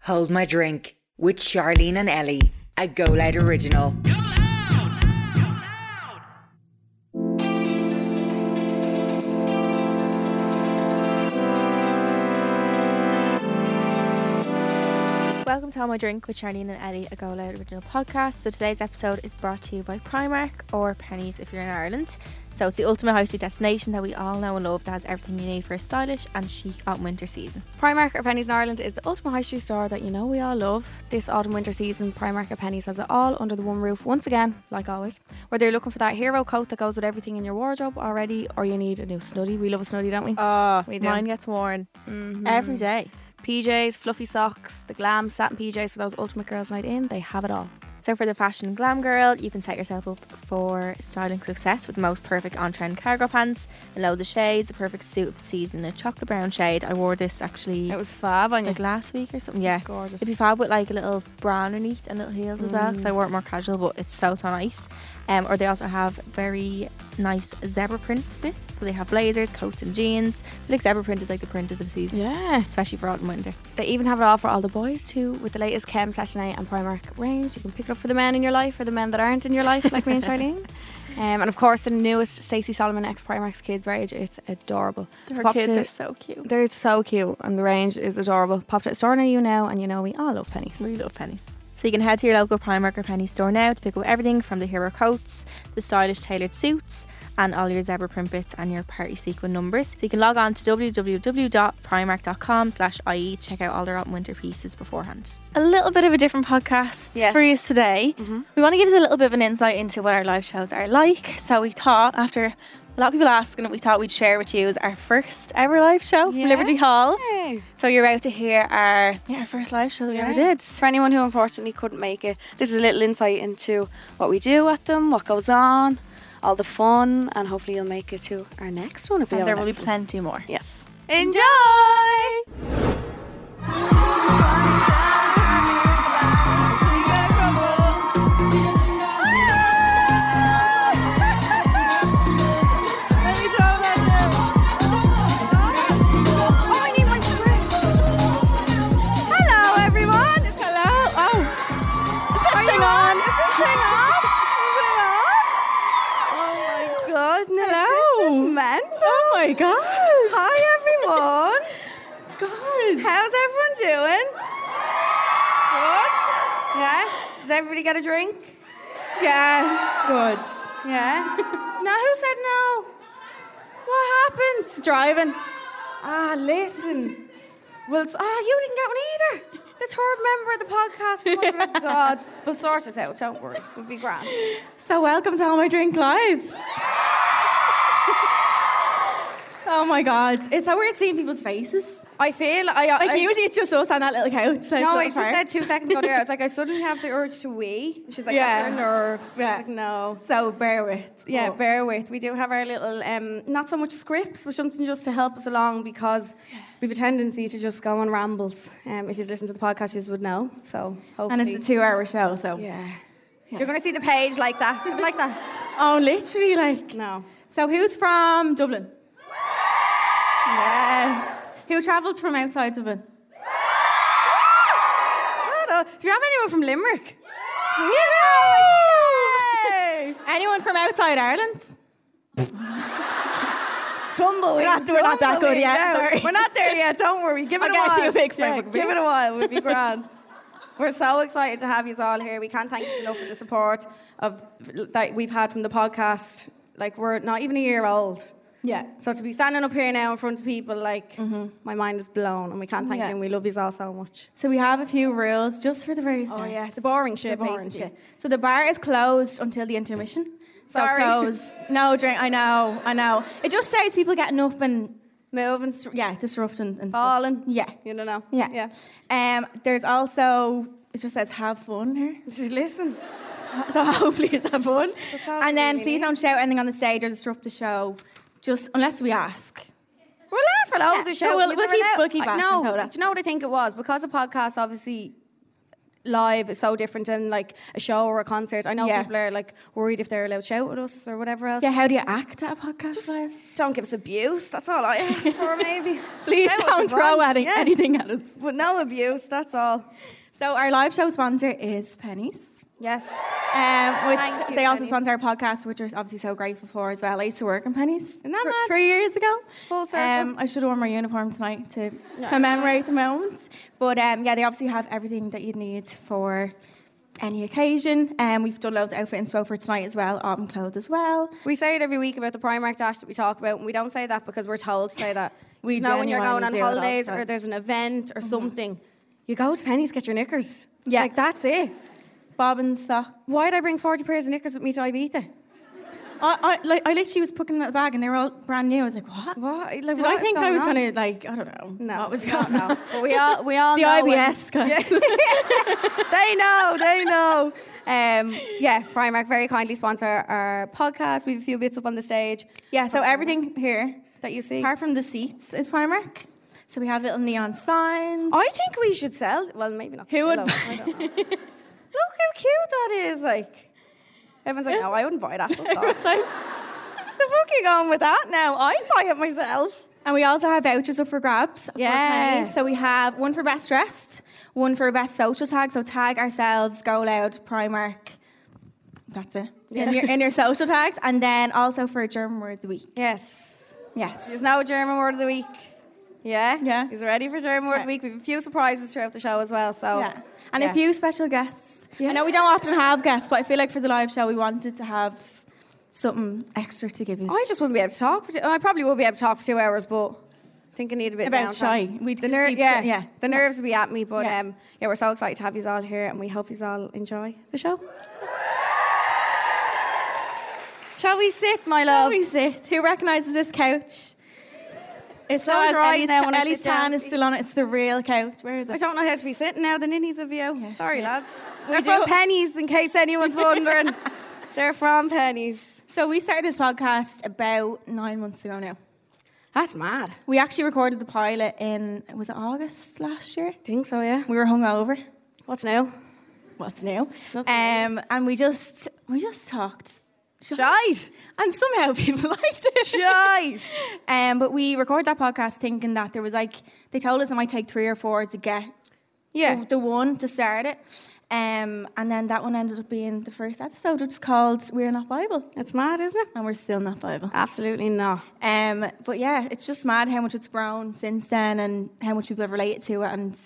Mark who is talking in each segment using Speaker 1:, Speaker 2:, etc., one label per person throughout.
Speaker 1: Hold My Drink with Charlene and Ellie, a Go Loud original.
Speaker 2: Welcome to All My Drink with Charlene and Ellie, a Go Loud original podcast. So today's episode is brought to you by Primark or Pennies if you're in Ireland. So it's the ultimate high street destination that we all know and love that has everything you need for a stylish and chic autumn winter season.
Speaker 3: Primark or Pennies in Ireland is the ultimate high street store that you know we all love. This autumn winter season, Primark or Pennies has it all under the one roof once again, like always. Whether you're looking for that hero coat that goes with everything in your wardrobe already, or you need a new snuddy, we love a snuddy, don't we?
Speaker 2: Oh,
Speaker 3: We do.
Speaker 2: mine gets worn every day.
Speaker 3: PJs, fluffy socks, the glam satin PJs for those ultimate girls' night in, they have it all.
Speaker 2: So for the fashion glam girl, you can set yourself up for styling success with the most perfect on-trend cargo pants and loads of shades, the perfect suit of the season, a chocolate brown shade. I wore this actually
Speaker 3: It was fab on you.
Speaker 2: like last week or something. Yeah,
Speaker 3: Gorgeous. Mm.
Speaker 2: It'd be fab with like a little bra underneath and little heels as well because I wore it more casual, but it's so so nice. Um, or they also have very nice zebra print bits. So they have blazers, coats, and jeans. I think zebra print is like the print of the season,
Speaker 3: Yeah.
Speaker 2: especially for autumn winter.
Speaker 3: They even have it all for all the boys too, with the latest Chem Session 8 and Primark range. You can pick it up for the men in your life or the men that aren't in your life, like me and Charlene. Um, and of course, the newest Stacey Solomon X Primark's kids range. It's adorable. So
Speaker 2: Her
Speaker 3: pop
Speaker 2: kids
Speaker 3: to-
Speaker 2: are so cute.
Speaker 3: They're so cute, and the range is adorable. Pop to a store near you now, and you know we all love pennies.
Speaker 2: We love pennies. So you can head to your local Primark or Penny store now to pick up everything from the hero coats, the stylish tailored suits, and all your zebra print bits and your party sequin numbers. So you can log on to www.primark.com slash IE to check out all their autumn winter pieces beforehand. A little bit of a different podcast
Speaker 3: Yeah.
Speaker 2: for you today. We want to give us a little bit of an insight into what our live shows are like. So we thought after a lot of people asking, we thought we'd share with you is our first ever live show from
Speaker 3: Yeah.
Speaker 2: Liberty Hall.
Speaker 3: Hey.
Speaker 2: So you're out to hear our, yeah, our first live show that we ever did.
Speaker 3: For anyone who unfortunately couldn't make it, this is a little insight into what we do at them, what goes on, all the fun, and hopefully you'll make it to our next one. If we
Speaker 2: And
Speaker 3: have
Speaker 2: there
Speaker 3: a
Speaker 2: will be
Speaker 3: next one.
Speaker 2: plenty more.
Speaker 3: Yes. Enjoy.
Speaker 4: Hello, everyone. Hello. Oh, is this thing on? Is this thing on? Is it on? Oh my god! Hello. This is mental. Oh my god. Hi, everyone. God. How's everyone doing? Good. Yeah. Does everybody get a drink? Yeah. Good. Yeah. now, who said no? What happened? Driving. Ah, listen. Well, s- ah, you didn't get one either. The third member of the podcast. Mother of God. We'll sort it out. Don't worry. It'll be grand.
Speaker 5: So welcome to All My Drink Live. oh my god, it's so weird seeing people's faces.
Speaker 4: I feel I. I
Speaker 5: Like usually it's just us on that little couch. Like,
Speaker 4: no,
Speaker 5: little
Speaker 4: I just
Speaker 5: park.
Speaker 4: said two seconds ago there. I was like, I suddenly have the urge to wee. She's like,
Speaker 5: Yeah.
Speaker 4: yeah. your nerves.
Speaker 5: Yeah.
Speaker 4: Like, no.
Speaker 5: So bear with.
Speaker 4: Yeah,
Speaker 5: Oh.
Speaker 4: bear with. We do have our little, um, not so much scripts, but something just to help us along because we've a tendency to just go on rambles. Um, if you've listened to the podcast, you would know. So hopefully,
Speaker 5: and it's a two-hour show, so
Speaker 4: yeah. You're going to see the page like that, like that.
Speaker 5: oh, literally like.
Speaker 4: No.
Speaker 5: So who's from Dublin? yes. Who travelled from outside Dublin?
Speaker 4: Shut up. Do we have anyone from Limerick? Yay!
Speaker 5: Anyone from outside Ireland?
Speaker 4: Tumbleweed.
Speaker 5: We're not- we're not that good
Speaker 4: Tumbleweed,
Speaker 5: yet,
Speaker 4: yeah.
Speaker 5: sorry.
Speaker 4: We're not there yet. Don't worry. Give
Speaker 5: I'll
Speaker 4: it a
Speaker 5: get too
Speaker 4: while.
Speaker 5: big for
Speaker 4: Yeah,
Speaker 5: everybody.
Speaker 4: give it a while. We'll be grand. We're so excited to have you all here. We can't thank you enough for the support of that we've had from the podcast. Like we're not even a year old.
Speaker 5: Yeah.
Speaker 4: So to be standing up here now in front of people, like
Speaker 3: Mm-hmm.
Speaker 4: my mind is blown, and we can't thank
Speaker 5: Yeah.
Speaker 4: you. And we love you all so much.
Speaker 5: So we have a few rules just for the very start.
Speaker 4: yes. The boring shit,
Speaker 5: The boring
Speaker 4: basically.
Speaker 5: shit. So the bar is closed until the intermission. So
Speaker 4: Sorry.
Speaker 5: close. No drink. I know. I know. It just saves people getting up and
Speaker 4: Moving, str-
Speaker 5: yeah, disrupting and stuff.
Speaker 4: balling.
Speaker 5: Yeah.
Speaker 4: You don't know.
Speaker 5: Yeah. Yeah. Um, there's also it just says have fun here.
Speaker 4: Just listen.
Speaker 5: So hopefully it's have fun.
Speaker 4: all
Speaker 5: And then
Speaker 4: really
Speaker 5: please don't shout anything on the stage or disrupt the show. Just unless we ask.
Speaker 4: We're last for loads
Speaker 5: Yeah,
Speaker 4: of shows.
Speaker 5: we'll-
Speaker 4: You
Speaker 5: we'll
Speaker 4: never
Speaker 5: keep-
Speaker 4: know.
Speaker 5: we'll keep
Speaker 4: I-
Speaker 5: asking
Speaker 4: No,
Speaker 5: Tola.
Speaker 4: do you know what I think it was? Because the podcast obviously
Speaker 3: live is so different than like a show or a concert. I know
Speaker 2: Yeah.
Speaker 3: people are like worried if they're allowed to shout at us or whatever else.
Speaker 2: Yeah, how do you act at a podcast
Speaker 3: Just
Speaker 2: live?
Speaker 3: don't give us abuse. That's all I ask for, maybe.
Speaker 2: Please
Speaker 3: Shout what
Speaker 2: don't
Speaker 3: you
Speaker 2: throw
Speaker 3: want.
Speaker 2: at it-
Speaker 3: Yeah.
Speaker 2: anything at us.
Speaker 3: But no abuse. That's all.
Speaker 2: So our live show sponsor is Pennies.
Speaker 3: Yes.
Speaker 2: Um, which
Speaker 3: Ah, Thank you,
Speaker 2: they also
Speaker 3: Pennies.
Speaker 2: sponsor our podcast, which we're obviously so grateful for as well. I used to work in Pennies
Speaker 3: Isn't that
Speaker 2: thr-
Speaker 3: mad?
Speaker 2: three years ago.
Speaker 3: Full circle.
Speaker 2: Um, I should have worn my uniform tonight to commemorate the moment. But um, yeah, they obviously have everything that you'd need for any occasion. Um, we've done loads of outfit inspo for tonight as well, autumn clothes as well.
Speaker 3: We say it every week about the Primark dash that we talk about, and we don't say that because we're told to say that.
Speaker 2: We
Speaker 3: you know when you're going
Speaker 2: genuinely
Speaker 3: on
Speaker 2: do it all the
Speaker 3: holidays
Speaker 2: time.
Speaker 3: or there's an event or
Speaker 4: Mm-hmm.
Speaker 3: something, you go to Penny's get your knickers.
Speaker 2: Yeah.
Speaker 3: like that's it.
Speaker 2: Bob and sock.
Speaker 3: Why'd I bring 40 pairs of knickers with me to Ibiza?
Speaker 2: I, I, like, I literally was putting them in the bag and they were all brand new. I was like, what?
Speaker 3: What? Like,
Speaker 2: Did
Speaker 3: what
Speaker 2: I
Speaker 3: is
Speaker 2: think I was
Speaker 3: on?
Speaker 2: going to, like, I don't know
Speaker 3: No,
Speaker 2: what was
Speaker 3: no,
Speaker 2: going
Speaker 3: no.
Speaker 2: on.
Speaker 3: But we all we all
Speaker 2: The
Speaker 3: know when-
Speaker 2: IBS guys.
Speaker 3: they know, they know. Um, yeah, Primark very kindly sponsor our podcast. We have a few bits up on the stage
Speaker 2: Yeah, so everything here,
Speaker 3: that you see.
Speaker 2: apart from the seats, is Primark. So we have little neon signs.
Speaker 3: I think we should sell. Well, maybe not.
Speaker 2: Who would
Speaker 3: Hello, I don't know. Look how cute that is! Like, everyone's like, no, I wouldn't buy that. Fuck
Speaker 2: Every
Speaker 3: off."
Speaker 2: time.
Speaker 3: the fuck are you going with that now? I'd buy it myself.
Speaker 2: And we also have vouchers up for grabs. for
Speaker 3: Yeah.
Speaker 2: pennies. So we have one for best dressed, one for best social tag. So tag ourselves, go loud, Primark. That's it. In, your, in your social tags. And then also for German Word of the Week.
Speaker 3: Yes.
Speaker 2: Yes.
Speaker 3: There's now German word of the week. Yeah?
Speaker 2: Yeah.
Speaker 3: He's ready for German word of the week. We have a few surprises throughout the show as well. So
Speaker 2: Yeah. And
Speaker 3: Oh. Yeah.
Speaker 2: a few special guests.
Speaker 3: Yeah.
Speaker 2: I know we don't often have guests, but I feel like for the live show, we wanted to have something extra to give you.
Speaker 3: I just wouldn't be able to talk for two, I probably would be able to talk for two hours, but I think I need a bit
Speaker 2: About
Speaker 3: of downtime.
Speaker 2: shy. We'd
Speaker 3: the
Speaker 2: just
Speaker 3: ner-
Speaker 2: keep-
Speaker 3: yeah,
Speaker 2: yeah.
Speaker 3: The nerves would be at me, but
Speaker 2: Yeah.
Speaker 3: um, yeah, we're so excited to have you all here and we hope you all enjoy the show. Shall we sit, my
Speaker 2: Shall
Speaker 3: love?
Speaker 2: we sit? Who recognises this couch? It's
Speaker 3: Sounds
Speaker 2: as
Speaker 3: right
Speaker 2: Ellie's,
Speaker 3: now when I
Speaker 2: Ellie's
Speaker 3: sit down.
Speaker 2: tan is still on it. It's the real couch. Where is
Speaker 3: I
Speaker 2: it?
Speaker 3: don't know how to be sitting now. The ninnies of you.
Speaker 2: Yeah,
Speaker 3: Sorry,
Speaker 2: yeah.
Speaker 3: lads. They're
Speaker 2: do-
Speaker 3: from pennies, in case anyone's wondering. They're from pennies.
Speaker 2: So we started this podcast about nine months ago now.
Speaker 3: That's mad.
Speaker 2: We actually recorded the pilot in was it August last year?
Speaker 3: Think so, yeah.
Speaker 2: We were hungover.
Speaker 3: What's now?
Speaker 2: What's new? Um,
Speaker 3: Nothing
Speaker 2: and we just we just talked.
Speaker 3: Shite.
Speaker 2: And somehow people liked it.
Speaker 3: Shite.
Speaker 2: Um, but we recorded that podcast thinking that there was like they told us it might take three or four to get
Speaker 3: Yeah.
Speaker 2: the, the one to start it. Um, and then that one ended up being the first episode, which is called We're Not Bible.
Speaker 3: That's mad, isn't it? Ah.
Speaker 2: And we're still not Bible.
Speaker 3: Absolutely not.
Speaker 2: Um, but yeah, it's just mad how much it's grown since then and how much people have related to it. And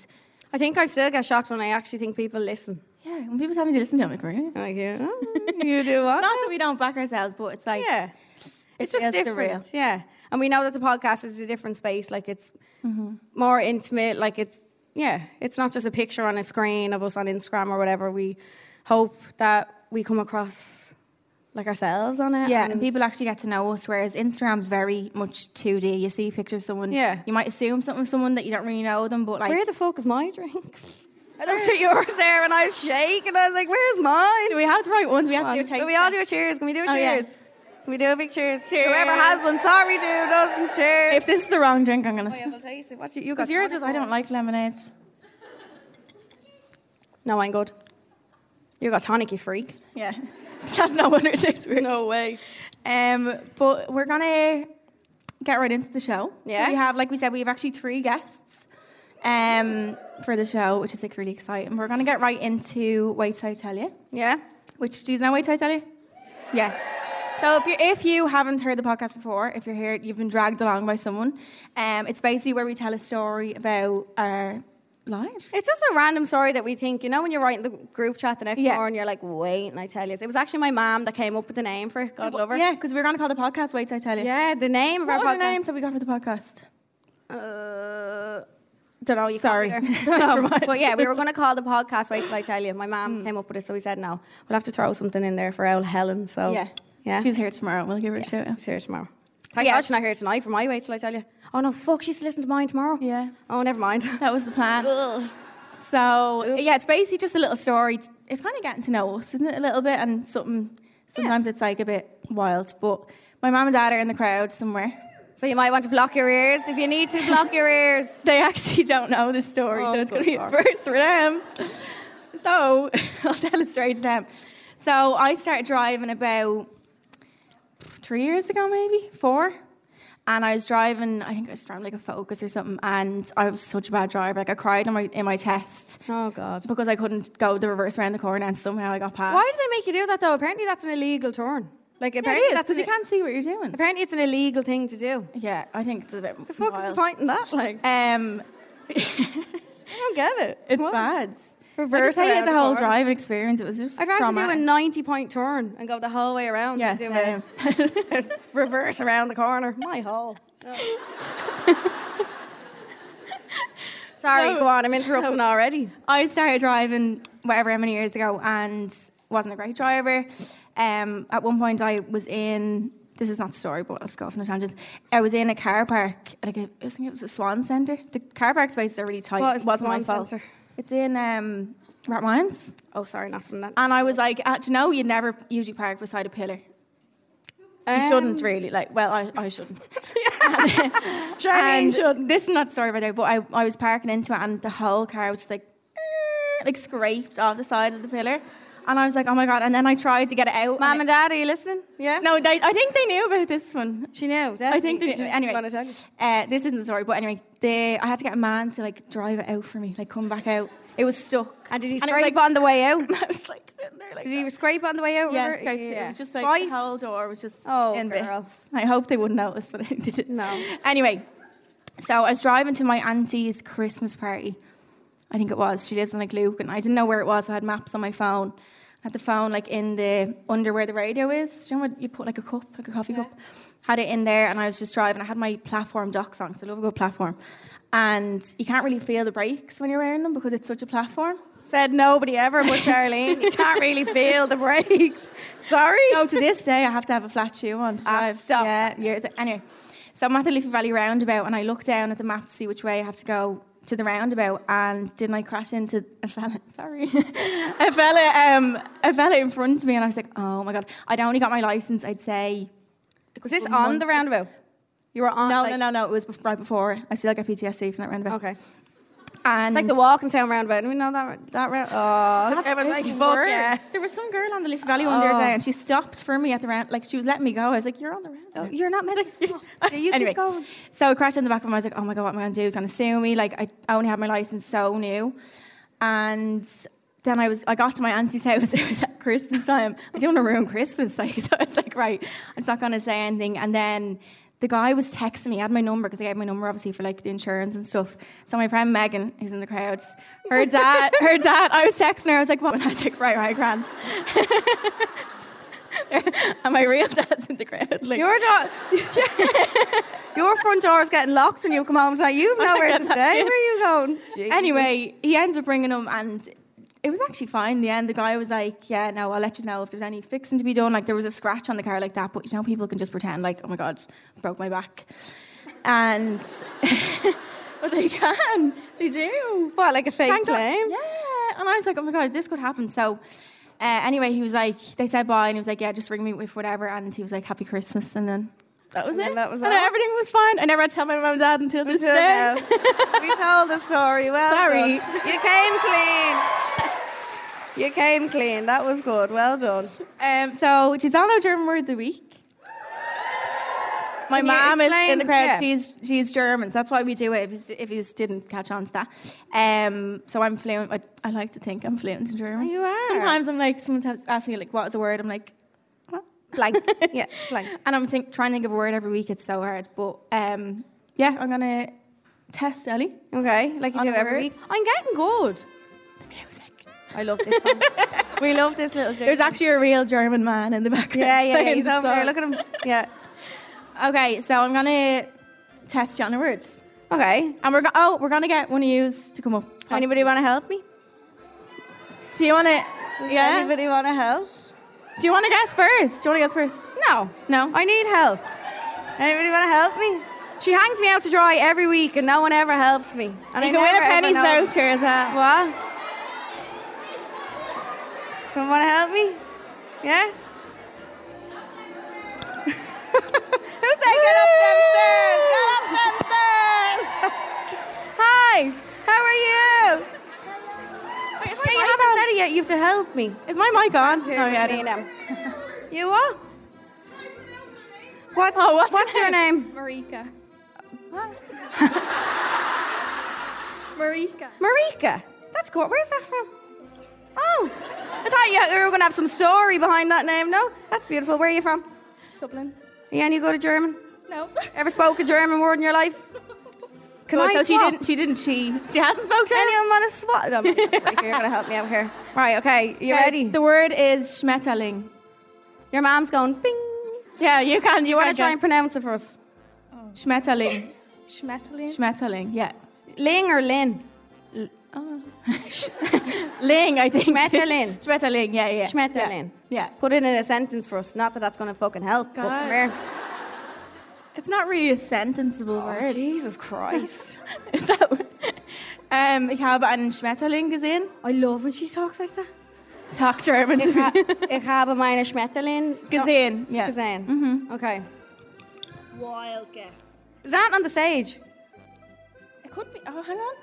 Speaker 3: I think I still get shocked when I actually think people listen.
Speaker 2: yeah, when people tell me they listen to it, I'm like, really?
Speaker 3: I'm Like, yeah, you do what?
Speaker 2: Not that we don't back ourselves, but it's like,
Speaker 3: yeah.
Speaker 2: it's,
Speaker 3: just
Speaker 2: just the
Speaker 3: different.
Speaker 2: real.
Speaker 3: Yeah, and we know that the podcast is a different space. Like it's
Speaker 2: Mm-hmm.
Speaker 3: more intimate. Like it's yeah, it's not just a picture on a screen of us on Instagram or whatever. We hope that we come across like ourselves on it.
Speaker 2: Yeah, and people actually get to know us, whereas Instagram's very much 2D. You see pictures of someone,
Speaker 3: Yeah.
Speaker 2: you might assume something of someone that you don't really know them, but like,
Speaker 3: Where the fuck is my drink? I looked at yours there and I was shaking. I was like, "Where's mine?"
Speaker 2: do we have the right ones? We have to do a taste
Speaker 3: Can we all
Speaker 2: test.
Speaker 3: do a cheers? Can we do a
Speaker 2: Oh, yeah.
Speaker 3: cheers? Can we do a big cheers?
Speaker 2: Cheers.
Speaker 3: Whoever has one, sorry to who doesn't. Cheers.
Speaker 2: If this is the wrong drink, I'm gonna.
Speaker 3: Oh, yeah, we'll taste it. What's your- you
Speaker 2: Because
Speaker 3: got
Speaker 2: yours is
Speaker 3: tonic
Speaker 2: I don't
Speaker 3: water.
Speaker 2: like lemonade.
Speaker 3: No, I'm good. You got tonic, you freaks.
Speaker 2: Yeah, it's not no wonder it tastes weird.
Speaker 3: No way.
Speaker 2: Um, but we're gonna get right into the show.
Speaker 3: Yeah.
Speaker 2: we have like we said we have actually three guests. Um, for the show, which is like really exciting. We're gonna get right into Wait Till I Tell You.
Speaker 3: Yeah.
Speaker 2: Which do you know Wait Till I Tell You? Yeah. So if you if you haven't heard the podcast before, if you're here, you've been dragged along by someone. Um, it's basically where we tell a story about our lives.
Speaker 3: It's just a random story that we think, you know, when you're writing the group chat the next
Speaker 2: Yeah.
Speaker 3: morning, you're like, wait, and I tell you. It was actually my mom that came up with the name for it. God love her.
Speaker 2: Yeah, because we're gonna call the podcast Wait Till I Tell You.
Speaker 3: Yeah, the name of
Speaker 2: What
Speaker 3: our
Speaker 2: other
Speaker 3: podcast.
Speaker 2: names have we got for the podcast?
Speaker 3: Uh, don't know. You
Speaker 2: Sorry.
Speaker 3: copied her. Don't know. but yeah, we were going to call the podcast. Wait till I tell you. My
Speaker 2: Mm.
Speaker 3: mom came up with it, so we said no. We'll have to throw something in there for old Helen. So
Speaker 2: Yeah.
Speaker 3: Oh, yeah.
Speaker 2: She's here tomorrow. We'll give her a shout out.
Speaker 3: She's here tomorrow. Thank
Speaker 2: Yeah.
Speaker 3: God she's not here tonight for my wait till I tell you. Oh no, fuck, she's listening to mine tomorrow.
Speaker 2: Yeah.
Speaker 3: Oh, never mind.
Speaker 2: That was the plan. so yeah, it's basically just a little story. It's- It's kind of getting to know us, isn't it? A little bit, and something. Sometimes it's like a bit wild, but my mum and dad are in the crowd somewhere.
Speaker 3: So you might want to block your ears if you need to block your ears.
Speaker 2: They actually don't know the story,
Speaker 3: Oh,
Speaker 2: so it's
Speaker 3: good
Speaker 2: going to be a
Speaker 3: Lord.
Speaker 2: first for them. So I'll tell it straight to them. So I started driving about three years ago, maybe four. And I was driving, I think I was driving like a Focus or something, and I was such a bad driver. Like I cried in my in my test
Speaker 4: Oh God.
Speaker 2: because I couldn't go the reverse around the corner, and somehow I got past.
Speaker 4: Why do they make you do that though? Apparently that's an illegal turn. Like
Speaker 2: Yeah, it
Speaker 4: apparently
Speaker 2: is
Speaker 4: that's
Speaker 2: because
Speaker 4: an,
Speaker 2: you can't see what you're doing.
Speaker 4: apparently it's an illegal thing to do.
Speaker 2: Yeah, I think it's a bit.
Speaker 4: The fuck's the
Speaker 2: wild.
Speaker 4: point in that? Like
Speaker 2: Um,
Speaker 4: I don't get it.
Speaker 2: it's
Speaker 4: What?
Speaker 2: bad.
Speaker 4: Reverse
Speaker 2: I could tell you
Speaker 4: around
Speaker 2: the
Speaker 4: the
Speaker 2: whole
Speaker 4: corner.
Speaker 2: driving experience. It was just.
Speaker 4: I'd rather do a
Speaker 2: traumatic.
Speaker 4: ninety point turn and go the whole way around
Speaker 2: Yeah,
Speaker 4: than do a
Speaker 2: same.
Speaker 4: reverse around the corner. My hole. Sorry,
Speaker 2: No.
Speaker 4: go on. I'm interrupting already.
Speaker 2: I started driving whatever how many years ago and wasn't a great driver. Um, at one point, I was in. This is not the story, but let's go off on a tangent. I was in a car park, like a, I think it was a Swan Centre. The car park spaces are really tight.
Speaker 4: What
Speaker 2: it
Speaker 4: is the
Speaker 2: wasn't my
Speaker 4: Swan
Speaker 2: fault.
Speaker 4: Centre?
Speaker 2: It's in um, Rathmines.
Speaker 4: Oh, sorry, not from that.
Speaker 2: And I was like, uh, do you know, you never usually park beside a pillar. You
Speaker 4: Um,
Speaker 2: shouldn't really. Like, well, I, I shouldn't.
Speaker 4: Charlene
Speaker 2: And
Speaker 4: should-
Speaker 2: this is not the story about it, but I, I was parking into it and the whole car was just like, eh, like scraped off the side of the pillar. And I was like, oh my God. And then I tried to get it out.
Speaker 4: Mom
Speaker 2: and
Speaker 4: and Dad, are you listening? Yeah.
Speaker 2: it- no, they, I think they knew about this one.
Speaker 4: She knew. Definitely.
Speaker 2: I think they
Speaker 4: She
Speaker 2: knew.
Speaker 4: just
Speaker 2: Anyway,
Speaker 4: wanted to tell you.
Speaker 2: uh, this isn't the story, but anyway, they, I had to get a man to like drive it out for me, like come back out. It was stuck.
Speaker 4: And did he
Speaker 2: it was
Speaker 4: scrape
Speaker 2: like-
Speaker 4: on the way out?
Speaker 2: I was like, sitting there like
Speaker 4: Did
Speaker 2: that.
Speaker 4: he scrape on the way out?
Speaker 2: Yeah,
Speaker 4: Remember?
Speaker 2: scraped it. It was just like
Speaker 4: Twice.
Speaker 2: the whole door was just
Speaker 4: Oh,
Speaker 2: in
Speaker 4: girl.
Speaker 2: bits. I hope they wouldn't notice, but I didn't.
Speaker 4: No.
Speaker 2: Anyway, so I was driving to my auntie's Christmas party. I think it was. She lives in like Luke, and I didn't know where it was. So I had maps on my phone. I had the phone like in the under where the radio is. Do you know what you put like a cup, like a coffee cup? Had it in there, and I was just driving. I had my platform docs on, 'cause I love a good platform. And you can't really feel the brakes when you're wearing them because it's such a platform.
Speaker 4: Said nobody ever, but Charlene, you can't really feel the brakes. Sorry.
Speaker 2: no, Oh, to this day, I have to have a flat shoe on to
Speaker 4: Ah,
Speaker 2: drive.
Speaker 4: stop.
Speaker 2: Yeah, years. Anyway, so I'm at the Liffey Valley roundabout, and I look down at the map to see which way I have to go to the roundabout. And didn't I crash into a fella? Sorry, a fella, um, a fella in front of me, and I was like, oh my god! I'd only got my license. I'd say.
Speaker 4: Was this on the roundabout? You were on.
Speaker 2: No,
Speaker 4: like,
Speaker 2: no, no, no. It was bef- right before. I still get PTSD from that roundabout.
Speaker 4: Okay.
Speaker 2: And
Speaker 4: Like the Walkinstown roundabout. We know that that round. Oh,
Speaker 2: That's
Speaker 4: everyone's like,
Speaker 2: even
Speaker 4: fuck
Speaker 2: worse.
Speaker 4: yeah.
Speaker 2: There was some girl on the Liffey Valley one the other
Speaker 4: Oh.
Speaker 2: day, and she stopped for me at the round. Like she was letting me go. I was like, "You're on the roundabout."
Speaker 4: You're not meant to stop. Yeah, you
Speaker 2: anyway,
Speaker 4: keep going.
Speaker 2: so I crashed in the back of him. I was like, oh my God, what am I going to do? He's going to sue me. Like, I only had my license so new. And then I was, I got to my auntie's house. It was at Christmas time. I didn't want to ruin Christmas. Like, so I was like, right, I'm just not going to say anything. And then the guy was texting me. I had my number because I gave my number obviously for like the insurance and stuff. So my friend Megan, who's in the crowd, her dad, her dad. I was texting her. I was like, what? And I was like, right, right, grand. and my real dad's in the crowd. Like,
Speaker 4: Your door, your front door is getting locked when you come home tonight. You've nowhere to stay. Where are you going?
Speaker 2: anyway, he ends up bringing him, and it was actually fine in the end. The guy was like, "Yeah, no, I'll let you know if there's any fixing to be done." Like there was a scratch on the car like that, but you know people can just pretend like, "Oh my god, broke my back," and but they can, they do.
Speaker 4: What, like a fake
Speaker 2: Thank God-
Speaker 4: claim?
Speaker 2: Yeah, and I was like, "Oh my god, this could happen." So. Uh, anyway, he was like, they said bye, and he was like, yeah, just ring me with whatever, and he was like, happy Christmas, and then that was
Speaker 4: then
Speaker 2: it.
Speaker 4: that was
Speaker 2: and
Speaker 4: all.
Speaker 2: everything was fine. I never had to tell my mum and dad until this
Speaker 4: Until
Speaker 2: day.
Speaker 4: now. we told the story. Well,
Speaker 2: Sorry.
Speaker 4: done. you came clean. You came clean. That was good. Well done.
Speaker 2: Um, so Gisano German word of the week. My
Speaker 4: Can you
Speaker 2: mom is in
Speaker 4: explain-
Speaker 2: the crowd.
Speaker 4: yeah.
Speaker 2: She's she's German, so that's why we do it. If you if you didn't catch on to that, um, so I'm fluent. I, I like to think I'm fluent in
Speaker 6: Oh,
Speaker 2: German.
Speaker 4: You are.
Speaker 2: Sometimes I'm like, someone tells- asks me like, "What's a word?" I'm like, "What?"
Speaker 4: Blank. Yeah, blank.
Speaker 2: And I'm think, trying to think of a word every week. It's so hard, but um, yeah, I'm gonna test Ellie.
Speaker 4: Okay, like you
Speaker 2: On
Speaker 4: do
Speaker 2: the
Speaker 4: every week.
Speaker 2: words.
Speaker 4: I'm getting good.
Speaker 2: The music.
Speaker 4: I love this song. we love this little Jason.
Speaker 2: There's actually a real German man in the background.
Speaker 4: yeah, yeah, yeah.
Speaker 2: playing
Speaker 4: He's
Speaker 2: the
Speaker 4: over there.
Speaker 2: song.
Speaker 4: Look at him. Yeah.
Speaker 2: Okay, so I'm gonna test you on the words.
Speaker 4: Okay.
Speaker 2: And we're go- oh, we're gonna get one of yous to come up.
Speaker 4: Anybody want to help me?
Speaker 2: Do you want to? Yeah.
Speaker 4: Anybody want to help?
Speaker 2: Do you want to guess first? Do you want to guess first?
Speaker 4: No.
Speaker 2: No.
Speaker 4: I need help. Anybody want to help me? She hangs me out to dry every week, and no one ever helps me. And I
Speaker 2: you can win a
Speaker 4: never, ever
Speaker 2: pennies
Speaker 4: know.
Speaker 2: voucher as well.
Speaker 4: What? Someone want to help me? Yeah? Who said get up them stairs? Get up them stairs! Hi, how are you?
Speaker 2: Wait, is my
Speaker 4: Yeah, you
Speaker 2: mic
Speaker 4: haven't
Speaker 2: on?
Speaker 4: said ready yet. You have to help me.
Speaker 7: Is my mic on?
Speaker 4: Here,
Speaker 7: Oh, yeah, it is.
Speaker 4: Nina. You what? What's,
Speaker 7: Oh,
Speaker 4: what's,
Speaker 7: what's
Speaker 4: your
Speaker 7: her
Speaker 4: name?
Speaker 8: Marika. Marika.
Speaker 4: Marika. That's cool. Where's that from? Oh, I thought you, you were going to have some story behind that name. No, that's beautiful. Where are you from?
Speaker 8: Dublin.
Speaker 4: Yeah, and you go to German?
Speaker 8: No.
Speaker 4: Ever spoke a German word in your life? Can
Speaker 7: Good,
Speaker 4: I
Speaker 7: so she
Speaker 4: swap?
Speaker 7: didn't. She didn't. She. She hasn't spoken.
Speaker 4: Anyone want to swap? No, Marika, you're going to help me out here. Right, okay. You ready?
Speaker 7: The word is schmetterling.
Speaker 4: Your mom's going, bing.
Speaker 7: Yeah, you can. You,
Speaker 4: You want
Speaker 7: want
Speaker 4: to try and pronounce it for us?
Speaker 7: schmetterling?
Speaker 8: Schmetterling.
Speaker 7: Schmetterling. Yeah.
Speaker 4: Ling or Lin?
Speaker 7: Ling, I think.
Speaker 4: Schmetterling.
Speaker 7: Schmetterling. Yeah, yeah.
Speaker 4: Schmetterling.
Speaker 7: Yeah.
Speaker 4: Put it in a sentence for us. Not that that's going to fucking help. But
Speaker 7: God.
Speaker 4: come here.
Speaker 7: It's not really a sentenceable
Speaker 4: Oh,
Speaker 7: word.
Speaker 4: Jesus Christ.
Speaker 7: Is that? Um, ich habe einen Schmetterling gesehen.
Speaker 4: I love when she talks like that.
Speaker 7: Talk German to
Speaker 4: Ich, ha
Speaker 7: me.
Speaker 4: ich habe meine Schmetterling
Speaker 7: gesehen.
Speaker 4: No,
Speaker 7: Yeah.
Speaker 4: gesehen.
Speaker 7: Mm-hmm.
Speaker 4: Okay. Wild guess. Is that on the stage?
Speaker 7: It could be. Oh, hang on.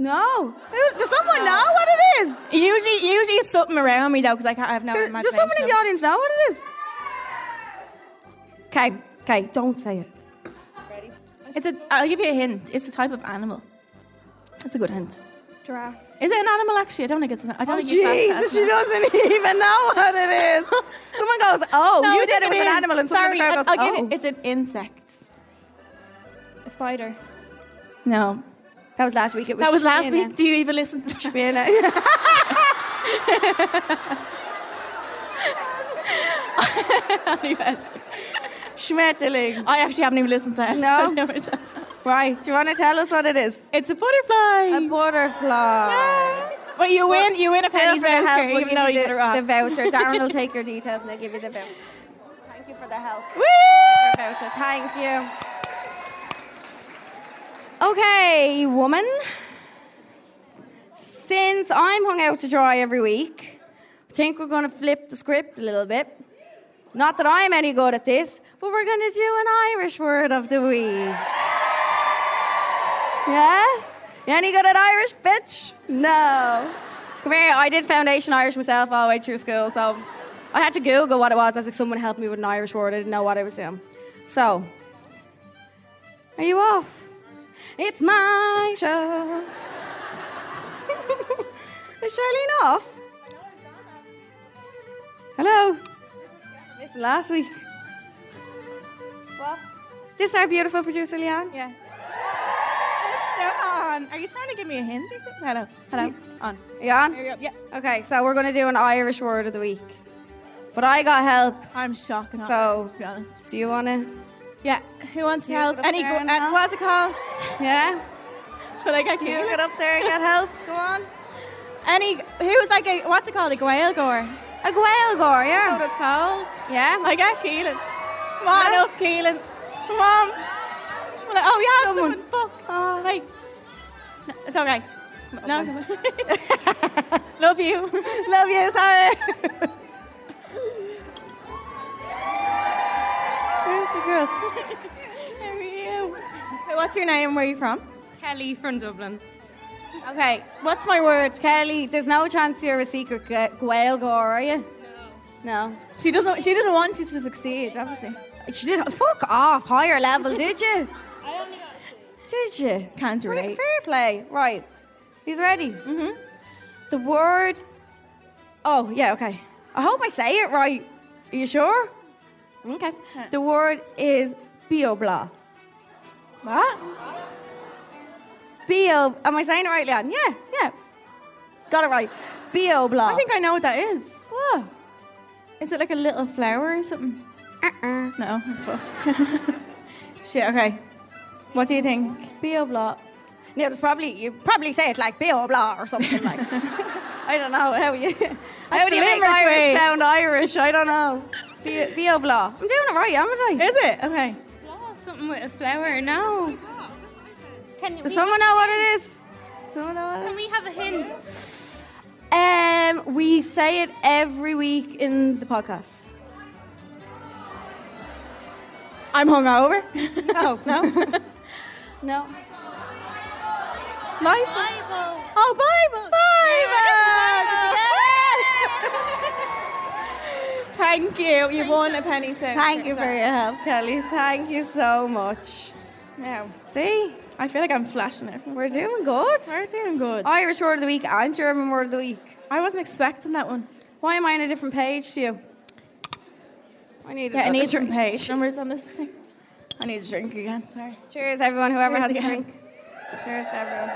Speaker 4: No. Who- Does someone know what it is?
Speaker 7: Usually, usually it's something around me though, because I can't. I have no imagination.
Speaker 4: Does someone in the audience know what it is? Okay, okay, don't say it.
Speaker 7: It's a. I'll give you a hint. It's a type of animal. That's a good hint.
Speaker 8: Giraffe.
Speaker 7: Is it an animal? Actually, I don't think it's. An, I don't
Speaker 4: Oh,
Speaker 7: think you
Speaker 4: Jesus, she doesn't even know what it is. Someone goes, oh, you said it was an animal, and someone
Speaker 7: Sorry,
Speaker 4: in the crowd
Speaker 7: I'll,
Speaker 4: goes,
Speaker 7: I'll
Speaker 4: oh.
Speaker 7: give it. It's an insect.
Speaker 8: A spider.
Speaker 7: No,
Speaker 4: That was last week. It was
Speaker 7: that was last
Speaker 4: Shana.
Speaker 7: week. Do you even listen to that?
Speaker 4: Shana.
Speaker 7: Yes.
Speaker 4: Schmetterling.
Speaker 7: I actually haven't even listened to that.
Speaker 4: No?
Speaker 7: Never said-
Speaker 4: Right, do you want to tell us what it is?
Speaker 7: it's a butterfly.
Speaker 4: butterfly.
Speaker 7: But you win. You win a
Speaker 4: Tell
Speaker 7: penny
Speaker 4: us for the help.
Speaker 7: voucher,
Speaker 4: We'll
Speaker 7: even
Speaker 4: give
Speaker 7: though
Speaker 4: you
Speaker 7: you
Speaker 4: the,
Speaker 7: got it wrong.
Speaker 4: the voucher. Darren will take your details and I'll give you the voucher. Thank you for the help.
Speaker 7: Woo!
Speaker 4: Voucher. Thank you. Okay, woman. Since I'm hung out to dry every week, I think we're going to flip the script a little bit. Not that I'm any good at this, but we're going to do an Irish word of the week. Yeah? You any good at Irish, bitch? No. Come here, I did Foundation Irish myself all the way through school, so I had to Google what it was. I was like, someone help me with an Irish word. I didn't know what I was doing. So, are you off? It's my show. Is Charlene off? Hello? Missed last week. What? This is our beautiful producer, Leanne.
Speaker 7: Yeah. on. Are you trying to give me a hint or something? Hello. Hello. On.
Speaker 4: Are you on?
Speaker 7: Yeah.
Speaker 4: Okay, so we're going to do an Irish word of the week. But I got help.
Speaker 7: I'm shocked. and
Speaker 4: So-
Speaker 7: outraged, to be honest.
Speaker 4: Do you want to?
Speaker 7: Yeah. Who wants to
Speaker 4: You
Speaker 7: help?
Speaker 4: put up
Speaker 7: Any?
Speaker 4: there
Speaker 7: gr-
Speaker 4: and
Speaker 7: Uh,
Speaker 4: help?
Speaker 7: what's it called?
Speaker 4: Yeah?
Speaker 7: But I got
Speaker 4: You
Speaker 7: you.
Speaker 4: get up there and get help. Go on.
Speaker 7: Any? Who's like a? What's it called? A Gaelgor.
Speaker 4: A Gaelgore,
Speaker 7: That's what
Speaker 4: yeah.
Speaker 7: it's called.
Speaker 4: Yeah?
Speaker 7: I got Keelan. Come on up, Keelan. Come on. We're like, oh, yeah, someone. Fuck.
Speaker 4: Oh.
Speaker 7: Wait. No, it's okay. No, come on. Love you.
Speaker 4: Love you, sorry. Where's the girls?
Speaker 7: How are you? Hey, What's your name? Where are you from?
Speaker 8: Kelly from Dublin.
Speaker 7: Okay. What's my word?
Speaker 4: Kelly, there's no chance you're a secret Ga- Gaelgore, are you? No. No.
Speaker 7: She doesn't. She doesn't want you to succeed, obviously.
Speaker 4: She did. Fuck off. Higher level, did you? Did you?
Speaker 7: Can't
Speaker 4: Right,
Speaker 7: relate.
Speaker 4: Fair play. Right. He's ready. Mm-hmm. The word. Oh, yeah, okay. I hope I say it right. Are you sure? Okay. The word is biobla.
Speaker 7: What?
Speaker 4: Bio. Am I saying it right, Leon? Yeah, yeah. Got it right. Biobla.
Speaker 7: I think I know what that is.
Speaker 4: Whoa.
Speaker 7: Is it like a little flower or something?
Speaker 4: Uh-uh.
Speaker 7: No. Fuck. Shit. Okay. What do you think?
Speaker 4: Biobla. No, it's probably you probably say it like biobla or something like. I don't know how you. How do you make
Speaker 7: Limerick
Speaker 4: Irish
Speaker 7: way.
Speaker 4: sound Irish? I don't know. Bio- Biobla. I'm doing it right, haven't I?
Speaker 7: Is it? Okay.
Speaker 8: Oh, something with a flower. No. Can we,
Speaker 4: Does someone know what it is? Someone know what it
Speaker 8: can we have a hint?
Speaker 4: is? Um, we say it every week in the podcast.
Speaker 7: I'm hungover.
Speaker 4: No, no, no.
Speaker 7: Life.
Speaker 8: Bible.
Speaker 7: Oh, Bible. Bible. Thank you. You won a penny too.
Speaker 4: Thank you for your help, Kelly. Thank you so much.
Speaker 7: Now,
Speaker 4: See,
Speaker 7: I feel like I'm flashing it.
Speaker 4: we're doing good.
Speaker 7: We're doing good.
Speaker 4: Irish word of the week and German word of the week.
Speaker 7: I wasn't expecting that one.
Speaker 3: Why am I on a different page to you? I need
Speaker 7: Yeah, I
Speaker 3: another
Speaker 7: need some
Speaker 3: drink.
Speaker 7: page numbers on this thing. I need a drink again. Sorry.
Speaker 3: Cheers, everyone, whoever
Speaker 7: Cheers
Speaker 3: has a
Speaker 7: again.
Speaker 3: drink. Cheers to everyone.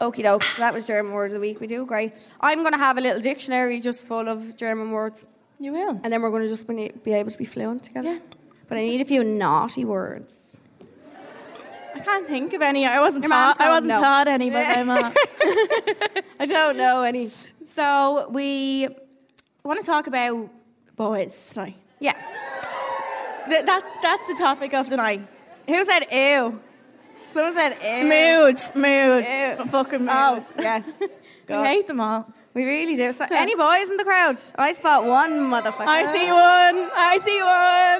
Speaker 4: Okie doke. So that was German word of the week. We do great. I'm going to have a little dictionary just full of German words,
Speaker 7: You will.
Speaker 4: and then we're going to just be be able to be fluent together.
Speaker 7: Yeah.
Speaker 4: But I need a few naughty words.
Speaker 7: I can't think of any. I wasn't
Speaker 4: Your mom's
Speaker 7: taught. I
Speaker 4: gone,
Speaker 7: wasn't
Speaker 4: no.
Speaker 7: taught any uh, by my mom.
Speaker 4: I don't know any.
Speaker 7: So we want to talk about boys tonight.
Speaker 4: Yeah.
Speaker 7: Th- that's that's the topic of the night.
Speaker 4: Who said ew? Someone said ew.
Speaker 7: Mood, mood,
Speaker 4: Ew.
Speaker 7: fucking mood.
Speaker 4: Oh, yeah.
Speaker 7: we hate them all.
Speaker 4: We really do. So, any boys in the crowd? I spot one motherfucker.
Speaker 7: I see one. I see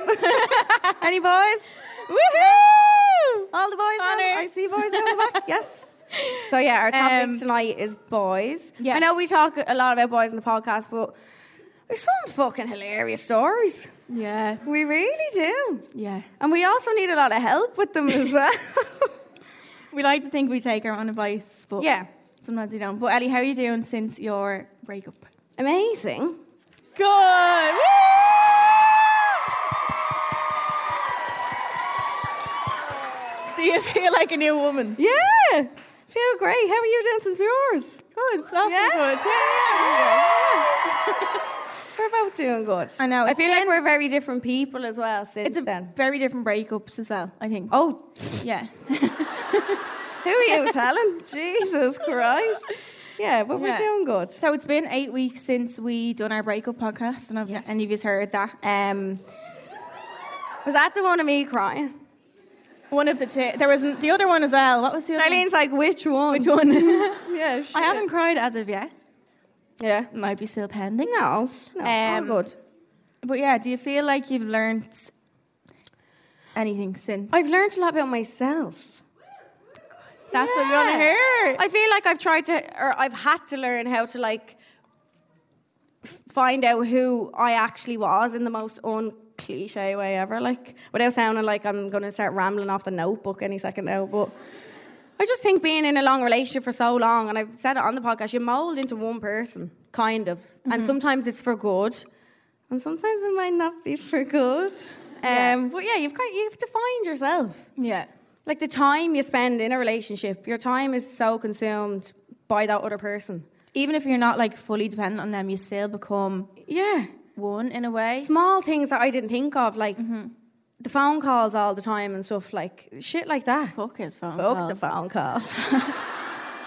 Speaker 7: one.
Speaker 4: Any boys?
Speaker 7: Woohoo!
Speaker 4: All the boys. on-
Speaker 7: Honor.
Speaker 4: I see boys on the back. Yes. So yeah, our topic
Speaker 7: Um,
Speaker 4: tonight is boys.
Speaker 7: Yeah.
Speaker 4: I know we talk a lot about boys in the podcast, but there's some fucking hilarious stories.
Speaker 7: Yeah,
Speaker 4: We really do,
Speaker 7: yeah.
Speaker 4: and we also need a lot of help with them as well.
Speaker 7: We like to think we take our own advice, but
Speaker 4: yeah,
Speaker 7: sometimes we don't. But Ellie, how are you doing since your breakup?
Speaker 4: amazing.
Speaker 7: Good. Do you feel like a new woman?
Speaker 4: Yeah, feel great. How are you doing since yours?
Speaker 7: Good. So
Speaker 4: Yeah.
Speaker 7: good.
Speaker 4: We're both doing good.
Speaker 7: I know.
Speaker 4: I feel like we're very different people as well since
Speaker 7: It's a
Speaker 4: then.
Speaker 7: very different breakups as well. I think.
Speaker 4: Oh,
Speaker 7: Yeah.
Speaker 4: who are you telling? Jesus Christ. Yeah, but we're
Speaker 7: Yeah.
Speaker 4: doing good.
Speaker 7: So it's been eight weeks since we done our breakup podcast, and I've, and you've just heard that. Um,
Speaker 4: Was that the one of me crying?
Speaker 7: one of the two. There was n- the other one as well. What was the other?
Speaker 4: Eileen's like, which one? Which
Speaker 7: one? one?
Speaker 4: Yeah, shit.
Speaker 7: I haven't cried as of yet.
Speaker 4: Yeah.
Speaker 7: Might be still pending.
Speaker 4: No, no, all
Speaker 7: Um,
Speaker 4: good.
Speaker 7: But yeah, do you feel like you've learned anything since?
Speaker 4: I've learned a lot about myself.
Speaker 7: That's what we want
Speaker 4: Yeah.
Speaker 7: to hear.
Speaker 4: I feel like I've tried to, or I've had to learn how to like f- find out who I actually was in the most un cliche way ever. Like without sounding like I'm going to start rambling off the notebook any second now, but. I just think being in a long relationship for so long, and I've said it on the podcast, you mold into one person, kind of.
Speaker 7: Mm-hmm.
Speaker 4: And sometimes it's for good, and sometimes it might not be for good. Um, But yeah, you've kind you've defined yourself.
Speaker 7: yeah.
Speaker 4: Like the time you spend in a relationship, your time is so consumed by that other person.
Speaker 7: Even if you're not like fully dependent on them, you still become
Speaker 4: Yeah.
Speaker 7: one in a way.
Speaker 4: Small things that I didn't think of, like the phone calls all the time and stuff, like shit like that.
Speaker 7: Fuck his phone.
Speaker 4: Fuck
Speaker 7: call.
Speaker 4: the phone calls.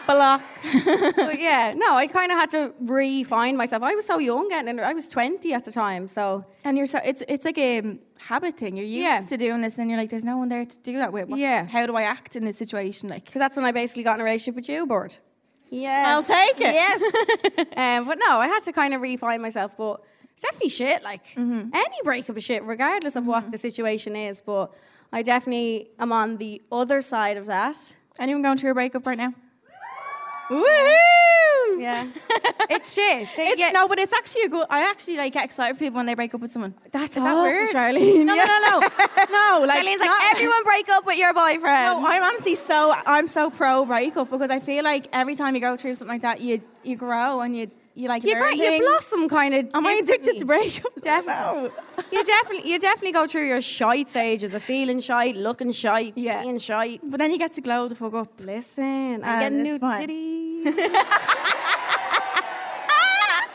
Speaker 7: block.
Speaker 4: but yeah, no, I kind of had to re-find myself. I was so young getting in, I was 20 at the time, so
Speaker 7: And you're so it's it's like a um, habit thing. You're used
Speaker 4: Yeah.
Speaker 7: to doing this, and you're like, there's no one there to do that with. What-
Speaker 4: Yeah.
Speaker 7: How do I act in this situation? Like,
Speaker 4: so that's when I basically got in a relationship with you, Board. Yeah.
Speaker 7: I'll take it.
Speaker 4: Yes. um, but no, I had to kind of refine myself. But it's definitely shit. Like
Speaker 7: Mm-hmm.
Speaker 4: any breakup of shit, regardless of what the situation is. But I definitely am on the other side of that.
Speaker 7: Anyone going through a breakup right now?
Speaker 4: Woohoo! Yeah. it's shit. They
Speaker 7: It's,
Speaker 4: get-
Speaker 7: No, but it's actually a good. I actually like get excited for people when they break up with someone.
Speaker 4: that's
Speaker 7: Is
Speaker 4: all,
Speaker 7: that weird?
Speaker 4: Charlene.
Speaker 7: No, no, no, no, no. Like,
Speaker 4: Charlene's like,
Speaker 7: not-
Speaker 4: everyone break up with your boyfriend.
Speaker 7: No, I'm honestly so I'm so pro breakup because I feel like every time you go through something like that, you you grow and you you like
Speaker 4: you,
Speaker 7: learn
Speaker 4: bre- you
Speaker 7: things.
Speaker 4: blossom kind of.
Speaker 7: Am I addicted to breakup?
Speaker 4: Definitely. you definitely, you definitely go through your shite stages of feeling shite, looking shite,
Speaker 7: Yeah.
Speaker 4: being shite.
Speaker 7: But then you get to glow the fuck up.
Speaker 4: Listen,
Speaker 7: And
Speaker 4: I get
Speaker 7: it's
Speaker 4: new
Speaker 7: fine.
Speaker 4: titties.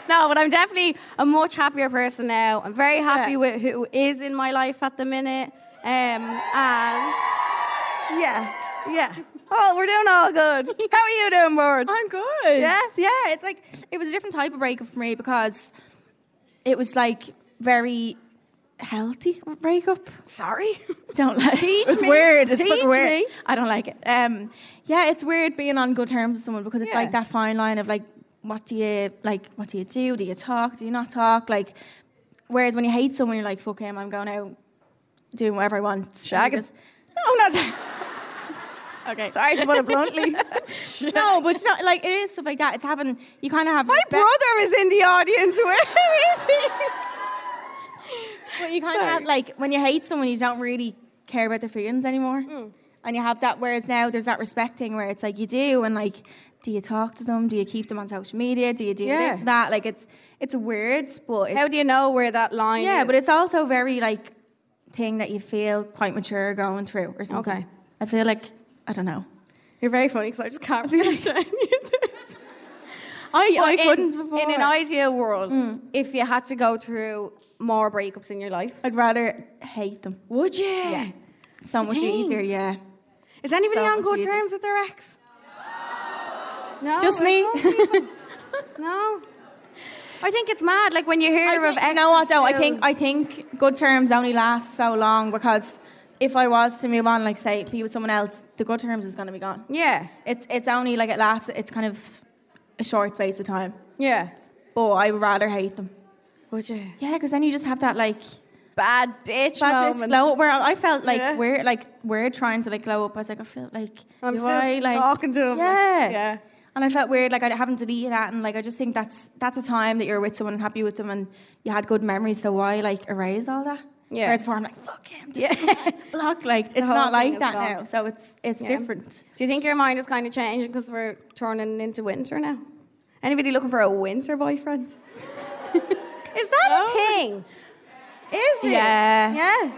Speaker 4: no, but I'm definitely a much happier person now. I'm very happy
Speaker 7: Yeah.
Speaker 4: with who is in my life at the minute. Um, and yeah, yeah. Oh, we're doing all good. How are you doing, Bird?
Speaker 7: I'm good. Yes, yeah. It's like it was a different type of breakup for me because it was like very healthy breakup.
Speaker 4: Sorry.
Speaker 7: Don't like.
Speaker 4: Teach
Speaker 7: it's
Speaker 4: me.
Speaker 7: weird. It's
Speaker 4: Teach
Speaker 7: fucking weird.
Speaker 4: me.
Speaker 7: I don't like it. Um, yeah, it's weird being on good terms with someone because it's
Speaker 4: Yeah.
Speaker 7: like that fine line of like, what do you like? What do you do? Do you talk? Do you not talk? Like, whereas when you hate someone, you're like, fuck him. I'm going out doing whatever I want. And you
Speaker 4: Shagging.
Speaker 7: just- No, not. Okay.
Speaker 4: Sorry to put it bluntly.
Speaker 7: No, but it's not like it is stuff like that. It's having you kind of have
Speaker 4: My
Speaker 7: respect-
Speaker 4: brother is in the audience. Where is he?
Speaker 7: But you kind of have like when you hate someone, you don't really care about their feelings anymore,
Speaker 4: Mm.
Speaker 7: and you have that. Whereas now there's that respect thing where it's like you do, and like, do you talk to them? Do you keep them on social media? Do you do
Speaker 4: Yeah.
Speaker 7: this and that? Like it's it's weird, but it's,
Speaker 4: How do you know where that line is?
Speaker 7: yeah, but it's also very like thing that you feel quite mature going through or something.
Speaker 4: Okay.
Speaker 7: I feel like I don't know.
Speaker 4: You're very funny because I just can't react to any of this.
Speaker 7: I, I
Speaker 4: But in-
Speaker 7: couldn't before.
Speaker 4: In an ideal world, if you had to go through more breakups in your life,
Speaker 7: I'd rather hate them.
Speaker 4: would you?
Speaker 7: So much
Speaker 4: thing.
Speaker 7: easier, yeah.
Speaker 4: Is anybody
Speaker 7: So
Speaker 4: on
Speaker 7: much
Speaker 4: good
Speaker 7: easier.
Speaker 4: terms with their ex? No.
Speaker 7: Just
Speaker 4: I
Speaker 7: me.
Speaker 4: don't think- no. I think it's mad. Like when you hear
Speaker 7: I
Speaker 4: of
Speaker 7: think-
Speaker 4: ex.
Speaker 7: you know what though? I think I think good terms only last so long because if I was to move on, like say be with someone else, the good terms is gonna be gone.
Speaker 4: Yeah.
Speaker 7: It's it's only like it lasts. It's kind of a short space of time.
Speaker 4: Yeah.
Speaker 7: But I would rather hate them.
Speaker 4: Would you?
Speaker 7: Yeah, because then you just have that like
Speaker 4: Bad bitch
Speaker 7: bad
Speaker 4: moment.
Speaker 7: bitch glow up. Where I felt like
Speaker 4: Yeah.
Speaker 7: we're like we're trying to like glow up. I was like I feel like
Speaker 4: I'm
Speaker 7: do
Speaker 4: still
Speaker 7: I, like,
Speaker 4: talking to him.
Speaker 7: Yeah.
Speaker 4: Yeah.
Speaker 7: And I felt weird, like I haven't deleted that, and like I just think that's that's a time that you're with someone and happy with them, and you had good memories. So why like erase all that?
Speaker 4: Yeah.
Speaker 7: Whereas before I'm like fuck him, just
Speaker 4: Yeah.
Speaker 7: block. Like it's
Speaker 4: whole thing
Speaker 7: not like
Speaker 4: is
Speaker 7: that
Speaker 4: gone.
Speaker 7: now. So it's it's
Speaker 4: Yeah.
Speaker 7: different.
Speaker 4: Do you think your mind is kind of changing because we're turning into winter now? Anybody looking for a winter boyfriend? is that a thing? Is it?
Speaker 7: Oh. Yeah.
Speaker 4: Yeah.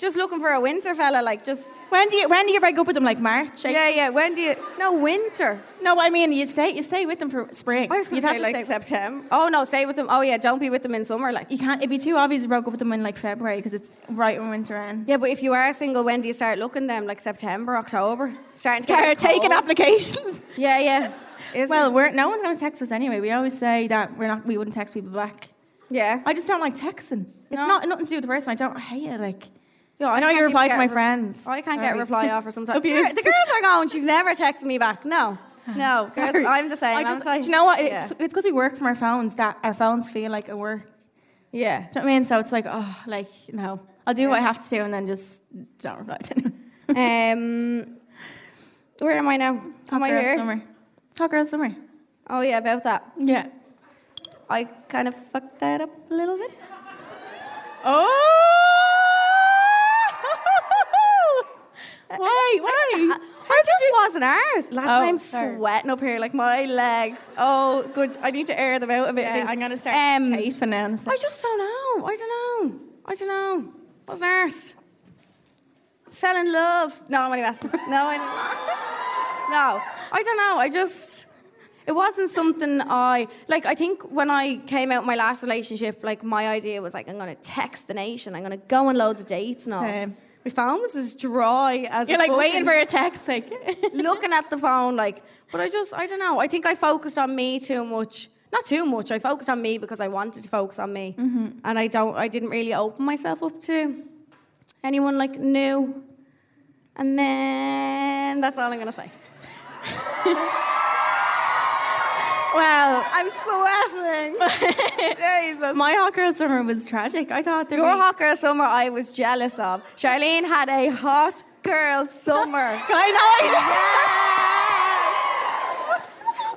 Speaker 4: Just looking for a winter fella, like just
Speaker 7: When do you when do you break up with them? Like March? Like,
Speaker 4: yeah, yeah. When do you? No, winter.
Speaker 7: No, I mean you stay you stay with them for spring.
Speaker 4: I was going
Speaker 7: You'd
Speaker 4: to say
Speaker 7: have
Speaker 4: like
Speaker 7: stay-
Speaker 4: September. Oh no, stay with them. Oh yeah, don't be with them in summer. Like
Speaker 7: You can't. It'd be too obvious to break up with them in like February because it's right when winter ends.
Speaker 4: yeah, but if you are single, when do you start looking them? Like September, October, starting to
Speaker 7: They're
Speaker 4: get
Speaker 7: taking
Speaker 4: cold.
Speaker 7: applications.
Speaker 4: Yeah, yeah. Isn't
Speaker 7: Well,
Speaker 4: it?
Speaker 7: we're, no one's going to text us anyway. We always say that we're not. We wouldn't text people back.
Speaker 4: yeah.
Speaker 7: I just don't like texting. It's
Speaker 4: No.
Speaker 7: not nothing to do with the person. I don't hate it. Like
Speaker 4: Yeah,
Speaker 7: I know
Speaker 4: can't
Speaker 7: you reply
Speaker 4: even get
Speaker 7: to
Speaker 4: a
Speaker 7: my
Speaker 4: re-
Speaker 7: friends.
Speaker 4: Oh, I can't get a
Speaker 7: Sorry.
Speaker 4: reply off her sometimes.
Speaker 7: Abuse.
Speaker 4: The girls are going, she's never texting me back. No. No, girls,
Speaker 7: Sorry.
Speaker 4: I'm the same.
Speaker 7: I
Speaker 4: I'm
Speaker 7: just,
Speaker 4: the same.
Speaker 7: do you know what?
Speaker 4: Yeah.
Speaker 7: It's because we work from our phones that our phones feel like a work.
Speaker 4: yeah.
Speaker 7: Do you know what I mean? So it's like, oh, like no, I'll do what I have to do and then just don't reply to anyone.
Speaker 4: Um, where am I now?
Speaker 7: Hot
Speaker 4: am I
Speaker 7: girl
Speaker 4: here?
Speaker 7: summer. Hot girl summer.
Speaker 4: Oh, yeah, about that.
Speaker 7: Yeah.
Speaker 4: I kind of fucked that up a little bit.
Speaker 7: Oh. why? Why?
Speaker 4: I just wasn't ours. Last
Speaker 7: Oh,
Speaker 4: time
Speaker 7: sorry.
Speaker 4: sweating up here, like my legs. Oh, good. I need to air them out a bit. I
Speaker 7: Yeah,
Speaker 4: think.
Speaker 7: I'm gonna start
Speaker 4: Um,
Speaker 7: chafing now. in a sec.
Speaker 4: I just don't know. I don't know. I don't know. Wasn't arsed. Fell in love. No, I'm only messing. No, I No, I don't know. I just. It wasn't something I like. I think when I came out of my last relationship, like my idea was like I'm gonna text the nation. I'm gonna go on loads of dates and all.
Speaker 7: Same.
Speaker 4: My phone was as dry as
Speaker 7: You're
Speaker 4: a
Speaker 7: like
Speaker 4: fucking-
Speaker 7: waiting for a text. Like
Speaker 4: looking at the phone, like, but I just, I don't know. I think I focused on me too much. Not too much. I focused on me because I wanted to focus on me, and I don't. I didn't really open myself up to anyone like new. And then that's all I'm gonna say.
Speaker 7: Well,
Speaker 4: I'm sweating. Jesus.
Speaker 7: my hot girl summer was tragic. I thought there
Speaker 4: Your
Speaker 7: were.
Speaker 4: hot girl summer, I was jealous of. Charlene had a hot girl summer.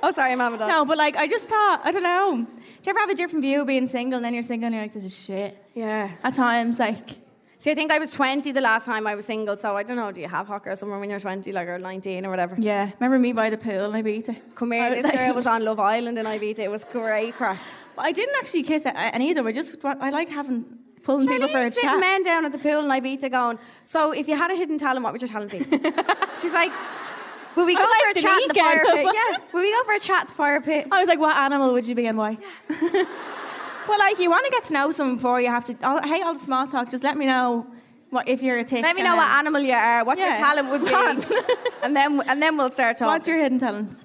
Speaker 7: I
Speaker 4: oh, sorry, Mama. Dog.
Speaker 7: know. No, but like I just thought, I don't know. Do you ever have a different view of being single and then you're single and you're like, this is shit?
Speaker 4: Yeah.
Speaker 7: At times, like,
Speaker 4: See, I think I was 20 the last time I was single, so I don't know. Do you have hot girl summer when you're 20, like or 19 or whatever?
Speaker 7: yeah. Remember me by the pool and I beat her?
Speaker 4: Come
Speaker 7: I
Speaker 4: here,
Speaker 7: was
Speaker 4: this
Speaker 7: like-
Speaker 4: girl was on Love Island in Ibiza. It was great crack.
Speaker 7: But I didn't actually kiss a- any of them. I just, I like having, pulling people for a
Speaker 4: Charlene's sitting
Speaker 7: chat.
Speaker 4: men down at the pool in Ibiza going, so if you had a hidden talent, what would your talent be? She's like, will we
Speaker 7: I
Speaker 4: go
Speaker 7: was
Speaker 4: for
Speaker 7: like
Speaker 4: a chat at the fire
Speaker 7: Danica.
Speaker 4: pit? Yeah, will we go for a chat at the fire pit?
Speaker 7: I was like, what animal would you be and why? but like, you want to get to know someone before you have to, i hate all the small talk. Just let me know what if you're a tick.
Speaker 4: Let me
Speaker 7: and
Speaker 4: know
Speaker 7: then-
Speaker 4: what animal you are, what your
Speaker 7: Yeah.
Speaker 4: talent would be. and then and then we'll start talking.
Speaker 7: What's your hidden talent?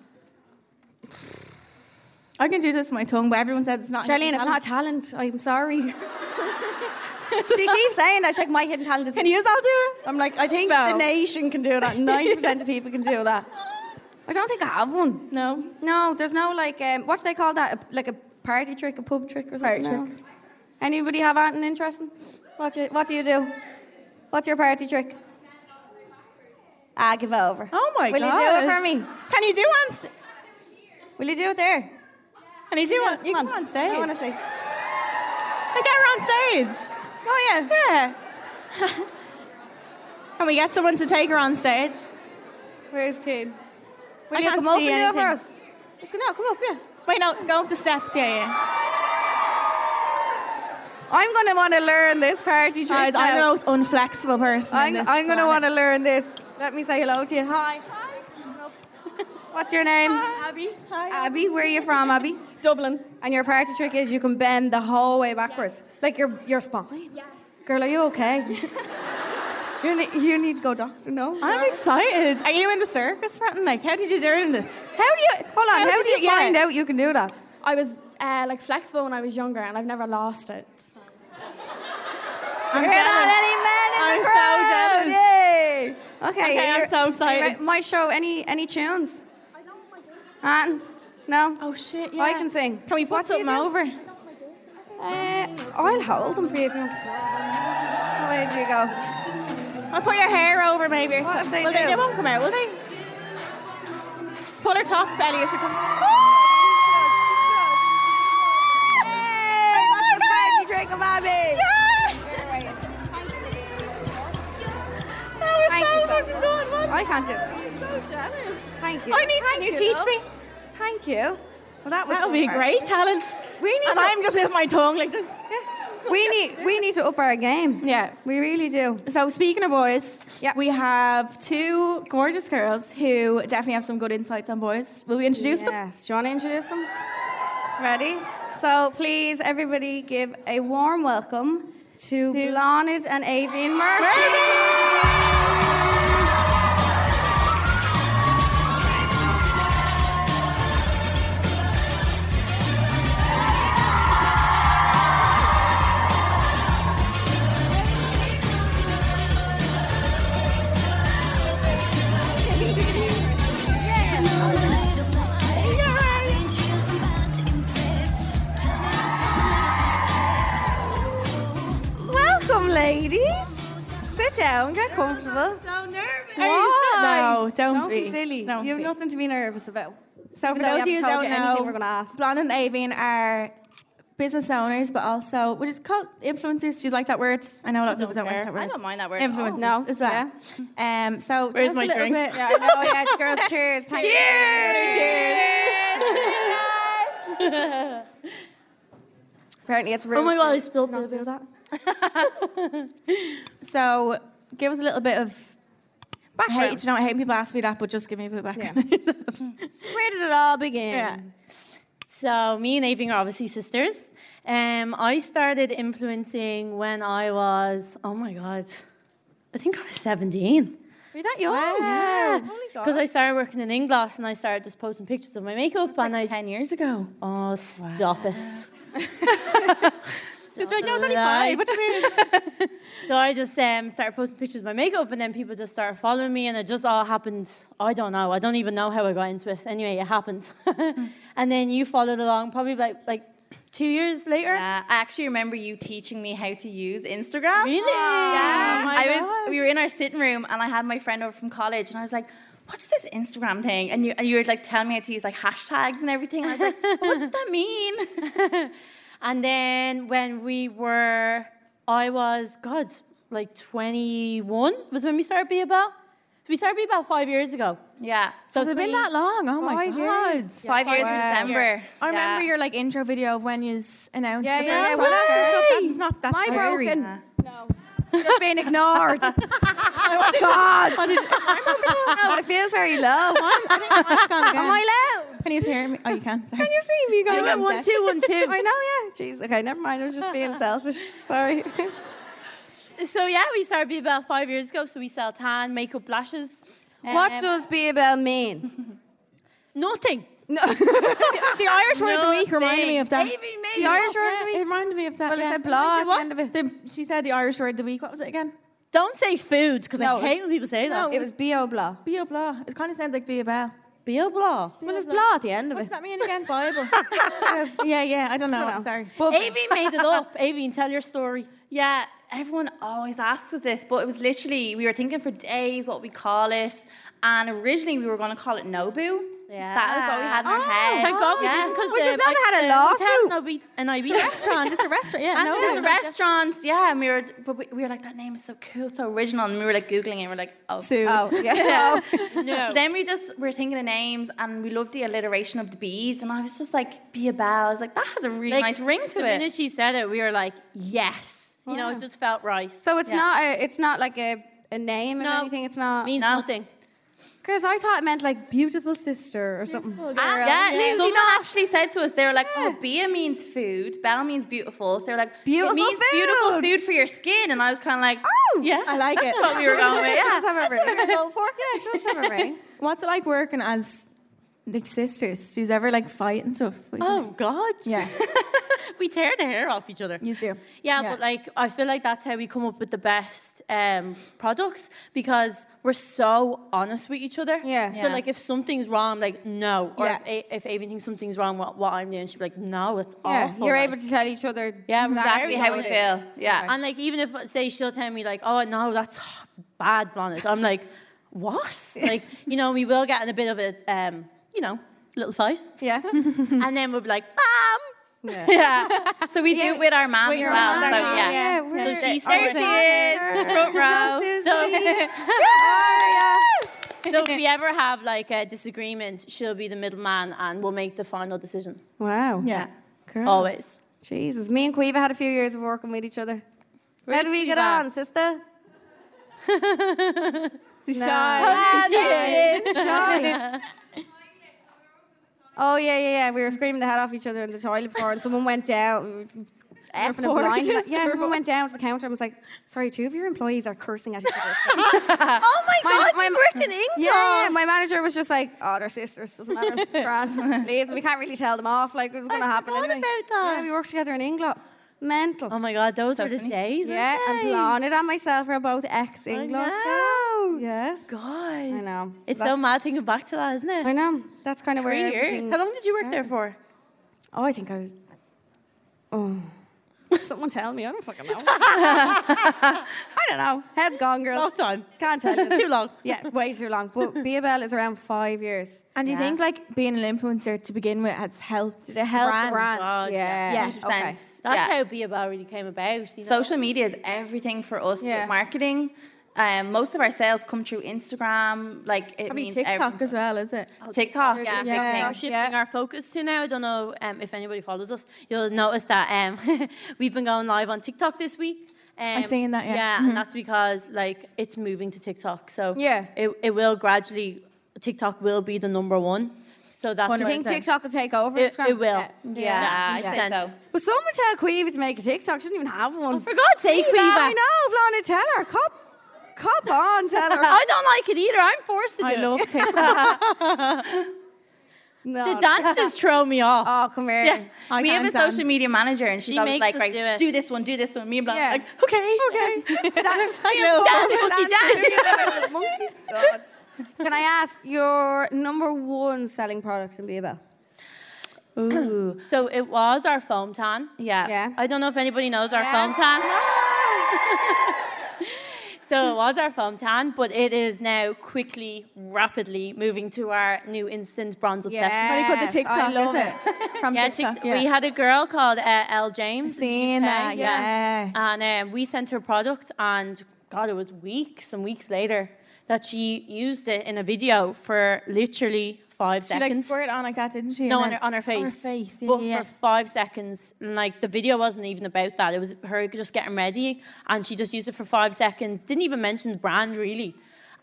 Speaker 7: I can do this with my tongue, but everyone says it's not. a
Speaker 4: Charlene,
Speaker 7: hidden
Speaker 4: it's not
Speaker 7: talent.
Speaker 4: talent. I'm sorry. she keeps saying that. She's like, my hidden talent is
Speaker 7: Can you all do it?
Speaker 4: I'm like, I think
Speaker 7: No.
Speaker 4: the nation can do that. Ninety percent of people can do that. I don't think I have one.
Speaker 7: No.
Speaker 4: No, there's no like, um, what do they call that? A, like a party trick, a pub trick, or something.
Speaker 7: Party
Speaker 4: no? Anybody have that an interesting? What you, what do you do? What's your party trick? Ah, give over.
Speaker 7: Oh my
Speaker 4: Will
Speaker 7: god.
Speaker 4: you do it for me?
Speaker 7: Can you do one? St-
Speaker 4: Will you do it there?
Speaker 7: can you do
Speaker 4: Yeah,
Speaker 7: one? You
Speaker 4: come
Speaker 7: can
Speaker 4: on.
Speaker 7: on stage.
Speaker 4: I wanna see.
Speaker 7: Like get her on stage.
Speaker 4: Oh yeah.
Speaker 7: Yeah. can we get someone to take her on stage?
Speaker 4: Where's Kane? Will
Speaker 7: I
Speaker 4: you
Speaker 7: can't
Speaker 4: come up
Speaker 7: see
Speaker 4: and do it for us?
Speaker 7: anything.
Speaker 4: No, come up, yeah.
Speaker 7: Wait, no, go up the steps. Yeah, yeah.
Speaker 4: I'm gonna want to learn this party trick.
Speaker 7: Guys, I'm the most unflexible person. in
Speaker 4: I'm,
Speaker 7: this
Speaker 4: I'm gonna
Speaker 7: planet.
Speaker 4: want to learn this. Let me say hello to you. Hi. What's your name?
Speaker 9: Abby.
Speaker 4: Abby. Where are you from, Abby?
Speaker 9: Dublin.
Speaker 4: And your party trick is you can bend the whole way backwards, like your your spine. Yeah. Girl, are you okay? you, need, you need to go doctor. No.
Speaker 7: I'm excited. Are you in the circus, Fratton? Like, how did you learn this?
Speaker 4: How do you? Hold on. How, do you,
Speaker 7: yeah.
Speaker 4: find out you can do that?
Speaker 9: I was uh, like flexible when I was younger, and I've never lost it.
Speaker 7: I'm
Speaker 4: You're not
Speaker 7: jealous.
Speaker 4: any men in
Speaker 7: I'm
Speaker 4: the
Speaker 7: so
Speaker 4: crowd.
Speaker 7: jealous.
Speaker 4: Yay. Okay.
Speaker 7: Okay, I'm
Speaker 4: you're-
Speaker 7: so excited.
Speaker 4: Right, My show. Any any tunes? I don't. No.
Speaker 7: Oh shit! Yeah.
Speaker 4: I can sing.
Speaker 7: Can we put
Speaker 4: What's
Speaker 7: something
Speaker 4: your tune?
Speaker 7: over?
Speaker 4: Uh, I'll hold them for you if you want. Oh, Where do you go?
Speaker 7: I'll put your hair over maybe or
Speaker 4: What if
Speaker 7: something.
Speaker 4: they
Speaker 7: well, They,
Speaker 4: do?
Speaker 7: they won't come out, will they? Pull her top, Ellie, if you come.
Speaker 4: Hey, that's the party trick of Abby. Thank you so much. I can't do it. Thank you.
Speaker 7: I need. Can
Speaker 4: Thank
Speaker 7: you teach
Speaker 4: love.
Speaker 7: me?
Speaker 4: Thank you. Well, that was
Speaker 7: That
Speaker 4: so
Speaker 7: would be
Speaker 4: hard.
Speaker 7: great, talent.
Speaker 4: We need
Speaker 7: And
Speaker 4: to.
Speaker 7: I'm just with my tongue like. This.
Speaker 4: we need. We need to up our game.
Speaker 7: Yeah.
Speaker 4: We really do.
Speaker 7: So speaking of boys,
Speaker 4: Yeah.
Speaker 7: we have two gorgeous girls who definitely have some good insights on boys. Will we introduce them?
Speaker 4: Yes. Do you want to introduce them? Ready? So please, everybody, give a warm welcome to
Speaker 7: To-
Speaker 4: Blonid and Avian Murphy. Welcome, ladies. Sit down, get comfortable.
Speaker 7: So nervous.
Speaker 4: Why?
Speaker 7: No, don't,
Speaker 4: be silly.
Speaker 7: Don't
Speaker 4: you have
Speaker 7: be.
Speaker 4: nothing to be nervous about.
Speaker 7: So
Speaker 4: Even
Speaker 7: for
Speaker 4: though we
Speaker 7: those of you who
Speaker 4: haven't told
Speaker 7: don't
Speaker 4: you anything
Speaker 7: know,
Speaker 4: we're gonna ask.
Speaker 7: Blonde and Avian are business owners, but also which is called influencers. Do you like that word? I know a lot of people don't like that word. I don't mind that word. Influencers,
Speaker 4: No,
Speaker 7: as well. Um, so
Speaker 2: Where's
Speaker 7: tell us
Speaker 2: my
Speaker 7: a little
Speaker 2: drink?
Speaker 7: bit-
Speaker 4: Yeah, I know. Yeah, girls, cheers. Thank you. Apparently, it's rude.
Speaker 9: Oh my god, I spilled
Speaker 4: not to do that.
Speaker 7: So give us a little bit of. I hate, do you know, I hate when people ask me that, but just give me a bit back.
Speaker 4: Where did it all begin?
Speaker 7: yeah.
Speaker 10: So me and Aving are obviously sisters. Um, I started influencing when I was oh my god, I think I was seventeen.
Speaker 4: Were that young?
Speaker 7: Oh,
Speaker 10: Because I started working in Inglass and I started just posting pictures of my makeup and I ten years ago. Oh stop it.
Speaker 7: Just be like, no, it's
Speaker 10: the
Speaker 7: only
Speaker 10: lie.
Speaker 7: five. What do you mean?
Speaker 10: So I just um, started posting pictures of my makeup, and then people just started following me, and it just all happened. I don't know. I don't even know how I got into it. Anyway, it happened. and then you followed along, probably like like two years later.
Speaker 6: Yeah, I actually remember you teaching me how to use Instagram.
Speaker 10: Really?
Speaker 6: Yeah.
Speaker 7: Oh my
Speaker 6: I was.
Speaker 7: God.
Speaker 6: We were in our sitting room, and I had my friend over from college, and I was like, "What's this Instagram thing?" And you and you were like telling me how to use like hashtags and everything. And I was like, "What does that mean?"
Speaker 10: and then when we were, I was God, like 21 was when we started Be About. We started Be About five years ago.
Speaker 6: Yeah.
Speaker 10: So
Speaker 7: Has it been
Speaker 10: 20
Speaker 7: that long? Oh my
Speaker 4: Five
Speaker 7: god.
Speaker 4: years.
Speaker 6: Five years in December.
Speaker 7: I remember
Speaker 6: Yeah.
Speaker 7: your like intro video of when you announced.
Speaker 4: Yeah,
Speaker 7: the
Speaker 4: yeah, yeah,
Speaker 7: first one.
Speaker 4: well,
Speaker 7: That's
Speaker 4: okay.
Speaker 7: stuff that's not that
Speaker 4: My
Speaker 7: scary.
Speaker 4: broken. No. Just being ignored. God. no, but it feels very low.
Speaker 7: I think mine's gone again.
Speaker 4: Am I loud?
Speaker 7: Can you hear me? Oh, you can. Sorry.
Speaker 4: Can you see me going?
Speaker 10: went one, two, one, two.
Speaker 4: I know, yeah. Jeez, okay, never mind. I was just being selfish. Sorry.
Speaker 10: So yeah, we started Be About five years ago. So we sell tan, makeup, lashes. Um,
Speaker 4: What does be about mean?
Speaker 10: nothing?
Speaker 4: No.
Speaker 7: The Irish word of the week reminded me
Speaker 10: Nothing.
Speaker 7: of that.
Speaker 10: Avie made
Speaker 7: The
Speaker 10: it
Speaker 7: Irish
Speaker 10: up.
Speaker 7: word of the week reminded me of that.
Speaker 4: Well, it
Speaker 7: yeah.
Speaker 4: said blog. End of it.
Speaker 7: The, she said the Irish word of the week. What was it again?
Speaker 10: Don't say foods because
Speaker 4: No,
Speaker 10: I
Speaker 4: it-
Speaker 10: hate when people say that.
Speaker 4: It was bio blah.
Speaker 7: Be a blah. It kind of sounds like be a bell.
Speaker 10: Be a blah.
Speaker 4: Well, it's blah at the end of
Speaker 7: What
Speaker 4: it.
Speaker 7: does that mean again? Bible. yeah, yeah. I don't know. I'm sorry.
Speaker 10: Avie made it up. Avie, tell your story.
Speaker 6: Yeah, everyone always asks us this, but it was literally we were thinking for days what we call it, and originally we were going to call it Nobu.
Speaker 10: Yeah.
Speaker 6: That was what we had in our
Speaker 10: Oh,
Speaker 6: head.
Speaker 10: Thank God we
Speaker 6: Yeah.
Speaker 10: didn't, because
Speaker 4: We
Speaker 10: the,
Speaker 4: just never had a
Speaker 10: like, the
Speaker 4: lawsuit.
Speaker 10: hotel and Ibi- and Ibiza.
Speaker 4: restaurant. It's a restaurant. Yeah,
Speaker 6: And
Speaker 4: no.
Speaker 6: then the restaurants, yeah, and we were, but we, we were like, that name is so cool, so original, and we were like googling it, and we're like, oh,
Speaker 7: Suit.
Speaker 4: Oh, yeah.
Speaker 6: So then we just were thinking of names, and we loved the alliteration of the bees, and I was just like, be a bell. I was like, that has a really
Speaker 10: Like,
Speaker 6: nice ring to
Speaker 10: the
Speaker 6: it.
Speaker 10: minute she said it, we were like, yes. You know, it just felt right.
Speaker 4: So it's
Speaker 10: Yeah.
Speaker 4: not. A, it's not like a, a name or
Speaker 10: No.
Speaker 4: anything. It's not.
Speaker 10: means
Speaker 6: No.
Speaker 10: nothing.
Speaker 4: Because I thought it meant like beautiful sister or something.
Speaker 6: Ah, yeah,
Speaker 4: Absolutely
Speaker 6: someone actually said to us, they were like, "Oh, Bia means food, Bell means beautiful." So they were like,
Speaker 4: Beautiful
Speaker 6: "It means
Speaker 4: food.
Speaker 6: beautiful food for your skin," and I was kind of like,
Speaker 4: Oh,
Speaker 6: yeah,
Speaker 7: I like it.
Speaker 6: that's what we were going with." Yeah,
Speaker 4: Just have a ring. Yeah, just have a ring.
Speaker 7: What's it like working as like sisters? Do you ever like fight and stuff? What do you
Speaker 10: Oh
Speaker 7: think?
Speaker 10: God!
Speaker 7: Yeah.
Speaker 10: we tear the hair off each other.
Speaker 7: Yous do.
Speaker 10: Yeah,
Speaker 7: Yeah.
Speaker 10: but like I feel like that's how we come up with the best um, products because we're so honest with each other.
Speaker 4: Yeah.
Speaker 10: So
Speaker 6: Yeah.
Speaker 10: like if something's wrong, like no, or
Speaker 7: Yeah.
Speaker 10: if, a- if Amy thinks something's wrong, what, what I'm doing, she'd be like, no, it's
Speaker 4: Yeah,
Speaker 10: awful.
Speaker 4: you're
Speaker 10: like.
Speaker 4: able to tell each other.
Speaker 10: Yeah,
Speaker 6: exactly how we
Speaker 4: it is.
Speaker 6: feel. Yeah,
Speaker 10: And like even if say she'll tell me like, oh no, that's bad bonnet. I'm like, what? like you know, we will get in a bit of a um, you know, little fight,
Speaker 4: Yeah.
Speaker 10: and then we'll be like, bam.
Speaker 4: Yeah.
Speaker 6: so we do it with our mom as
Speaker 4: your
Speaker 6: well.
Speaker 4: mom,
Speaker 6: so,
Speaker 4: yeah.
Speaker 6: yeah.
Speaker 4: Yeah, we're-
Speaker 6: so she's
Speaker 4: There
Speaker 6: there.
Speaker 4: she
Speaker 6: She is front row.
Speaker 4: Susie.
Speaker 10: so if we ever have like a disagreement, she'll be the middleman and we'll make the final decision.
Speaker 4: Wow.
Speaker 7: Yeah.
Speaker 4: Girls.
Speaker 10: Always.
Speaker 4: Jesus. Me and Cueva had a few years of working with each other. How do we get
Speaker 10: Cueva?
Speaker 4: on, sister?
Speaker 7: Too
Speaker 4: No.
Speaker 7: shy.
Speaker 4: Shy. Oh yeah, yeah, yeah. We were screaming the head off each other in the toilet before, and someone went down. we were effing and blind. Yeah, someone went down to the counter and was like, "Sorry, two of your employees are cursing at each other."
Speaker 6: Oh my,
Speaker 4: My-
Speaker 6: God,
Speaker 4: my-
Speaker 6: she worked in England.
Speaker 4: yeah, yeah, my manager was just like, "Oh, they're sisters. Doesn't matter. It's grand. Leave them. We can't really tell them off. Like it was going to happen
Speaker 10: forgot
Speaker 4: anyway."
Speaker 10: about that.
Speaker 4: Yeah, we worked together in England. Mental.
Speaker 10: Oh my god, those were the
Speaker 6: funny.
Speaker 10: days.
Speaker 4: yeah,
Speaker 10: weren't
Speaker 4: and
Speaker 10: they?
Speaker 4: Blonde and myself are both ex England.
Speaker 10: know.
Speaker 4: Yes.
Speaker 10: Oh God.
Speaker 4: I know.
Speaker 10: It's
Speaker 4: that's-
Speaker 10: so mad thinking back to that, isn't it?
Speaker 4: I know. That's kind of
Speaker 10: Three
Speaker 4: where
Speaker 10: years.
Speaker 4: everything-
Speaker 10: How long did you work there for?
Speaker 4: Oh, I think I was. Oh. Someone tell me. I don't fucking know. I don't know. Head's gone, girl.
Speaker 10: Long time.
Speaker 4: Can't tell you.
Speaker 10: Too long.
Speaker 4: Yeah, way too long. But Biabel is around five years.
Speaker 7: And do you think like being an influencer to begin with has helped?
Speaker 4: Did it help
Speaker 7: Brand.
Speaker 4: brand?
Speaker 10: God,
Speaker 4: yeah.
Speaker 7: yeah.
Speaker 4: Okay.
Speaker 6: 100%.
Speaker 10: That's
Speaker 6: Yeah.
Speaker 10: how Be About really came about. You know?
Speaker 6: Social media is everything for us
Speaker 4: Yeah.
Speaker 6: with marketing. Um, most of our sales come through Instagram, like it
Speaker 7: Probably
Speaker 6: means Oh,
Speaker 7: TikTok
Speaker 6: every-
Speaker 7: as well, is it?
Speaker 6: TikTok, yeah,
Speaker 4: Yeah.
Speaker 6: big
Speaker 4: Yeah.
Speaker 6: thing.
Speaker 10: We're shifting our focus to now. I don't know um, if anybody follows us. You'll notice that um, we've been going live on TikTok this week. Um, I
Speaker 7: seen that, yeah.
Speaker 10: Yeah, and that's because like it's moving to TikTok. So
Speaker 4: Mm-hmm. Yeah.
Speaker 10: it, it will gradually. TikTok will be the number one. So that's
Speaker 4: Do you think
Speaker 10: it-
Speaker 4: TikTok will take over
Speaker 10: It,
Speaker 4: Instagram?
Speaker 10: it will.
Speaker 4: Yeah.
Speaker 6: Yeah, I think so.
Speaker 4: But someone tell Queeve to make a TikTok. She didn't even have one.
Speaker 10: Oh, For God's sake, we
Speaker 4: I know, Blonde. Tell her. Cop, cop on. Tell her.
Speaker 10: I don't like it either. I'm forced to do
Speaker 7: I love
Speaker 10: it.
Speaker 7: TikTok.
Speaker 4: No.
Speaker 10: The dances throw me off.
Speaker 4: Oh, come here.
Speaker 10: Yeah.
Speaker 7: I
Speaker 6: we have a
Speaker 7: can't
Speaker 6: social
Speaker 7: dance.
Speaker 6: media manager, and she's
Speaker 10: She
Speaker 6: always
Speaker 10: makes
Speaker 6: like,
Speaker 10: us
Speaker 6: right,
Speaker 10: do it.
Speaker 6: do this one, do this one. Me and Blanc,
Speaker 4: Yeah.
Speaker 6: like, okay,
Speaker 4: Okay.
Speaker 10: I know.
Speaker 4: Dance, monkey dance. Can I ask your number one selling product in Biabel?
Speaker 10: Ooh. So it was our foam tan.
Speaker 6: yeah,
Speaker 4: Yeah.
Speaker 10: I don't know if anybody knows our foam tan. so it was our foam tan, but it is now quickly, rapidly moving to our new instant bronze obsession.
Speaker 4: Yeah.
Speaker 7: Because of TikTok,
Speaker 4: I love
Speaker 7: is it? From
Speaker 10: Yeah,
Speaker 7: TikTok.
Speaker 10: tic- we had a girl called uh, Elle James. in
Speaker 7: Seen
Speaker 10: the UK,
Speaker 7: that, yeah.
Speaker 10: And um, we sent her product, and God, it was weeks and weeks later that she used it in a video for literally five
Speaker 7: She like
Speaker 10: seconds.
Speaker 7: squirt on like that, didn't she?
Speaker 10: No,
Speaker 7: And
Speaker 10: on
Speaker 7: then-
Speaker 10: her, on her face.
Speaker 7: face, yeah,
Speaker 10: but
Speaker 7: yeah.
Speaker 10: for five seconds, and like the video wasn't even about that. It was her just getting ready, and she just used it for five seconds. Didn't even mention the brand really,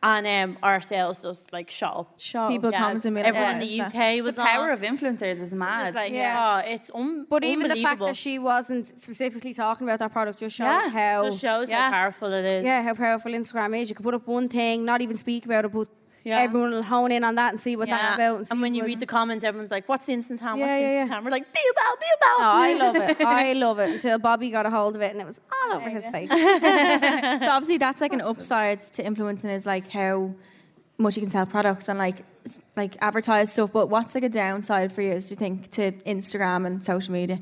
Speaker 10: and um, our sales just like shot up.
Speaker 7: Shut People
Speaker 10: Yeah,
Speaker 7: commented on me like,
Speaker 10: everyone
Speaker 7: "What
Speaker 10: in
Speaker 7: is
Speaker 10: the
Speaker 7: that?"
Speaker 10: UK was
Speaker 6: The power
Speaker 10: on.
Speaker 6: of influencers is mad.
Speaker 10: It's like,
Speaker 4: Yeah.
Speaker 10: oh, it's un-
Speaker 4: But even the fact
Speaker 10: unbelievable.
Speaker 4: that she wasn't specifically talking about that product just shows
Speaker 10: Yeah,
Speaker 4: how
Speaker 10: just shows how
Speaker 6: yeah.
Speaker 10: powerful it is.
Speaker 4: yeah how powerful Instagram is. You can put up one thing, not even speak about it, but
Speaker 10: Yeah.
Speaker 4: everyone will hone in on that and see what that's about.
Speaker 10: And,
Speaker 4: see
Speaker 10: when you
Speaker 4: what-
Speaker 10: read the comments, everyone's like, "What's the instant ham?
Speaker 4: Yeah,
Speaker 10: What's the
Speaker 4: yeah,
Speaker 10: instant
Speaker 4: yeah.
Speaker 10: ham?" We're like, "Beow bow, beow bow."
Speaker 4: No, I love it. I love it until Bobby got a hold of it and it was all over his face.
Speaker 7: So obviously that's like an upside to influencing is like how much you can sell products and like s- like advertise stuff. But what's like a downside for you? Do you think to Instagram and social media?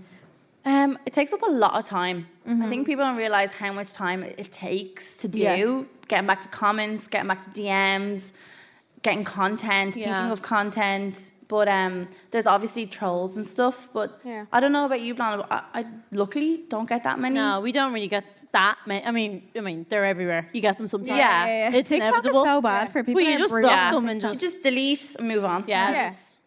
Speaker 6: Um, it takes up a lot of time. I
Speaker 10: Mm-hmm.
Speaker 6: think people don't realize how much time it it takes to do
Speaker 7: Yeah.
Speaker 6: getting back to comments, getting back to DMs, getting content, thinking
Speaker 10: Yeah.
Speaker 6: of content. But um, there's obviously trolls and stuff. But
Speaker 4: Yeah.
Speaker 6: I don't know about you, Blana. But I, I luckily don't get that many.
Speaker 10: No, we don't really get that many. I mean, I mean, they're everywhere. You get them sometimes.
Speaker 6: Yeah.
Speaker 10: It's
Speaker 7: TikTok
Speaker 10: inevitable.
Speaker 7: is so bad for people.
Speaker 10: Well,
Speaker 7: who
Speaker 10: you
Speaker 7: are
Speaker 10: just
Speaker 7: brutal.
Speaker 10: block them and
Speaker 6: You
Speaker 10: just.
Speaker 6: just delete and move on.
Speaker 10: Yeah.
Speaker 7: Yeah.
Speaker 10: just-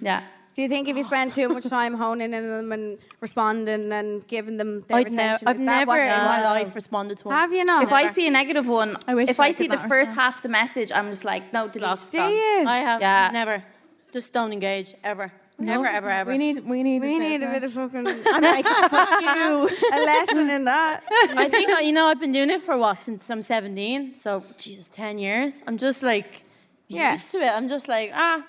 Speaker 6: yeah.
Speaker 4: Do you think if you spend too much time honing in on them and responding and giving them their
Speaker 10: I'd ne-
Speaker 4: attention,
Speaker 10: I've
Speaker 4: is that
Speaker 10: never
Speaker 4: what
Speaker 10: in
Speaker 4: they
Speaker 10: my
Speaker 4: want?
Speaker 10: life responded to one.
Speaker 4: Have you not?
Speaker 6: If I see a negative one,
Speaker 7: I wish
Speaker 6: if
Speaker 7: I
Speaker 6: I see
Speaker 7: could
Speaker 6: the
Speaker 7: not
Speaker 6: first
Speaker 7: respond.
Speaker 6: half the message, I'm just like, no, delete.
Speaker 4: Do you?
Speaker 10: I have
Speaker 6: Yeah.
Speaker 10: never. Just don't engage ever. Never, ever, ever.
Speaker 7: We need, we need,
Speaker 4: we
Speaker 7: bit of
Speaker 4: need a
Speaker 7: that.
Speaker 4: bit of fucking
Speaker 7: I'm like, fuck you.
Speaker 4: a lesson in that.
Speaker 10: I think uh, you know I've been doing it for what since I'm 17, so Jesus, 10 years. I'm just like
Speaker 4: Yeah.
Speaker 10: used to it. I'm just like ah,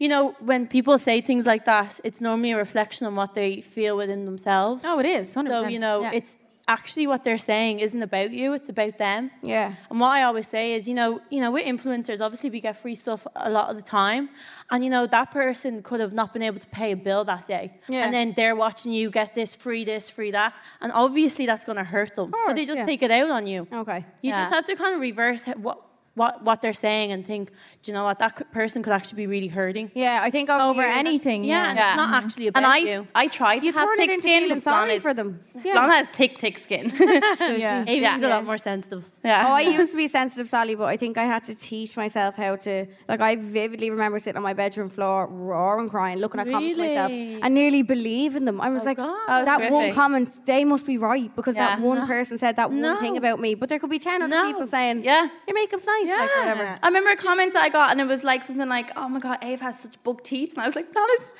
Speaker 10: you know when people say things like that, it's normally a reflection on what they feel within themselves.
Speaker 7: Oh, it is. 100%.
Speaker 10: so you know
Speaker 7: Yeah.
Speaker 10: it's actually what they're saying isn't about you; it's about them.
Speaker 4: Yeah.
Speaker 10: And what I always say is, you know, you know, we're influencers. Obviously, we get free stuff a lot of the time, and you know that person could have not been able to pay a bill that day,
Speaker 4: Yeah.
Speaker 10: and then they're watching you get this free, this free, that, and obviously that's going to hurt them. so they
Speaker 4: course,
Speaker 10: just
Speaker 4: yeah.
Speaker 10: take it out on you.
Speaker 4: Okay.
Speaker 10: You just
Speaker 6: Yeah.
Speaker 10: have to kind of reverse it- what what what they're saying and think, do you know what that c- person could actually be really hurting.
Speaker 4: Yeah, I think over,
Speaker 7: Over
Speaker 4: years,
Speaker 7: anything. Yeah.
Speaker 10: and
Speaker 6: Yeah.
Speaker 10: it's not actually about
Speaker 6: And I,
Speaker 10: you.
Speaker 6: I tried to
Speaker 4: You
Speaker 6: have
Speaker 4: turn
Speaker 6: thick
Speaker 4: it into
Speaker 6: skin,
Speaker 4: feeling
Speaker 6: but
Speaker 4: sorry
Speaker 6: Blonde
Speaker 4: for
Speaker 6: is-
Speaker 4: them.
Speaker 6: Blonde has thick, thick skin.
Speaker 7: Yeah.
Speaker 10: Avon's a lot more sensitive.
Speaker 6: yeah.
Speaker 4: Oh, I used to be sensitive, Sally, but I think I had to teach myself how to. Like, I vividly remember sitting on my bedroom floor, roaring, crying, looking at comments myself,
Speaker 10: Really?
Speaker 4: and nearly believing them. I
Speaker 7: Oh,
Speaker 4: was like,
Speaker 10: God.
Speaker 4: that one
Speaker 6: Horrific.
Speaker 4: comment, they must be right because that
Speaker 6: Yeah.
Speaker 4: one person said that
Speaker 10: No.
Speaker 4: one thing about me. But there could be ten other
Speaker 10: No.
Speaker 4: people saying,
Speaker 6: Yeah.
Speaker 4: your makeup's nice, like whatever.
Speaker 6: I remember a comment that I got, and it was like something like, "Oh my god, Ave has such bug teeth," and I was like, "Blonde, is-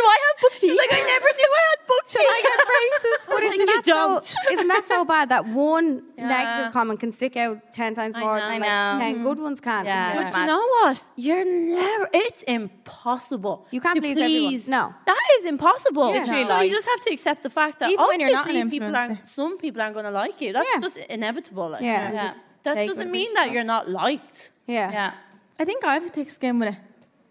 Speaker 6: do I have bug teeth?" like I never knew I had bug teeth.
Speaker 4: But isn't
Speaker 10: you
Speaker 4: that, so,
Speaker 10: don't.
Speaker 4: isn't that so bad that one
Speaker 10: Yeah.
Speaker 4: negative comment can stick out ten times
Speaker 10: I
Speaker 4: more
Speaker 10: know.
Speaker 4: than
Speaker 10: I
Speaker 4: like,
Speaker 6: know.
Speaker 4: ten good ones can?
Speaker 6: Yeah.
Speaker 10: But
Speaker 6: It's
Speaker 10: you
Speaker 6: mad.
Speaker 10: know what? You're never. It's impossible.
Speaker 4: You can't
Speaker 10: to
Speaker 4: please everyone. No.
Speaker 10: that is impossible.
Speaker 6: Literally
Speaker 10: so
Speaker 6: like-
Speaker 10: you just have to accept the fact that
Speaker 7: Even when you're not
Speaker 10: obviously
Speaker 7: an
Speaker 10: people aren't. Some people aren't going to like you. That's
Speaker 4: Yeah.
Speaker 10: just inevitable. Like,
Speaker 4: Yeah,
Speaker 10: that-
Speaker 4: just
Speaker 10: that
Speaker 4: take
Speaker 10: doesn't
Speaker 4: what
Speaker 10: mean
Speaker 4: comes
Speaker 10: that you're not liked.
Speaker 4: Yeah.
Speaker 6: Yeah,
Speaker 7: I think I have a thick skin with it.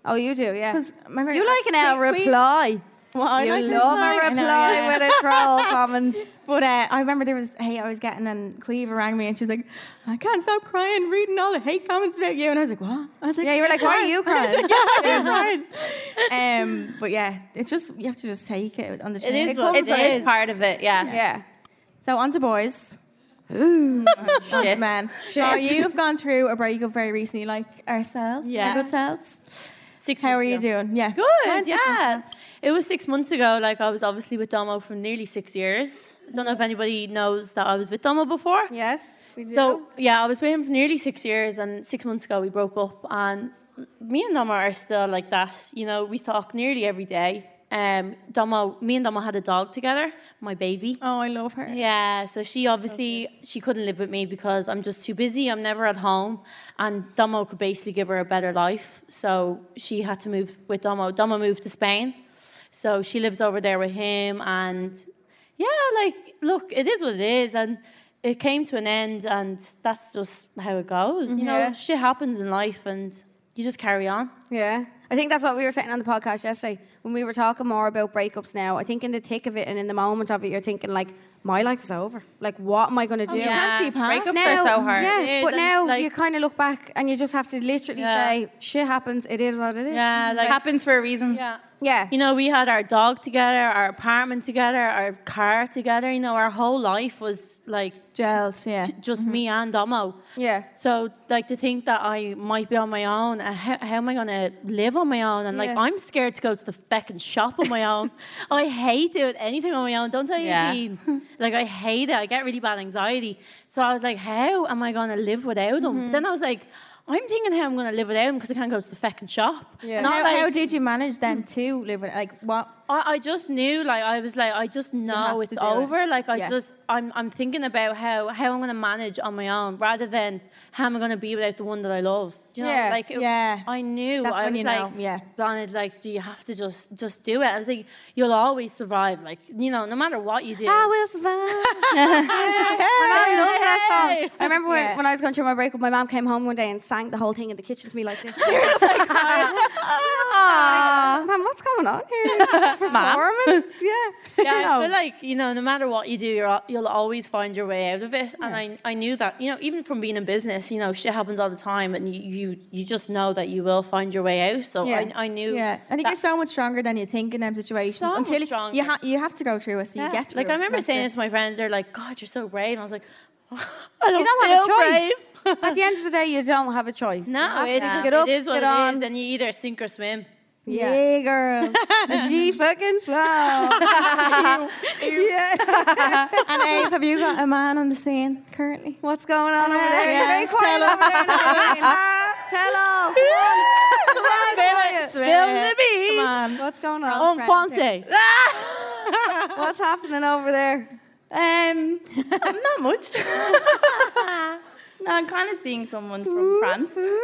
Speaker 4: Oh, you do, yeah.
Speaker 7: 'Cause my very-
Speaker 4: You like an L
Speaker 7: Sweet-
Speaker 4: reply.
Speaker 7: Well, I
Speaker 4: You
Speaker 7: like
Speaker 4: love a
Speaker 7: I know,
Speaker 4: reply
Speaker 7: yeah.
Speaker 4: with a troll comment.
Speaker 7: But uh, I remember there was hate I was getting, and Cleva rang me, and she was like, "I can't stop crying, reading all the hate comments about you." And I was like, "What?" I was like,
Speaker 4: Yeah, you were like, why are you crying?
Speaker 7: "Yeah, I'm crying." um, but yeah, it's just you have to just take it on the chin.
Speaker 10: is
Speaker 6: It
Speaker 10: what
Speaker 6: is
Speaker 10: it is.
Speaker 6: part of it. Yeah,
Speaker 4: Yeah.
Speaker 7: So on to boys,
Speaker 6: Shit.
Speaker 7: man. Now, you've gone through a breakup very recently, like ourselves,
Speaker 10: Yeah.
Speaker 7: yeah, good selves.
Speaker 10: Six
Speaker 7: How
Speaker 10: months
Speaker 7: are you
Speaker 10: ago.
Speaker 7: doing? Yeah,
Speaker 10: Good,
Speaker 7: Mine's six months
Speaker 10: yeah. It was six months ago. Like I was obviously with Domo for nearly six years. I don't know if anybody knows that I was with Domo before.
Speaker 4: Yes. We do.
Speaker 10: So yeah, I was with him for nearly six years, and six months ago we broke up. And me and Dama are still like that. You know, we talk nearly every day. Um, Dama, me and Dama had a dog together, my baby.
Speaker 7: Oh, I love her.
Speaker 10: Yeah, so she obviously she couldn't live with me because I'm just too busy. I'm never at home, and Domo could basically give her a better life. So she had to move with Domo. Domo moved to Spain, so she lives over there with him. And yeah, like look, it is what it is, and it came to an end, and that's just how it goes. You know,
Speaker 4: Yeah.
Speaker 10: shit happens in life, and you just carry on.
Speaker 4: Yeah. I think that's what we were saying on the podcast yesterday when we were talking more about breakups now. I think in the thick of it and in the moment of it, you're thinking, like, my life is over. Like, what am I going to do?
Speaker 10: yeah.
Speaker 7: Fancy pants.
Speaker 6: Oh, Breakups
Speaker 4: Now-
Speaker 6: are so hard.
Speaker 10: It
Speaker 4: Yeah,
Speaker 10: is,
Speaker 4: but
Speaker 10: and,
Speaker 4: now
Speaker 10: like-
Speaker 4: you kind of look back and you just have to literally
Speaker 10: Yeah.
Speaker 4: say, shit happens, it is what it is.
Speaker 10: Yeah,
Speaker 6: It
Speaker 10: like
Speaker 6: happens for a reason.
Speaker 10: yeah.
Speaker 4: Yeah.
Speaker 10: You know, we had our dog together, our apartment together, our car together. You know, our whole life was like
Speaker 7: Gels, yeah.
Speaker 10: j- just me and Domo.
Speaker 4: yeah.
Speaker 10: So, like, to think that I might be on my own, uh, how, how am I going to live on my own? And, like,
Speaker 4: Yeah.
Speaker 10: I'm scared to go to the fucking shop on my own. I hate doing anything on my own, don't I?
Speaker 6: Yeah.
Speaker 10: Aileen? like, I hate it. I get really bad anxiety. So, I was like, how am I going to live without them? Then I was like, I'm thinking how I'm going to live without them because I can't go to the fucking shop.
Speaker 4: Yeah.
Speaker 10: Not
Speaker 7: How,
Speaker 10: like-
Speaker 7: how did you manage them to live with like what?
Speaker 10: I, I just knew like I was like I just know
Speaker 7: have
Speaker 10: it's
Speaker 7: to do it.
Speaker 10: over. Like I
Speaker 7: Yeah.
Speaker 10: just I'm I'm thinking about how how I'm gonna manage on my own rather than how am I gonna be without the one that I love. Do you know?
Speaker 4: Yeah,
Speaker 10: Like it-
Speaker 7: yeah.
Speaker 10: I knew
Speaker 7: That's
Speaker 10: I
Speaker 7: when
Speaker 10: was
Speaker 7: you know,
Speaker 10: like
Speaker 7: yeah.
Speaker 10: Blonde, like do you have to just just do it? I was like you'll always survive. Like you know no matter what you do.
Speaker 7: Ah,
Speaker 4: I will survive. my mom loves that song. I remember when, when I was going through my breakup, my mom came home one day and sang the whole thing in the kitchen to me like this. You're just like, crying. Mom, what's going on here?
Speaker 7: performance. yeah.
Speaker 10: Yeah, I feel like you know, no matter what you do, you're, al- you'll always find your way out of it. And I, I knew that, you know, even from being in business, you know, shit happens all the time, and you, you, you just know that you will find your way out. So
Speaker 7: Yeah.
Speaker 10: I, I knew.
Speaker 7: Yeah, I think
Speaker 10: that-
Speaker 7: you're so much stronger than you think in them situations.
Speaker 10: So
Speaker 7: until
Speaker 10: much
Speaker 7: you-
Speaker 10: stronger.
Speaker 7: you ha- you have to go through it, so
Speaker 10: yeah.
Speaker 7: you get through
Speaker 10: Like I
Speaker 7: it.
Speaker 10: remember
Speaker 7: That's
Speaker 10: saying
Speaker 7: it.
Speaker 10: it to my friends. They're like, "God, you're so brave." And I was like, "I don't,
Speaker 4: You don't have a
Speaker 10: feel
Speaker 4: choice.
Speaker 10: brave."
Speaker 4: At the end of the day, you don't have a choice. You
Speaker 10: No,
Speaker 4: have
Speaker 10: it
Speaker 4: to
Speaker 10: is-
Speaker 4: get up,
Speaker 10: it is what
Speaker 4: get
Speaker 10: it is,
Speaker 4: on.
Speaker 10: and you either sink or swim.
Speaker 4: Yeah, girl.
Speaker 3: She fucking slow. yeah.
Speaker 7: And Abe, have you got a man on the scene currently?
Speaker 3: What's going on over there? It's very quiet over there. Nadine. Tell all. Come on. Come on, quiet.
Speaker 10: Libby.
Speaker 3: Come on. What's going on?
Speaker 10: On Fonse.
Speaker 3: What's happening over there?
Speaker 6: Um, not much. no, I'm kind of seeing someone from France.
Speaker 10: Ooh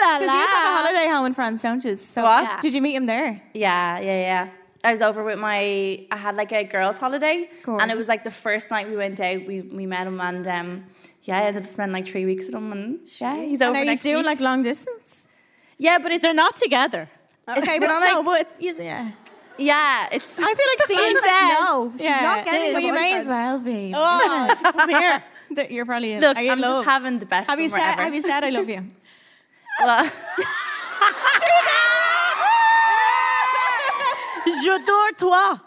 Speaker 10: la
Speaker 7: Because you just have a holiday home in France, don't you? So
Speaker 6: What?
Speaker 7: Did you meet him there?
Speaker 6: Yeah, yeah, yeah. I was over with my. I had like a girls' holiday, and it was like the first night we went out. We we met him, and um, yeah, I ended up spending like three weeks with him, and yeah, he's over
Speaker 7: No, he's
Speaker 6: next
Speaker 7: doing
Speaker 6: week.
Speaker 7: like long distance.
Speaker 6: yeah, but it's
Speaker 10: They're not together.
Speaker 7: Okay, but no, but it's, yeah.
Speaker 6: yeah, it's
Speaker 7: I feel like
Speaker 3: She's
Speaker 7: seeing
Speaker 3: like, no. She's not getting a
Speaker 7: Well, you may as
Speaker 3: boyfriend.
Speaker 7: well be.
Speaker 10: Oh, come here.
Speaker 7: That You're probably in.
Speaker 6: look.
Speaker 7: are you in
Speaker 6: I'm
Speaker 7: love?
Speaker 6: just having the best.
Speaker 7: have you
Speaker 6: summer
Speaker 7: said?
Speaker 6: ever.
Speaker 7: Have you said I love you?
Speaker 6: Well,
Speaker 10: J'adore toi.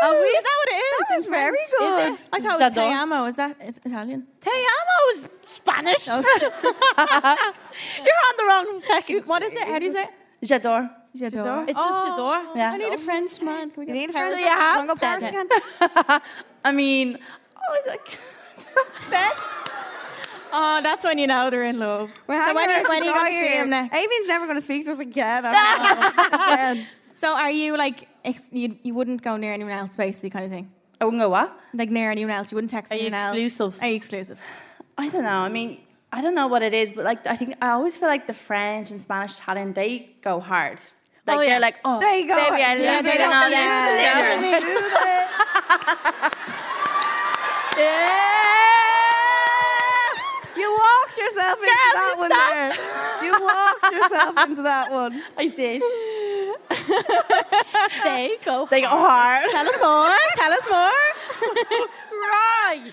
Speaker 7: Oh, is that what it is?
Speaker 3: That was very good.
Speaker 7: I thought it was
Speaker 10: J'adore.
Speaker 7: te amo. Is that it's Italian?
Speaker 10: Te amo is Spanish. You're on the wrong fucking.
Speaker 7: What is it? How do you say it?
Speaker 6: J'adore.
Speaker 7: J'adore.
Speaker 10: It's oh, just J'adore.
Speaker 6: Yeah.
Speaker 7: I need a French man. Can we
Speaker 3: You
Speaker 7: get
Speaker 3: need a
Speaker 7: Paris?
Speaker 3: friend.
Speaker 10: you have
Speaker 3: Hung up
Speaker 10: said
Speaker 3: Paris
Speaker 10: it.
Speaker 3: again.
Speaker 6: I mean, oh, it's like.
Speaker 7: Oh, that's when you know they're in love.
Speaker 3: We're
Speaker 7: so when,
Speaker 3: hanging
Speaker 7: are-
Speaker 3: out
Speaker 7: when are you going to
Speaker 3: for
Speaker 7: see him next?
Speaker 3: Avian's never going to speak to us again. again.
Speaker 7: So are you like ex- you, you wouldn't go near anyone else, basically, kind of thing?
Speaker 6: I wouldn't go what?
Speaker 7: Like near anyone else, you wouldn't text
Speaker 10: Are you
Speaker 7: anyone else.
Speaker 10: exclusive?
Speaker 7: Are you exclusive?
Speaker 6: I don't know. I mean, I don't know what it is, but like, I think I always feel like the French and Spanish, Italian, they go hard. Like
Speaker 10: Oh, yeah.
Speaker 6: they're like, oh,
Speaker 3: There you go.
Speaker 6: baby, I
Speaker 3: Yeah,
Speaker 6: love
Speaker 3: they
Speaker 6: it and
Speaker 3: don't
Speaker 6: all
Speaker 3: do
Speaker 6: that.
Speaker 3: that. They do that. You walked yourself into
Speaker 6: Girl,
Speaker 3: that one there. You walked yourself into that one.
Speaker 6: I did.
Speaker 10: They go.
Speaker 6: They go hard.
Speaker 7: Tell us more. Tell us more.
Speaker 10: Right.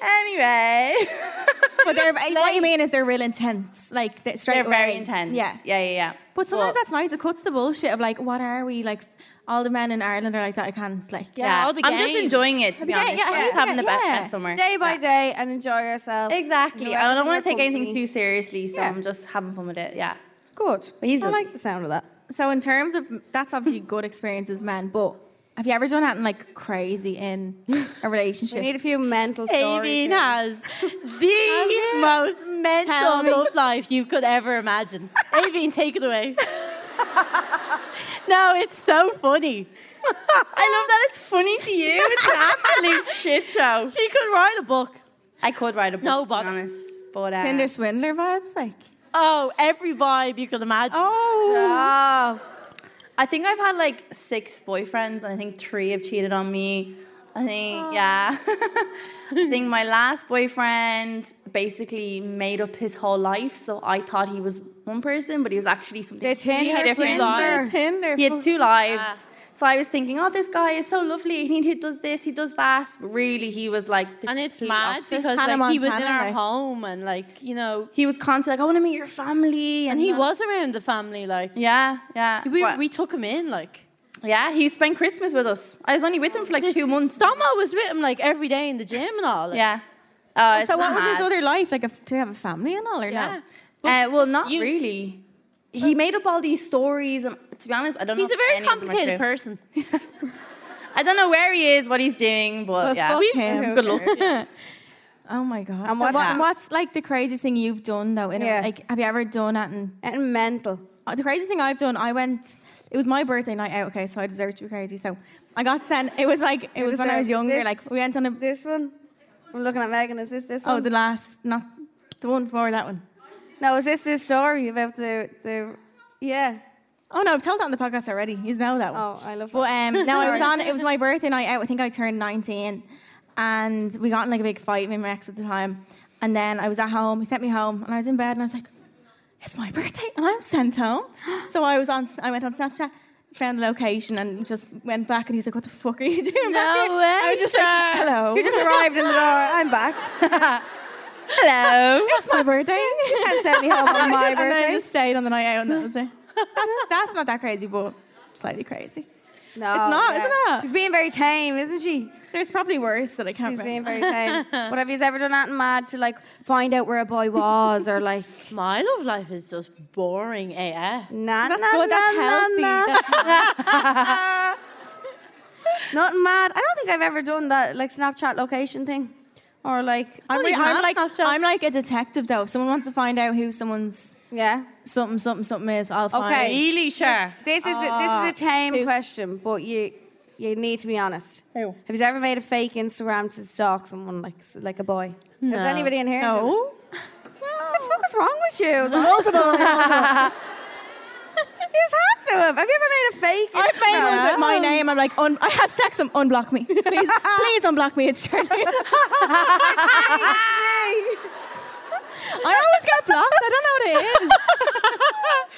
Speaker 6: Anyway,
Speaker 7: But they're what you mean is they're real intense, like they straight
Speaker 6: they're very
Speaker 7: away.
Speaker 6: intense.
Speaker 7: Yeah.
Speaker 6: yeah, yeah, yeah.
Speaker 7: But sometimes
Speaker 6: But-
Speaker 7: that's nice. It cuts the bullshit of like, what are we like? All the men in Ireland are like that. I can't like.
Speaker 6: yeah.
Speaker 10: all the
Speaker 6: I'm just
Speaker 10: games.
Speaker 6: enjoying it to be
Speaker 7: Yeah,
Speaker 6: honest.
Speaker 7: yeah,
Speaker 6: I'm
Speaker 7: yeah,
Speaker 6: just having the best,
Speaker 7: yeah.
Speaker 6: best summer.
Speaker 4: Day by day and enjoy yourself.
Speaker 6: Exactly.
Speaker 4: You're
Speaker 6: I don't
Speaker 4: everything you're
Speaker 6: want to take anything
Speaker 4: company.
Speaker 6: too seriously, so
Speaker 4: Yeah.
Speaker 6: I'm just having fun with it. Yeah.
Speaker 3: Good.
Speaker 6: But he's
Speaker 3: I
Speaker 6: good.
Speaker 3: like the sound of that.
Speaker 7: So in terms of that's obviously good experience as men, but have you ever done anything like crazy in a
Speaker 4: We
Speaker 7: relationship?
Speaker 4: need a few mental stories.
Speaker 10: Avian
Speaker 4: here.
Speaker 10: has
Speaker 6: Oh,
Speaker 10: the most mental love life you could ever imagine. Avian, take it away. no, it's so funny.
Speaker 6: I love that it's funny to you. It's an absolute shit show.
Speaker 10: She could write a book.
Speaker 6: I could write a book,
Speaker 10: No
Speaker 6: to be
Speaker 10: bother.
Speaker 6: honest. But uh,
Speaker 7: Tinder swindler vibes, like.
Speaker 10: Oh, every vibe you could imagine.
Speaker 3: Oh.
Speaker 6: I think I've had like six boyfriends, and I think three have cheated on me. I think, yeah. I think my last boyfriend basically made up his whole life. So I thought he was one person, but he was actually something
Speaker 4: The
Speaker 6: completely
Speaker 4: Tinder
Speaker 6: different.
Speaker 10: lives.
Speaker 7: Tinder.
Speaker 6: He had two lives.
Speaker 10: Ah.
Speaker 6: So I was thinking, oh, this guy is so lovely. He he does this, he does that. But really, he was like, the
Speaker 10: And it's
Speaker 6: complete
Speaker 10: mad
Speaker 6: opposite.
Speaker 10: because
Speaker 7: Hannah
Speaker 10: like, he was in
Speaker 7: Montana,
Speaker 10: our
Speaker 7: like.
Speaker 10: home and like, you know,
Speaker 6: he was constantly like, I want to meet your family,
Speaker 10: and he
Speaker 6: uh,
Speaker 10: was around the family. Like,
Speaker 6: Yeah, yeah.
Speaker 10: we,
Speaker 6: But-
Speaker 10: we took him in. Like,
Speaker 6: yeah, he spent Christmas with us. I was only with him for like two months.
Speaker 10: Domo was with him like every day in the gym and all. Like,
Speaker 6: Yeah. Uh,
Speaker 7: So what was his other life like? If, do you have a family and all or
Speaker 10: Yeah.
Speaker 7: no?
Speaker 6: Uh, well, not
Speaker 10: You-
Speaker 6: really. He made up all these stories, and to be honest, I don't know.
Speaker 10: He's a
Speaker 6: if
Speaker 10: very
Speaker 6: any of them are
Speaker 10: complicated
Speaker 6: true.
Speaker 10: person.
Speaker 6: I don't know where he is, what he's doing, but yeah.
Speaker 7: fuck We- him.
Speaker 6: Good luck.
Speaker 7: Oh my god.
Speaker 3: And what-
Speaker 7: and what's like the craziest thing you've done though? In
Speaker 3: Yeah.
Speaker 7: a, like, have you ever done anything
Speaker 3: And mental.
Speaker 7: Uh, the craziest thing I've done, I went. It was my birthday night out. Okay, so I deserve to be crazy. So I got sent. It was like it was when I was
Speaker 3: deserve
Speaker 7: younger.
Speaker 3: this.
Speaker 7: Like we went on a.
Speaker 3: This one. I'm looking at Megan. Is this this one?
Speaker 7: Oh, the last not the one before that one.
Speaker 3: no, is this this story about the the? Yeah.
Speaker 7: Oh no, I've told that on the podcast already. You know that one.
Speaker 3: Oh, I love
Speaker 7: But um, no, I was on. It was my birthday night out. I think I turned 19, and we got in like a big fight with my ex at the time. And then I was at home. He sent me home, and I was in bed, and I was like, it's my birthday and I'm sent home. so I was on, I went on Snapchat, found the location and just went back and he was like, what the fuck are you doing back
Speaker 10: No
Speaker 7: here?
Speaker 10: way,
Speaker 7: I was just like,
Speaker 10: Shar.
Speaker 7: hello.
Speaker 4: You just arrived in the door. I'm back.
Speaker 10: Hello.
Speaker 7: it's my birthday.
Speaker 4: You can't send me home on my
Speaker 7: and then I
Speaker 4: birthday.
Speaker 7: just stayed on the night out and that was it. That's, that's not that crazy, but slightly crazy.
Speaker 4: No,
Speaker 7: It's not,
Speaker 4: yeah.
Speaker 7: isn't it?
Speaker 4: She's being very tame, isn't she?
Speaker 7: There's probably worse that I can't
Speaker 4: She's being
Speaker 7: remember.
Speaker 4: very tame. but have you ever done that mad to like find out where a boy was or like
Speaker 10: My love life is just boring AF.
Speaker 4: nah nah
Speaker 7: good, that's
Speaker 4: nah,
Speaker 7: healthy,
Speaker 4: nah nah?
Speaker 7: that's
Speaker 4: Not mad. I don't think I've ever done that like Snapchat location thing or like
Speaker 7: I'm,
Speaker 10: Well, you
Speaker 7: I'm
Speaker 10: have
Speaker 7: like
Speaker 10: Snapchat.
Speaker 7: I'm like a detective though. If someone wants to find out who someone's
Speaker 4: yeah.
Speaker 7: something something something is, I'll find.
Speaker 4: Okay.
Speaker 10: Really sure.
Speaker 4: This is a, this is a tame question, but you you need to be honest.
Speaker 10: Who?
Speaker 4: Have you ever made a fake Instagram to stalk someone like s- like a boy?
Speaker 10: No.
Speaker 4: Is anybody in here? done
Speaker 7: No.
Speaker 4: What the fuck is wrong with you? It's multiple. you just have to have. Have you ever made a fake?
Speaker 7: I
Speaker 4: Instagram?
Speaker 7: made ones with my name. I'm like, un- I had sex. Um, unblock me, please. please unblock me. It's Shirley. I always get blocked. I don't know what it is.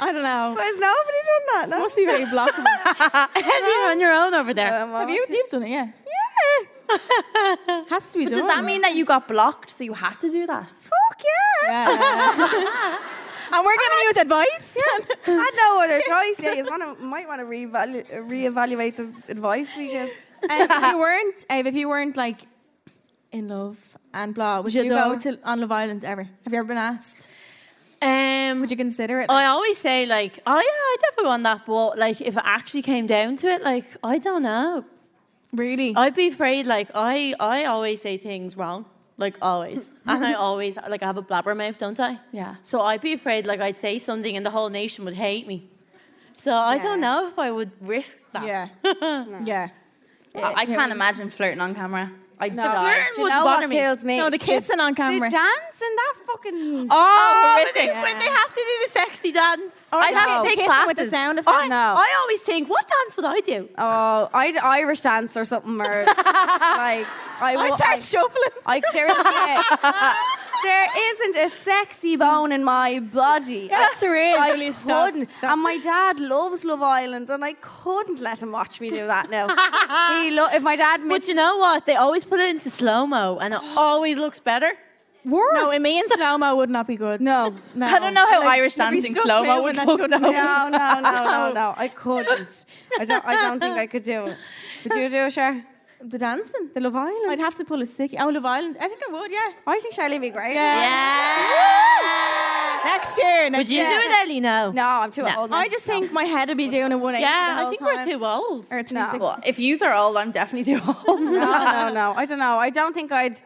Speaker 7: I don't know.
Speaker 4: But has nobody done that? No.
Speaker 7: Must be very blockable.
Speaker 10: You're on your own over there.
Speaker 4: Um,
Speaker 7: Have you? You've done it, yeah.
Speaker 4: Yeah.
Speaker 7: Has to be
Speaker 6: But
Speaker 7: done.
Speaker 6: does that mean that you got blocked, so you had to do that?
Speaker 4: Fuck yeah.
Speaker 7: And we're giving you advice.
Speaker 4: I had no other choice. Yeah, you wanna, might want to reevalu- reevaluate the advice we give.
Speaker 7: Um, if you weren't, Ave, if you weren't like in love and blah, would you go
Speaker 4: J'adore.
Speaker 7: to on Love Island ever? Have you ever been asked?
Speaker 10: Um,
Speaker 7: Would you consider it?
Speaker 10: I always say like, oh yeah, I definitely want that, but like if it actually came down to it, like I don't know.
Speaker 7: really?
Speaker 10: I'd be afraid. Like I, I always say things wrong. Like always, and I always like I have a blabber mouth, don't I?
Speaker 6: Yeah.
Speaker 10: So I'd be afraid. Like I'd say something, and the whole nation would hate me. So I don't know if I would risk that.
Speaker 7: yeah. Yeah.
Speaker 6: I, I can't imagine flirting on camera. I no.
Speaker 10: Flirting
Speaker 4: Do you
Speaker 10: would
Speaker 4: know
Speaker 10: bother
Speaker 4: what
Speaker 10: me.
Speaker 4: kills me?
Speaker 7: No, the kissing on
Speaker 4: the
Speaker 7: camera.
Speaker 4: dance and that fucking.
Speaker 10: Oh,
Speaker 6: Oh,
Speaker 10: when they, when they have to do the sexy dance.
Speaker 7: Or
Speaker 10: I'd
Speaker 7: the
Speaker 10: have to
Speaker 7: ki-
Speaker 10: take
Speaker 7: kissing
Speaker 10: classes.
Speaker 7: with the sound effect.
Speaker 10: I,
Speaker 4: No.
Speaker 10: I always think, what dance would I do?
Speaker 4: Oh, I'd Irish dance or something, or like I
Speaker 7: Oh, I
Speaker 4: wa-
Speaker 7: start shuffling.
Speaker 4: I, I- there, isn't a, there isn't a sexy bone in my body.
Speaker 7: Yes, there is.
Speaker 4: I
Speaker 7: Julia, stop,
Speaker 4: couldn't.
Speaker 7: stop.
Speaker 4: And my dad loves Love Island, and I couldn't let him watch me do that. Now, he lo- if my dad
Speaker 10: But
Speaker 4: missed
Speaker 10: you know what? They always put it into slow mo, and it always looks better.
Speaker 4: worse,
Speaker 7: No, it means slow mo would not be good.
Speaker 4: no,
Speaker 7: No.
Speaker 6: I don't know how Irish
Speaker 7: You'd be
Speaker 6: dancing
Speaker 7: stuck
Speaker 6: slow mo
Speaker 7: moving,
Speaker 6: would
Speaker 7: that
Speaker 6: look.
Speaker 7: shouldn't happen.
Speaker 4: no, no, no, no, no. I couldn't. I don't. I don't think I could do it. Would you do it, Cher?
Speaker 7: The dancing.
Speaker 4: The Love Island.
Speaker 7: I'd have to pull a sickie. Oh, Love Island. I think I would, yeah.
Speaker 4: I think Charlie would be great.
Speaker 10: Yeah.
Speaker 7: Next year. Next
Speaker 10: Would you
Speaker 7: year.
Speaker 10: do it, Ellie? No.
Speaker 4: No, I'm too old. Now.
Speaker 7: I just think my head would be doing a 180. the
Speaker 10: Yeah, I
Speaker 7: whole
Speaker 10: think
Speaker 7: time.
Speaker 10: we're too old.
Speaker 7: Or a 360.
Speaker 6: Well, if yous are old, I'm definitely too old.
Speaker 4: no, no, no. I don't know. I don't think I'd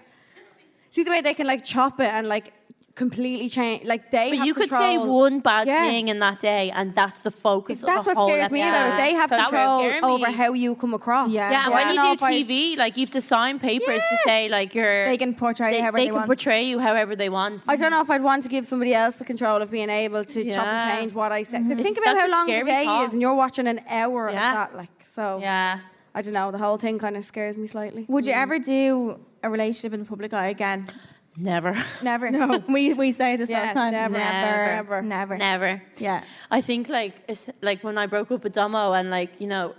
Speaker 4: see the way they can like chop it and like completely change. Like they.
Speaker 10: But
Speaker 4: have
Speaker 10: you could say
Speaker 4: control.
Speaker 10: one bad
Speaker 4: Yeah.
Speaker 10: thing in that day, and that's the focus.
Speaker 4: That's
Speaker 10: of the
Speaker 4: what
Speaker 10: whole
Speaker 4: scares me about it.
Speaker 10: episode.
Speaker 4: They have
Speaker 10: That would
Speaker 4: control
Speaker 10: scare me.
Speaker 4: over how you come across.
Speaker 7: Yeah.
Speaker 10: Yeah,
Speaker 7: So
Speaker 10: and
Speaker 7: I
Speaker 10: when
Speaker 4: don't
Speaker 10: you
Speaker 4: know
Speaker 10: do
Speaker 4: if I-
Speaker 10: TV, like you have to sign papers to
Speaker 4: Yeah.
Speaker 10: say like you're.
Speaker 7: They can portray
Speaker 10: they,
Speaker 7: you however
Speaker 10: they
Speaker 7: they
Speaker 10: can
Speaker 7: want.
Speaker 10: portray you however they want.
Speaker 4: I don't know if I'd want to give somebody else the control of being able to chop and
Speaker 10: Yeah. Mm-hmm.
Speaker 4: change what I say. Because
Speaker 10: It's-
Speaker 4: think about
Speaker 10: that's
Speaker 4: how
Speaker 10: a
Speaker 4: long the
Speaker 10: scary
Speaker 4: day
Speaker 10: thought.
Speaker 4: is, and you're watching an hour
Speaker 10: Yeah.
Speaker 4: of that. Like so,
Speaker 6: Yeah.
Speaker 4: I don't know. The whole thing kind of scares me slightly.
Speaker 7: Would you ever do a relationship in the public eye again?
Speaker 10: Never,
Speaker 7: Never. No. We, we say this all
Speaker 4: Yeah,
Speaker 7: the time.
Speaker 4: never,
Speaker 7: Never.
Speaker 4: never,
Speaker 7: Never.
Speaker 10: never.
Speaker 7: Yeah.
Speaker 10: I think like it's like when I broke up with Domo and like you know.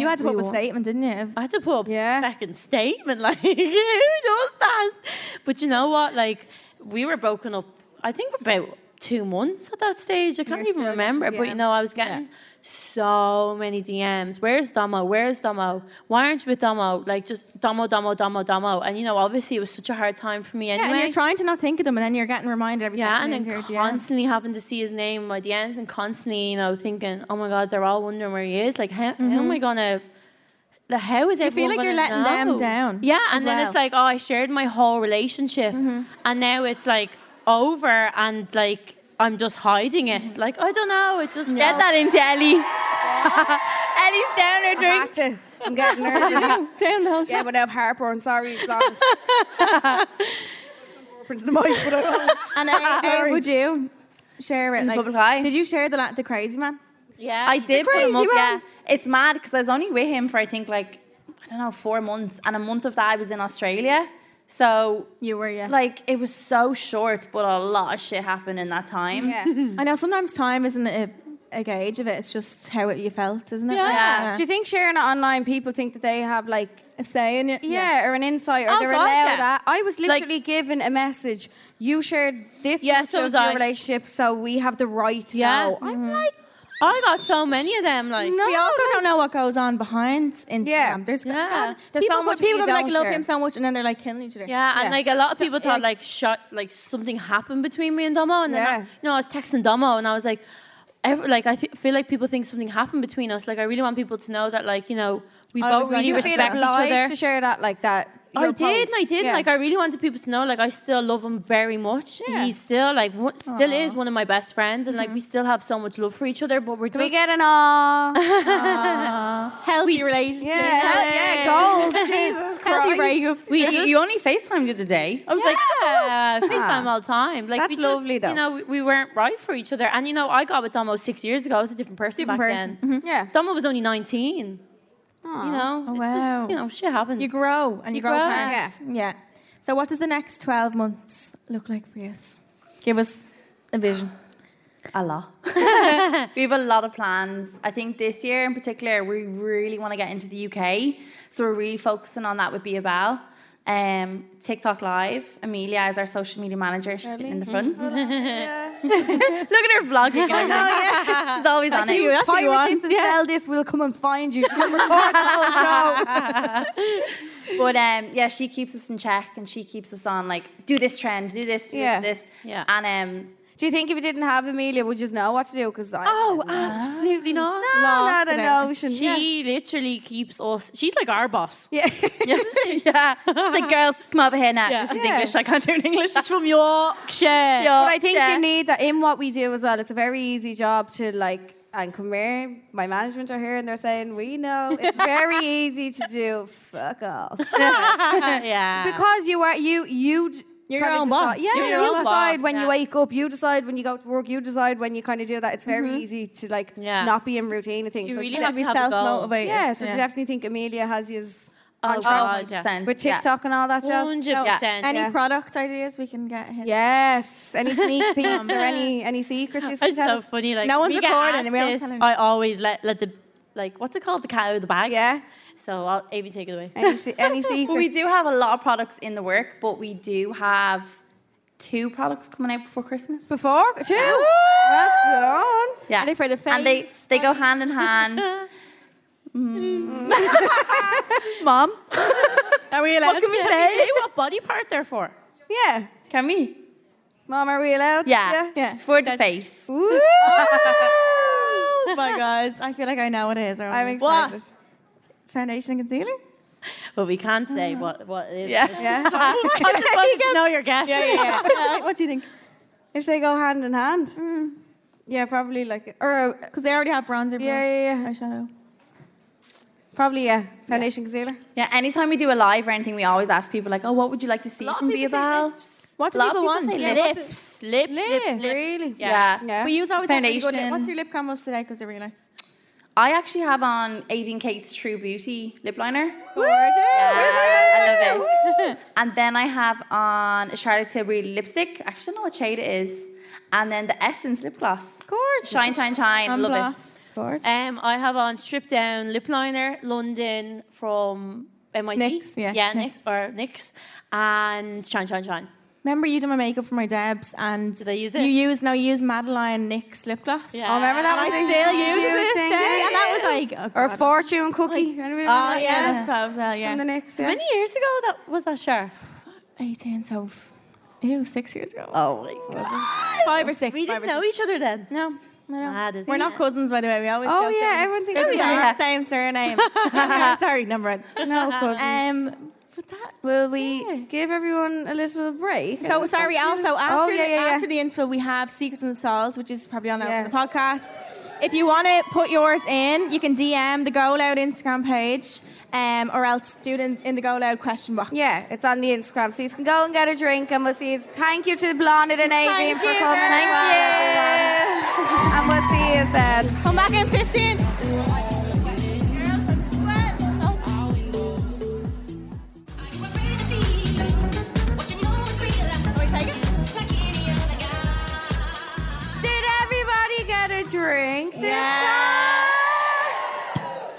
Speaker 7: You had to put up a
Speaker 10: everyone-
Speaker 7: statement, didn't you?
Speaker 10: I had to put up
Speaker 4: Yeah.
Speaker 10: a fucking statement. Like, who does that? But you know what? Like, we were broken up, I think, about two months at that stage. I can't even remember. But you know, I was getting so many DMs. Where's Domo? Where's Domo? Why aren't you with Domo? Like, just Domo, Domo, Domo, Domo. And you know, obviously, it was such a hard time for me anyway.
Speaker 7: Yeah, and you're trying to not think of them, and then you're getting reminded every
Speaker 10: Yeah,
Speaker 7: second.
Speaker 10: and then
Speaker 7: into your DM.
Speaker 10: constantly having to see his name in my DMs and constantly, you know, thinking, oh my God, they're all wondering where he is. Like, how, how am I going to, like, how is it?
Speaker 7: Mm-hmm. feel like you're letting them down
Speaker 10: Yeah,
Speaker 7: as
Speaker 10: and then it's
Speaker 7: well. Mm-hmm.
Speaker 10: like, oh, I shared my whole relationship and now it's like over and like, I'm just hiding it.
Speaker 7: Mm-hmm.
Speaker 10: Like, I don't know. It just
Speaker 6: Get that into Ellie. Ellie's down her
Speaker 4: I'm
Speaker 6: drink.
Speaker 4: at it. I'm getting nervous.
Speaker 7: Down the whole
Speaker 4: yeah, without Harper and sorry, blonde. Into the mic, but I don't.
Speaker 7: And uh, Dave, would you share it?
Speaker 6: In the public eye?
Speaker 7: Did you share the la- the crazy man?
Speaker 10: Yeah.
Speaker 6: I did put him up.
Speaker 4: crazy
Speaker 6: Yeah, it's mad because I was only with him for I think like I don't know four months, and a month of that I was in Australia. So
Speaker 7: You were, yeah.
Speaker 6: like it was so short, but a lot of shit happened in that time.
Speaker 7: yeah. I know sometimes time isn't a, a gauge of it, it's just how it, you felt, isn't it?
Speaker 6: Yeah.
Speaker 4: Do you think sharing it online, people think that they have like
Speaker 7: A say in it.
Speaker 4: yeah, or an insight, or
Speaker 6: Oh,
Speaker 4: they're
Speaker 6: God,
Speaker 4: allowed
Speaker 6: yeah.
Speaker 4: that? I was
Speaker 6: Like-
Speaker 4: literally given a message. You shared this
Speaker 10: Yeah,
Speaker 4: much
Speaker 10: so
Speaker 4: of
Speaker 10: was
Speaker 4: your
Speaker 10: I.
Speaker 4: relationship, so we have the right to
Speaker 10: Yeah.
Speaker 4: know. I'm like,
Speaker 10: I got so many of them. Like,
Speaker 4: no,
Speaker 7: We also
Speaker 4: like-
Speaker 7: don't know what goes on behind Instagram.
Speaker 4: Yeah.
Speaker 7: There's,
Speaker 10: Yeah.
Speaker 7: there's people,
Speaker 4: so much
Speaker 7: people
Speaker 4: you
Speaker 7: go like,
Speaker 4: don't
Speaker 7: love
Speaker 4: share.
Speaker 7: him so much, and then they're like killing each other.
Speaker 10: Yeah, and
Speaker 4: Yeah.
Speaker 10: like a lot of people thought like shot like something happened between me and Domo, and then I,
Speaker 4: Yeah.
Speaker 10: you know I was texting Domo, and I was like, ev like I th- feel like people think something happened between us. Like I really want people to know that like you know we
Speaker 7: I
Speaker 10: both
Speaker 7: was like-
Speaker 10: really
Speaker 7: You
Speaker 4: feel
Speaker 10: respect each
Speaker 4: obliged
Speaker 10: other.
Speaker 4: to share that like that.
Speaker 10: I
Speaker 4: your
Speaker 10: did, and I
Speaker 4: post.
Speaker 10: did.
Speaker 4: Yeah.
Speaker 10: Like I really wanted people to know, like I still love him very much.
Speaker 4: Yeah.
Speaker 10: He's still like one, still is one of my best friends, and like we still have so much love for each other. But we're
Speaker 4: Mm-hmm. Can
Speaker 10: just
Speaker 4: we get an aw?
Speaker 7: Healthy relationship.
Speaker 4: Yeah, hell yeah, goals. Jesus Christ.
Speaker 10: we
Speaker 6: You,
Speaker 10: just-
Speaker 6: you only FaceTimed the other day.
Speaker 10: I was yeah. like, FaceTime all the time. Like
Speaker 4: That's
Speaker 10: we just,
Speaker 4: lovely, though.
Speaker 10: You know, we, we weren't right for each other. And you know, I got with Domo six years ago. I was a different person back then.
Speaker 4: Yeah.
Speaker 10: Domo was only nineteen. You know, it's just,
Speaker 7: wow.
Speaker 10: you know, shit happens.
Speaker 7: You grow and you, grow,
Speaker 10: grow.
Speaker 7: apart. Yeah. So, what does the next 12 months look like for us? Give us a vision.
Speaker 6: A lot. we have a lot of plans. I think this year in particular, we really want to get into the UK. So we're really focusing on that with Be About. Um, TikTok Live. Amelia is our social media manager. She's sitting in the front.
Speaker 10: Mm-hmm.
Speaker 6: Look at her vlogging. And everything. She's always on it.
Speaker 7: That's what you
Speaker 4: Pirate this
Speaker 7: want.
Speaker 4: and sell this, we'll come and find you. She's gonna record the whole show.
Speaker 6: But um, yeah, she keeps us in check and she keeps us on like, do this trend, do this, do
Speaker 4: Yeah.
Speaker 6: this, do this.
Speaker 10: Yeah.
Speaker 6: And um,
Speaker 4: Do you think if you didn't have Amelia, would you just know what to do? Because I.
Speaker 10: Oh, absolutely not.
Speaker 4: no, not
Speaker 7: it
Speaker 4: an
Speaker 7: out.
Speaker 4: ocean.
Speaker 10: She literally keeps us. She's like our boss.
Speaker 4: Yeah.
Speaker 6: yeah. It's like, girls, come over here now.
Speaker 10: Uh-huh. Yeah.
Speaker 6: She's
Speaker 4: Yeah.
Speaker 6: English. I can't do it in English.
Speaker 10: She's from Yorkshire.
Speaker 4: but I think
Speaker 6: yeah.
Speaker 4: you need that in what we do as well. It's a very easy job to like. And come here, my management are here, and they're saying we know it's very easy to do. Fuck off.
Speaker 10: yeah.
Speaker 4: Because you are you you. d-
Speaker 7: You're
Speaker 4: kinda
Speaker 7: your own
Speaker 4: decide-
Speaker 7: boss.
Speaker 4: Yeah,
Speaker 7: You're your
Speaker 4: you
Speaker 7: own
Speaker 4: decide
Speaker 10: boss,
Speaker 4: when you
Speaker 10: yeah.
Speaker 4: wake up. You decide when you go to work. You decide when you kind of do that. It's very easy to like
Speaker 10: Yeah.
Speaker 4: not be in routine and things.
Speaker 10: You
Speaker 4: so
Speaker 10: really
Speaker 4: de-
Speaker 10: have to have a
Speaker 7: Self
Speaker 10: goal.
Speaker 7: motivated.
Speaker 4: yeah, so I definitely think Amelia has his
Speaker 10: Oh,
Speaker 4: on track
Speaker 10: God, yeah.
Speaker 6: 100%,
Speaker 4: with
Speaker 6: yeah.
Speaker 4: TikTok and all that jazz.
Speaker 10: Hundred percent.
Speaker 7: Any
Speaker 4: Yeah.
Speaker 7: product ideas we can get? Hit?
Speaker 4: Yes. Any sneak peeks or any any secrets you can
Speaker 10: It's
Speaker 4: tell
Speaker 10: so
Speaker 4: us?
Speaker 10: funny. Like
Speaker 7: No one's
Speaker 10: we get
Speaker 7: recording,
Speaker 10: asked
Speaker 7: we all
Speaker 10: this,
Speaker 7: kind of-
Speaker 10: I always let let the like what's it called? The cat out of the bag.
Speaker 4: Yeah.
Speaker 10: So I'll Amy take it away.
Speaker 4: Any, se- any secrets?
Speaker 6: Well, we do have a lot of products in the work, but we do have two products coming out before Christmas.
Speaker 4: Before two. Well done.
Speaker 6: Yeah,
Speaker 7: Are they for the
Speaker 6: and they
Speaker 7: face?
Speaker 6: they go hand in hand.
Speaker 10: Mom,
Speaker 7: Are we allowed
Speaker 10: what can we
Speaker 7: to-
Speaker 10: say? what body part they're for?
Speaker 4: Yeah.
Speaker 6: Can we?
Speaker 4: Mom, are we allowed?
Speaker 6: Yeah,
Speaker 7: Yeah.
Speaker 6: It's for the face.
Speaker 4: Woo!
Speaker 7: Oh my god, I feel like I know what it is.
Speaker 4: I'm
Speaker 7: already.
Speaker 4: excited.
Speaker 10: What?
Speaker 7: Foundation and concealer?
Speaker 10: But we can't say
Speaker 7: Mm.
Speaker 10: what what it is.
Speaker 6: Yeah.
Speaker 4: Yeah.
Speaker 10: I just wanted to know your guess.
Speaker 7: yeah. Uh, what do you think?
Speaker 4: if they go hand in hand. Mm. Yeah, probably like or uh,
Speaker 7: Because they already have bronzer,
Speaker 4: yeah, yeah, yeah.
Speaker 7: eyeshadow.
Speaker 4: Probably yeah. Foundation concealer.
Speaker 6: Yeah. Anytime we do a live or anything, we always ask people like, "Oh, what would you like to see from Be About?"
Speaker 7: What do
Speaker 6: Lot of
Speaker 7: people
Speaker 6: people
Speaker 7: want?
Speaker 6: say
Speaker 7: Yeah,
Speaker 6: lip.
Speaker 7: what do-
Speaker 10: Lips, lip, lip,
Speaker 7: Yeah,
Speaker 10: lips.
Speaker 4: really?
Speaker 6: Yeah.
Speaker 4: Yeah.
Speaker 7: We use always have really good lip.
Speaker 6: Foundation.
Speaker 7: What's your lip combos today? Because they're really nice.
Speaker 6: I actually have on Aideen Kate's True Beauty lip liner.
Speaker 4: Gorgeous.
Speaker 6: Yeah, I love it. and then I have on a Charlotte Tilbury lipstick. I actually don't know what shade it is. And then the Essence lip gloss.
Speaker 4: Gorgeous.
Speaker 6: Shine, shine, shine.
Speaker 7: And
Speaker 6: love
Speaker 7: gloss.
Speaker 6: it.
Speaker 4: Gorgeous.
Speaker 10: Um, I have on stripped down lip liner, London from NYC.
Speaker 7: Nyx, yeah,
Speaker 10: Yeah,
Speaker 7: Nyx.
Speaker 10: Nyx or Nyx, and shine, shine, shine.
Speaker 7: Remember you did my makeup for my Debs and
Speaker 10: Did I use it?
Speaker 7: You used no, you used Madeline Nick's lip gloss.
Speaker 10: Yeah. Oh, remember
Speaker 4: that
Speaker 7: and
Speaker 4: one?
Speaker 7: I still
Speaker 4: You
Speaker 7: use it to
Speaker 4: used
Speaker 7: this
Speaker 4: it?
Speaker 7: day. And that was like, oh,
Speaker 4: Or
Speaker 7: God.
Speaker 4: fortune cookie. Anybody
Speaker 10: Oh,
Speaker 4: remember that?
Speaker 10: yeah.
Speaker 7: That's what I was, uh, yeah.
Speaker 4: From the next. Yeah.
Speaker 10: Many years ago, that was that sure.
Speaker 7: 18, so f- ew, six years ago. Oh my god. Five or six.
Speaker 10: We
Speaker 7: five
Speaker 10: didn't
Speaker 7: or
Speaker 10: know
Speaker 7: six.
Speaker 10: each other then.
Speaker 7: No, no, no.
Speaker 10: Mad, isn't
Speaker 7: We're not
Speaker 10: it?
Speaker 7: cousins, by the way. We always.
Speaker 4: Oh
Speaker 7: joke that
Speaker 4: yeah,
Speaker 7: we-
Speaker 4: everyone thinks
Speaker 7: Same,
Speaker 4: we are.
Speaker 7: same surname. Yeah, Sorry, number one.
Speaker 4: No cousins.
Speaker 7: Um, but that.
Speaker 4: Will we give everyone a little break?
Speaker 7: So sorry. Also, after,
Speaker 4: Oh, yeah,
Speaker 7: the,
Speaker 4: yeah, yeah.
Speaker 7: after the intro, we have secrets and souls, which is probably on
Speaker 4: Yeah.
Speaker 7: the podcast. If you want to put yours in, you can DM the Go Loud Instagram page, um, or else do it in, in the Go Loud question box.
Speaker 4: Yeah, it's on the Instagram. So you can go and get a drink and we'll see you. Thank you to Blonded and Avian for coming. Thank you. And we'll see you then.
Speaker 7: Come back in 15.
Speaker 11: I will be the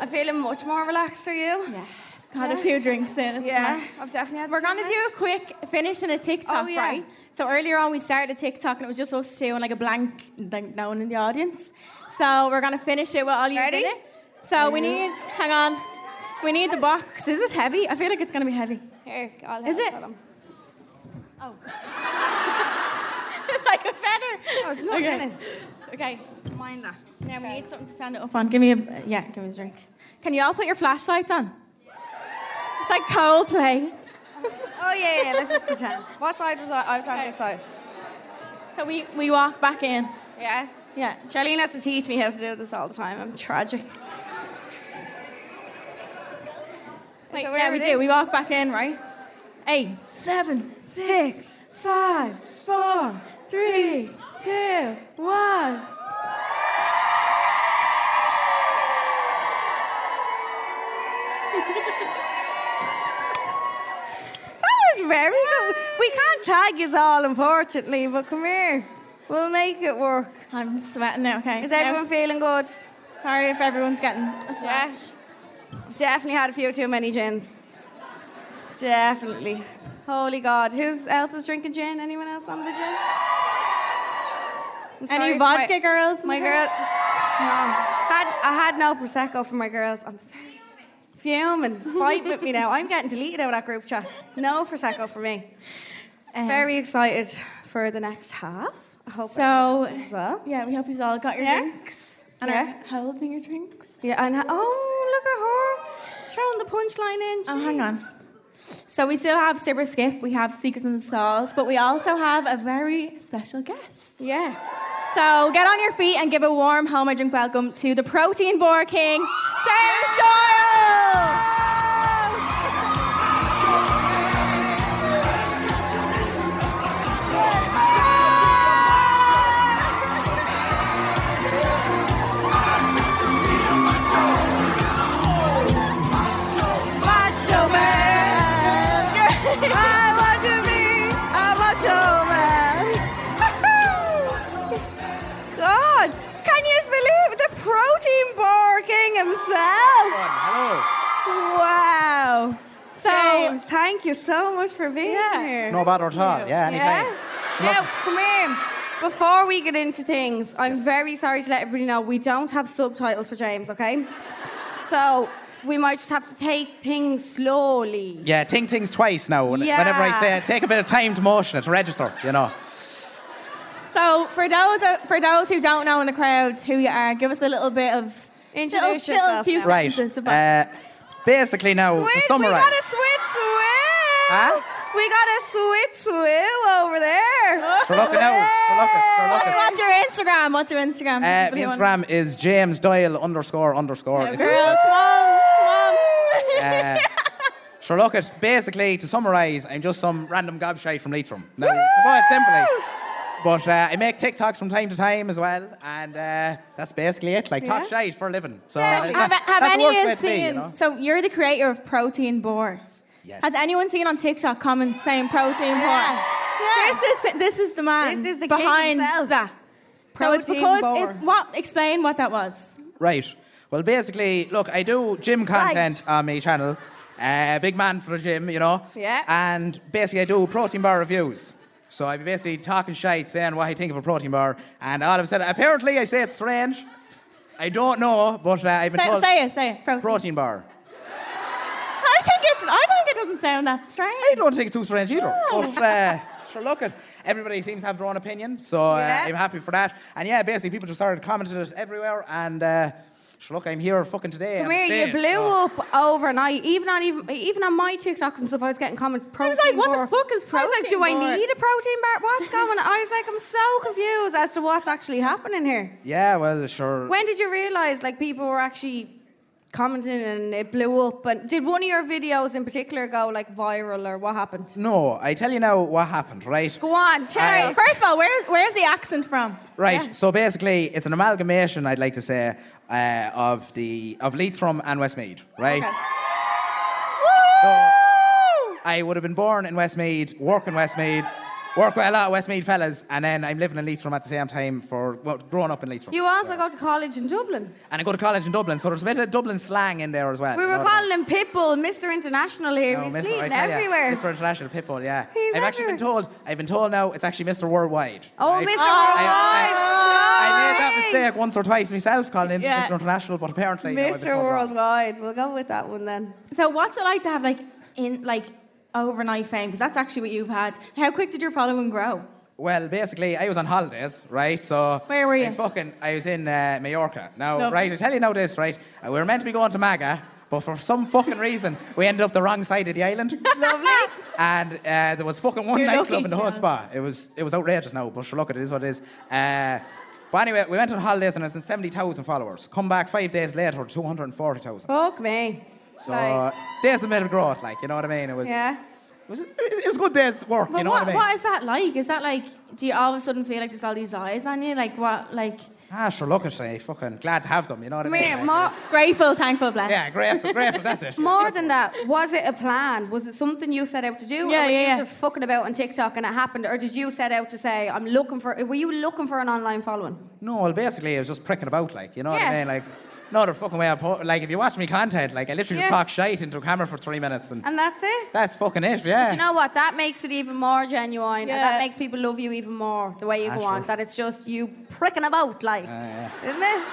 Speaker 12: feeling much more relaxed, are you?
Speaker 7: Yeah. Had a few drinks in.
Speaker 12: Yeah, I've definitely had
Speaker 7: We're
Speaker 12: two
Speaker 7: going to
Speaker 12: now.
Speaker 7: do a quick finish and a TikTok,
Speaker 12: Oh, yeah.
Speaker 7: right? So earlier on, we started a TikTok and it was just us two and like a blank, like no one in the audience. So we're going to finish it with all you in
Speaker 12: Ready?
Speaker 7: it. So we need, hang on, we need the box. Is this heavy? I feel like it's going to be heavy.
Speaker 12: Here, I'll
Speaker 7: Is
Speaker 12: I'll
Speaker 7: it?
Speaker 12: tell 'em.
Speaker 7: it's like a feather.
Speaker 12: Oh, it's not
Speaker 7: okay.
Speaker 12: in it.
Speaker 7: Okay.
Speaker 12: Mind that.
Speaker 7: Now we need something to stand it up on. Give me a yeah. Give me a drink. Can you all put your flashlights on? It's like Coldplay.
Speaker 3: Oh yeah, yeah, let's just pretend. What side was I? I was on this side.
Speaker 7: So we we walk back in.
Speaker 12: Yeah.
Speaker 7: Yeah.
Speaker 12: Charlene has to teach me how to do this all the time. I'm tragic.
Speaker 7: Wait,
Speaker 12: that where
Speaker 7: yeah,
Speaker 12: it
Speaker 7: we
Speaker 12: is?
Speaker 7: do. We walk back in, right? Eight, seven, six, five, four, three, two, one.
Speaker 3: That was very good. We can't tag you all, unfortunately, but come here. We'll make it work.
Speaker 7: Oh, I'm sweating now. Okay.
Speaker 12: Is
Speaker 7: Now-
Speaker 12: everyone feeling good?
Speaker 7: sorry if everyone's getting a flash.
Speaker 3: I've Eh, definitely had a few too many gins. Definitely.
Speaker 12: Holy God. Who's else is drinking gin? Anyone else on the gin? I'm sorry
Speaker 7: Any
Speaker 12: for my-
Speaker 7: vodka girls? in
Speaker 12: My
Speaker 7: the
Speaker 12: girl.
Speaker 7: house?
Speaker 12: No.
Speaker 3: Had, I had no prosecco for my girls. I'm very fuming. Fight with me now. I'm getting deleted out of that group chat. No prosecco for me.
Speaker 4: Um,
Speaker 3: Very excited for the next half. I hope
Speaker 7: So
Speaker 3: as well.
Speaker 7: yeah, we hope you all got your
Speaker 3: Yeah.
Speaker 7: drinks and
Speaker 3: Yeah.
Speaker 7: are holding your drinks.
Speaker 3: Yeah, and oh look at her throwing the punchline in.
Speaker 7: Oh, hang on.
Speaker 3: Jeez.
Speaker 7: So we still have Sibber Skip, we have Secrets and Souls, but we also have a very special guest.
Speaker 3: Yes.
Speaker 7: So get on your feet and give a warm home I drink welcome to the Protein Bar King, James Doyle.
Speaker 3: Macho man. I want to be a macho man. God, can you believe the protein bar king himself? Wow.
Speaker 7: So-
Speaker 3: James, thank you so much for being
Speaker 7: Yeah.
Speaker 3: here.
Speaker 11: No bother at all. Yeah, anything.
Speaker 3: Yeah.
Speaker 12: Now, come here.
Speaker 3: Before we get into things, I'm very sorry to let everybody know we don't have subtitles for James, okay? So we might just have to take things slowly.
Speaker 11: Yeah, think things twice now. when- Whenever I say
Speaker 3: Yeah.
Speaker 11: it, take a bit of time to motion it, to register, you know.
Speaker 7: So for those for those who don't know in the crowd who you are, give us a little bit of
Speaker 3: Introduce
Speaker 7: little, little
Speaker 3: yourself
Speaker 7: few
Speaker 3: now.
Speaker 11: Right.
Speaker 7: sentences about-
Speaker 11: Uh, basically, now, to
Speaker 3: Wait, we
Speaker 11: summarize.
Speaker 3: got a swit swit.
Speaker 11: Huh?
Speaker 3: We got a swit swit over there.
Speaker 11: We're looking now. We're looking. We're looking.
Speaker 7: What's your Instagram? What's your Instagram?
Speaker 11: Uh,
Speaker 7: People
Speaker 11: my
Speaker 7: who want-
Speaker 11: Instagram is James Doyle underscore underscore. if you
Speaker 7: Girls,
Speaker 11: want.
Speaker 7: mom, mom.
Speaker 11: Uh, sure, look at basically to summarise, I'm just some random gobshite from Leitrim. No, quite simply. But uh, I make TikToks from time to time as well, and uh, that's basically it. Like talk shite for a living. So uh,
Speaker 7: have,
Speaker 11: that-
Speaker 7: have
Speaker 11: that's the
Speaker 7: any of
Speaker 11: worst
Speaker 7: you
Speaker 11: way to be,
Speaker 7: seen?
Speaker 11: you know?
Speaker 7: So you're the creator of Protein Bar.
Speaker 11: Yes.
Speaker 7: Has anyone seen on TikTok comments saying Protein Bar? This is this is the man
Speaker 3: This is the king
Speaker 7: behind
Speaker 3: himself.
Speaker 7: that. So it's
Speaker 3: Protein
Speaker 7: because
Speaker 3: Bar.
Speaker 7: it's what? Explain what that was.
Speaker 11: Right. Well, basically, look, I do gym content on my channel. Uh, big man for the gym, you know.
Speaker 3: Yeah.
Speaker 11: And basically, I do protein bar reviews. So I be basically talking shite, saying what I think of a protein bar, and all of a sudden, apparently, I say it's strange. I don't know, but uh, I've been
Speaker 7: Say,
Speaker 11: told
Speaker 7: say it, say it. Protein.
Speaker 11: protein bar.
Speaker 7: I think it's. I think it doesn't sound that strange.
Speaker 11: I don't think it's too strange either.
Speaker 7: Ah.
Speaker 11: But uh, sure, look at everybody seems to have their own opinion, so uh,
Speaker 3: Yeah.
Speaker 11: I'm happy for that. And yeah, basically, people just started commenting it everywhere, and uh, sure, look, I'm here fucking today.
Speaker 3: Come
Speaker 11: I'm
Speaker 3: here, you
Speaker 11: staged,
Speaker 3: blew
Speaker 11: so-
Speaker 7: Oh.
Speaker 3: up overnight. Even on even even on my TikTok and stuff, I was getting comments. Protein
Speaker 7: was like, what the
Speaker 3: bar."
Speaker 7: fuck is
Speaker 3: I was like,
Speaker 7: protein
Speaker 3: do
Speaker 7: bar?"
Speaker 3: I need a protein bar? What's going? on? I was like, I'm so confused as to what's actually happening here.
Speaker 11: Yeah, well, sure.
Speaker 3: When did you realise like people were actually commenting and it blew up? And did one of your videos in particular go like viral or what happened?
Speaker 11: No, I tell you now what happened, right?
Speaker 3: Go on, tell
Speaker 11: Uh,
Speaker 3: us.
Speaker 7: First of all, where's where's the accent from?
Speaker 11: Right. So basically, it's an amalgamation, I'd like to say, uh, of the of Leitrim and Westmead, right? So, I would have been born in Westmead, work in Westmead, Work with a lot of Westmead fellas, and then I'm living in Leitrim at the same time for well, growing up in Leitrim.
Speaker 4: You also go to college in Dublin.
Speaker 11: And I go to college in Dublin, so there's a bit of Dublin slang in there as well.
Speaker 4: We were
Speaker 11: No,
Speaker 4: calling him Pitbull, Mr. International here.
Speaker 11: no,
Speaker 4: He's
Speaker 11: Oh, Mr. I
Speaker 4: bleeding
Speaker 11: tell ya,
Speaker 4: everywhere.
Speaker 11: Mr. International Pitbull, yeah.
Speaker 4: He's
Speaker 11: I've actually been told. I've been told now it's actually Mr. Worldwide.
Speaker 4: Oh,
Speaker 11: I-
Speaker 4: Mr.
Speaker 11: I
Speaker 4: Worldwide!
Speaker 11: made that mistake once or twice myself, calling him
Speaker 7: Yeah.
Speaker 11: Mr. International, but apparently now I've been
Speaker 4: Mr.
Speaker 11: told wrong.
Speaker 4: Worldwide. We'll go with that one then.
Speaker 7: So what's it like to have like in like overnight fame? Because that's actually what you've had. How quick did your following grow?
Speaker 11: Well, basically, I was on holidays, right? So
Speaker 7: Where were
Speaker 11: I
Speaker 7: you?
Speaker 11: was fucking, I was in uh, Mallorca. Now,
Speaker 7: Lovely.
Speaker 11: right, I tell you now this, right? uh, We were meant to be going to Maga, but for some fucking reason, we ended up the wrong side of the island.
Speaker 4: Lovely.
Speaker 11: and uh, there was fucking one
Speaker 7: You're
Speaker 11: nightclub
Speaker 7: lucky,
Speaker 11: in the
Speaker 7: to be
Speaker 11: whole
Speaker 7: honest.
Speaker 11: spa. It was it was outrageous now, but sure, look, it is what it is. Uh, but anyway, we went on holidays and it's in 70,000 followers. Come back five days later, 240,000.
Speaker 4: Fuck me.
Speaker 11: So uh, there's a bit of growth, like, you know what I mean? It was,
Speaker 4: Yeah.
Speaker 11: it was, it was a good day's work,
Speaker 7: But
Speaker 11: you know
Speaker 7: what,
Speaker 11: what I mean?
Speaker 7: what is that like? Is that like do you all of a sudden feel like there's all these eyes on you? Like what like
Speaker 11: Ah, sure, look, it's, uh, fucking glad to have them, you know what
Speaker 4: Come
Speaker 11: I mean?
Speaker 4: here,
Speaker 11: Like,
Speaker 4: more,
Speaker 7: grateful, thankful, blessed.
Speaker 11: Yeah, grateful, grateful. That's it.
Speaker 4: more than that, was it a plan? Was it something you set out to do?
Speaker 7: Yeah,
Speaker 4: or were
Speaker 7: yeah,
Speaker 4: you
Speaker 7: yeah.
Speaker 4: just fucking about on TikTok and it happened? Or did you set out to say, I'm looking for, were you looking for an online following?
Speaker 11: No, well, basically, it was just pricking about, like, you know what
Speaker 4: Yeah.
Speaker 11: I mean? Like, no other fucking way I po- Like, if you watch me content, like, I literally
Speaker 4: Yeah.
Speaker 11: just talk shite into a camera for three minutes, and
Speaker 4: And that's it.
Speaker 11: that's fucking it,
Speaker 4: Do
Speaker 11: yeah.
Speaker 4: you know what? That makes it even more genuine and
Speaker 10: Yeah.
Speaker 4: that makes people love you even more the way you go
Speaker 11: Actually.
Speaker 4: on. That it's just you pricking about, like,
Speaker 11: yeah.
Speaker 4: isn't it?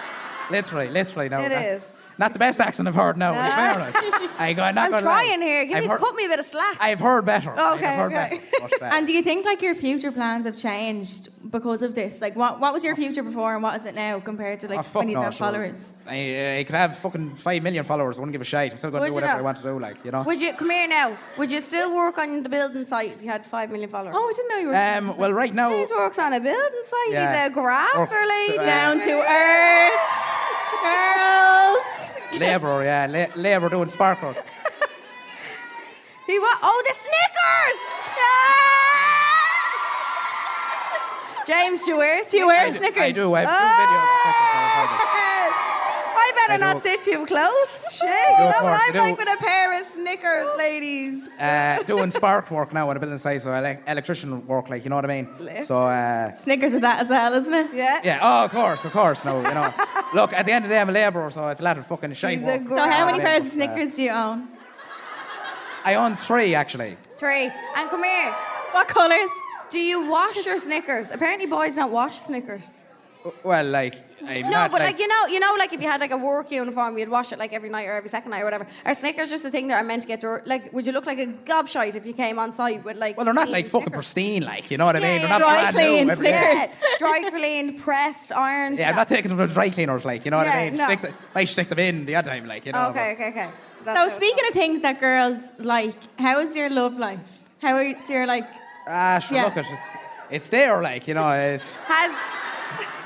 Speaker 11: literally, literally, no.
Speaker 4: It
Speaker 11: that-
Speaker 4: is.
Speaker 11: Not the best accent I've heard, no. in
Speaker 4: No.
Speaker 11: fairness. I go, I'm not
Speaker 4: I'm
Speaker 11: gonna
Speaker 4: trying
Speaker 11: lie.
Speaker 4: here. Give
Speaker 11: I've
Speaker 4: me,
Speaker 11: heard,
Speaker 4: cut me a bit of slack.
Speaker 11: I've heard better. like,
Speaker 4: Okay,
Speaker 11: I've heard
Speaker 4: okay.
Speaker 11: better. But, uh,
Speaker 7: And do you think like your future plans have changed because of this? Like what what was your future before and what is it now compared to
Speaker 11: oh,
Speaker 7: like
Speaker 11: fuck
Speaker 7: when you
Speaker 11: no,
Speaker 7: didn't have
Speaker 11: sure.
Speaker 7: followers?
Speaker 11: I, I could have fucking five million followers. I wouldn't give a shit. I'm still going
Speaker 4: Would you
Speaker 11: to do whatever
Speaker 4: know?
Speaker 11: I want to do, like, you know?
Speaker 4: Would you come here now? Would you still work on the building site if you had five million followers?
Speaker 7: Oh, I didn't know you were
Speaker 11: um, well, right now.
Speaker 4: He's works on a building site.
Speaker 11: Yeah.
Speaker 4: He's a grafter
Speaker 11: Or-
Speaker 4: lady.
Speaker 11: uh,
Speaker 7: down to earth girls.
Speaker 11: Labour, yeah, la- labour doing spark work.
Speaker 4: He wa- oh, the Snickers! Yeah!
Speaker 7: Ah!
Speaker 4: James, do you wear Snickers? Do you
Speaker 7: wear Oh,
Speaker 11: I do-
Speaker 7: Snickers?
Speaker 11: I do. I have two videos.
Speaker 4: Ah! I better
Speaker 11: I
Speaker 4: not
Speaker 11: do.
Speaker 4: sit too close. Shit, you
Speaker 11: do,
Speaker 4: know
Speaker 11: of
Speaker 4: what
Speaker 11: course,
Speaker 4: I'm
Speaker 11: I
Speaker 4: like
Speaker 11: do.
Speaker 4: with a pair of Snickers, ladies.
Speaker 11: Uh, doing spark work now on a building site, so ele- electrician work, like you know what I mean.
Speaker 4: Listen.
Speaker 11: So uh,
Speaker 7: Snickers are that as well, isn't it?
Speaker 4: Yeah.
Speaker 11: yeah, oh, of course, of course, no, you know. Look, at the end of the day, I'm a labourer, so it's a lot of fucking shite
Speaker 4: He's a
Speaker 11: work.
Speaker 4: gr-
Speaker 7: So how many
Speaker 11: Yeah.
Speaker 7: pairs of Snickers do you own?
Speaker 11: I own three actually.
Speaker 4: Three.
Speaker 7: Oh.
Speaker 4: And come here.
Speaker 7: What colours?
Speaker 4: Do you wash your Snickers? Apparently, boys don't wash Snickers.
Speaker 11: W- Well, like I'm
Speaker 4: No,
Speaker 11: not
Speaker 4: but like, you know, you know, like if you had like a work uniform, you'd wash it like every night or every second night or whatever. Are Snickers just a thing that are meant to get dirty? Like, would you look like a gobshite if you came on site with like?
Speaker 11: well, they're not
Speaker 4: clean
Speaker 11: like fucking
Speaker 4: Snickers?
Speaker 11: pristine, like you know what I
Speaker 4: Yeah,
Speaker 11: mean.
Speaker 4: yeah,
Speaker 11: they're
Speaker 4: dry
Speaker 11: not brand new
Speaker 7: clean
Speaker 11: every day.
Speaker 7: Snickers.
Speaker 4: Yeah, dry cleaned, pressed, ironed.
Speaker 11: Yeah, I'm not taking them to dry cleaners, like you know what
Speaker 4: Yeah,
Speaker 11: I mean.
Speaker 4: no.
Speaker 11: Stick the, I stick them in the other time, like you know.
Speaker 4: Okay,
Speaker 11: but-
Speaker 4: okay, okay. that's
Speaker 7: So
Speaker 4: how-
Speaker 7: speaking of things that girls like, how is your love life? How is your like?
Speaker 11: Ah, sure,
Speaker 7: Yeah.
Speaker 11: look, it's it's there, like you know. It's
Speaker 4: has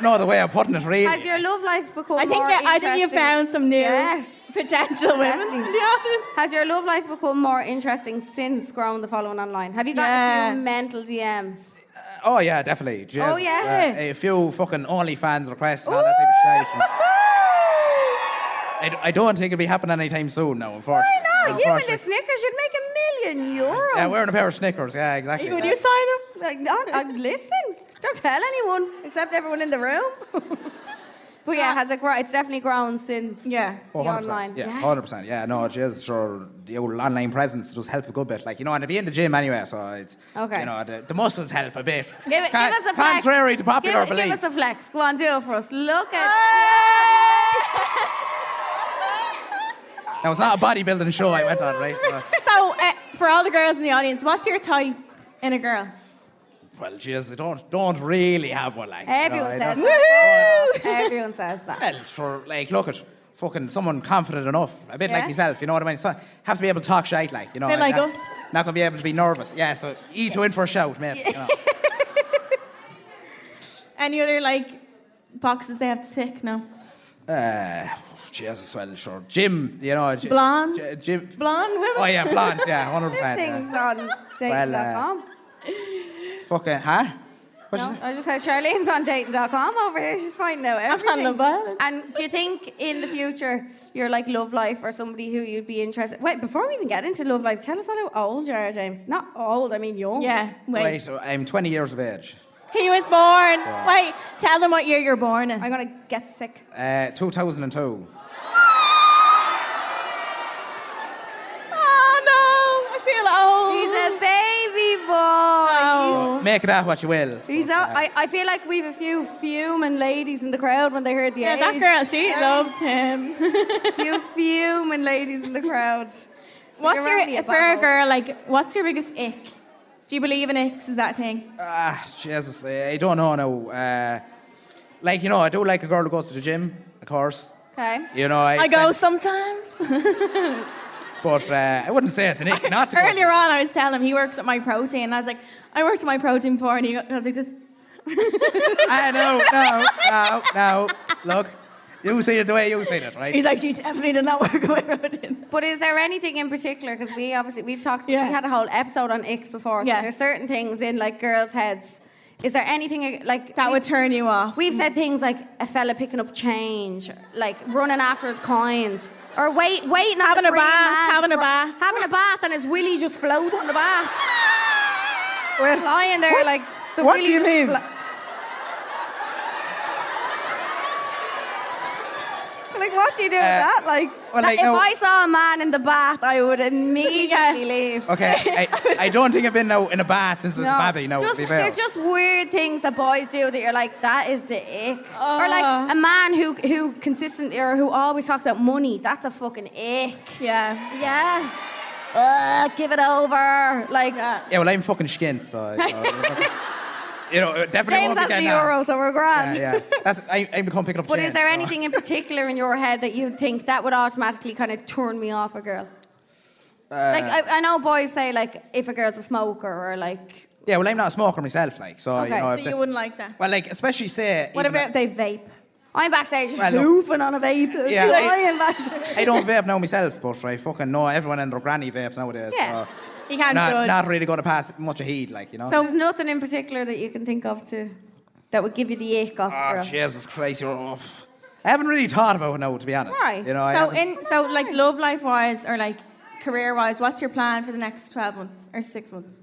Speaker 11: no other way of putting it, really. Uh,
Speaker 4: has your love life become?
Speaker 7: I think
Speaker 4: Oh, more
Speaker 7: that, I think you
Speaker 4: interesting-
Speaker 7: found some new
Speaker 4: Yes.
Speaker 7: potential women in the
Speaker 4: Definitely.
Speaker 7: audience.
Speaker 4: Has your love life become more interesting since growing the following online? Have you got a
Speaker 7: Yeah.
Speaker 4: few mental DMs?
Speaker 11: Oh yeah, definitely. Just,
Speaker 4: Oh, yeah.
Speaker 11: uh, a few fucking OnlyFans requests and all Oh, that type of shit. I, d- I don't think it'll be happening anytime soon, now, unfortunately.
Speaker 4: Why not? You with the
Speaker 11: Unfortunately.
Speaker 4: Snickers, you'd make a million euro.
Speaker 11: Yeah, wearing a pair of Snickers. Yeah, exactly.
Speaker 7: Would you sign up?
Speaker 4: Like, no, uh, listen, don't tell anyone except everyone in the room. but yeah, has it grown? It's definitely grown since
Speaker 7: Yeah.
Speaker 11: Oh,
Speaker 4: the
Speaker 11: 100%,
Speaker 4: online.
Speaker 11: Yeah, hundred percent. Yeah, no, it is sure the old online presence does help a good bit. Like you know, and to be in the gym anyway, so it's
Speaker 4: Okay.
Speaker 11: you know the, the muscles help a bit.
Speaker 4: Give, it,
Speaker 11: Con-
Speaker 4: give us a flex.
Speaker 11: contrary to popular
Speaker 4: give,
Speaker 11: belief.
Speaker 4: Give us a flex. Go on, do it for us. Look at.
Speaker 11: now it's not a bodybuilding show I went on, right? So,
Speaker 7: So uh, for all the girls in the audience, what's your type in a girl?
Speaker 11: well, jeez, I don't don't really have one like. you know,
Speaker 4: Everyone
Speaker 11: I
Speaker 4: says
Speaker 11: don't-
Speaker 4: that. Everyone says that.
Speaker 11: Well, sure, like, look at fucking someone confident enough, a bit
Speaker 4: Yeah.
Speaker 11: like myself, you know what I mean? So, have to be able to talk shite, like, you know.
Speaker 7: Bit
Speaker 11: and
Speaker 7: like
Speaker 11: not,
Speaker 7: us.
Speaker 11: Not gonna be able to be nervous. Yeah, so each win for a shout, mate. You know.
Speaker 7: Any other like boxes they have to tick? No.
Speaker 11: uh, Jesus, well, sure. Jim, you know. Jim,
Speaker 7: Blonde?
Speaker 11: Jim.
Speaker 7: Blonde women.
Speaker 11: Oh, yeah, blonde, yeah, 100%.
Speaker 4: Things
Speaker 11: yeah.
Speaker 4: on dating.com.
Speaker 11: Fucking, huh? What'd
Speaker 4: No,
Speaker 11: you say?
Speaker 4: I just said Charlene's on dating.com over here. She's finding out everything. And do you think in the future you're like love life or somebody who you'd be interested? Wait, before we even get into love life, tell us all how old you are, James. Not old, I mean young.
Speaker 7: Yeah, wait.
Speaker 11: Right, so I'm 20 years of age.
Speaker 7: He was born.
Speaker 11: Yeah.
Speaker 7: Wait, tell them what year you're born in.
Speaker 4: I'm gonna get sick.
Speaker 11: Uh, 2002.
Speaker 7: Oh no, I feel old.
Speaker 4: He's a baby boy.
Speaker 11: Make it out what you will.
Speaker 4: He's a, I, I feel like we've a few fuming ladies in the crowd when they heard the
Speaker 7: Yeah,
Speaker 4: age.
Speaker 7: that girl, she
Speaker 4: Yeah.
Speaker 7: loves him.
Speaker 4: few fuming ladies in the crowd.
Speaker 7: what's
Speaker 4: You're only
Speaker 7: your
Speaker 4: a
Speaker 7: for a
Speaker 4: bottle.
Speaker 7: girl like? What's your biggest ick? Do you believe in icks? Is that a thing?
Speaker 11: Ah, Jesus, I I don't know now. Uh, like, you know, I do like a girl who goes to the gym, of course.
Speaker 4: Okay.
Speaker 11: You know, I,
Speaker 7: I go sometimes.
Speaker 11: But uh, I wouldn't say it's an ick not to go to
Speaker 7: Earlier on, I was telling him he works at my protein, and I was like, I worked at my protein before, and he go- I was like this.
Speaker 11: I know, no, no, no. Look, you see it the way you see it, right?
Speaker 7: He's like, she definitely did not work at my protein.
Speaker 4: But is there anything in particular? Because we obviously we've talked,
Speaker 7: Yeah.
Speaker 4: we had a whole episode on icks before. So
Speaker 7: Yeah.
Speaker 4: There's certain things in like girls' heads. Is there anything like
Speaker 7: That
Speaker 4: we-
Speaker 7: would turn you off.
Speaker 4: We've said things like a fella picking up change, like running after his coins, or wait, waiting on
Speaker 7: Having
Speaker 4: the
Speaker 7: a
Speaker 4: green
Speaker 7: bath,
Speaker 4: man
Speaker 7: having a
Speaker 4: for-
Speaker 7: bath.
Speaker 4: having a bath, and his willy just float on the bath. We're lying there like the
Speaker 11: what do
Speaker 4: willy
Speaker 11: you
Speaker 4: just
Speaker 11: mean?
Speaker 4: Like, what do you do with
Speaker 11: Uh,
Speaker 4: that? Like,
Speaker 11: well,
Speaker 4: like,
Speaker 11: like, no-
Speaker 4: if I saw a man in the bath, I would immediately leave.
Speaker 11: Okay, I, I don't think I've been now in a bath since I was a baby. No,
Speaker 4: just,
Speaker 11: to be fair.
Speaker 4: there's just weird things that boys do that you're like, that is the ick. Or like a man who who consistently or who always talks about money. That's a fucking ick.
Speaker 7: Yeah.
Speaker 4: Yeah. Ugh, give it over. Like,
Speaker 11: yeah, well, I'm fucking skint, so you know, you know it definitely
Speaker 4: James
Speaker 11: won't
Speaker 4: has
Speaker 11: be
Speaker 4: the
Speaker 11: getting that.
Speaker 4: euro, so we're grand.
Speaker 11: Yeah, yeah. That's, I, I'm become picking up.
Speaker 4: But
Speaker 11: change,
Speaker 4: is there
Speaker 11: so.
Speaker 4: anything in particular in your head that you think that would automatically kind of turn me off a girl?
Speaker 11: Uh,
Speaker 4: like I, I know boys say like if a girl's a smoker or like
Speaker 11: Yeah, well, I'm not a smoker myself, like, so
Speaker 4: Okay.
Speaker 11: you know.
Speaker 4: So
Speaker 11: if
Speaker 7: So
Speaker 11: the-
Speaker 7: you wouldn't like that.
Speaker 11: well, like, especially say.
Speaker 7: What
Speaker 11: even
Speaker 7: about they vape?
Speaker 4: I'm backstage
Speaker 11: Well, look-
Speaker 4: hoofing on a vape.
Speaker 11: Yeah,
Speaker 4: Like,
Speaker 11: I-
Speaker 4: am backstage.
Speaker 11: I don't vape now myself, but I fucking know everyone and their granny vapes nowadays.
Speaker 4: Yeah.
Speaker 11: So
Speaker 7: You can't
Speaker 11: not,
Speaker 7: judge.
Speaker 11: not really going to pass much of heed, like, you know.
Speaker 4: So there's nothing in particular that you can think of to that would give you the ick off
Speaker 11: oh,
Speaker 4: a girl.
Speaker 11: Jesus Christ, you're off. I haven't really thought about it now, to be honest.
Speaker 4: Right.
Speaker 11: You know, I
Speaker 7: so
Speaker 11: haven't-
Speaker 7: in so like love life wise or like career wise, what's your plan for the next twelve months or six months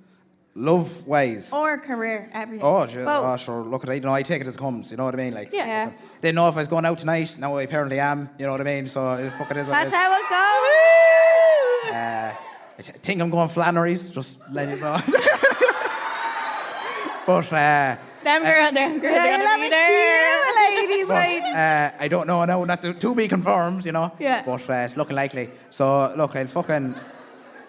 Speaker 11: love ways.
Speaker 7: or career? Everything.
Speaker 11: Oh, sure,
Speaker 4: Well-
Speaker 11: oh, sure. Look at it. You know, I take it as it comes. You know what I mean? Like,
Speaker 4: Yeah. Yeah.
Speaker 11: They know if I was going out tonight. Now I apparently am. You know what I mean? So it fucking is what it
Speaker 4: That's
Speaker 11: is.
Speaker 4: how it goes.
Speaker 11: Uh, I th- think I'm going Flannery's. Just let you know. but uh,
Speaker 7: Them girl, them girl,
Speaker 4: I
Speaker 7: they're
Speaker 4: love
Speaker 7: gonna be
Speaker 4: it.
Speaker 7: there.
Speaker 4: Yeah, ladies,
Speaker 11: but,
Speaker 4: right?
Speaker 11: uh, I don't know now. Not to, to be confirmed. You know.
Speaker 7: Yeah.
Speaker 11: But uh, it's looking likely. So look, I'll fucking.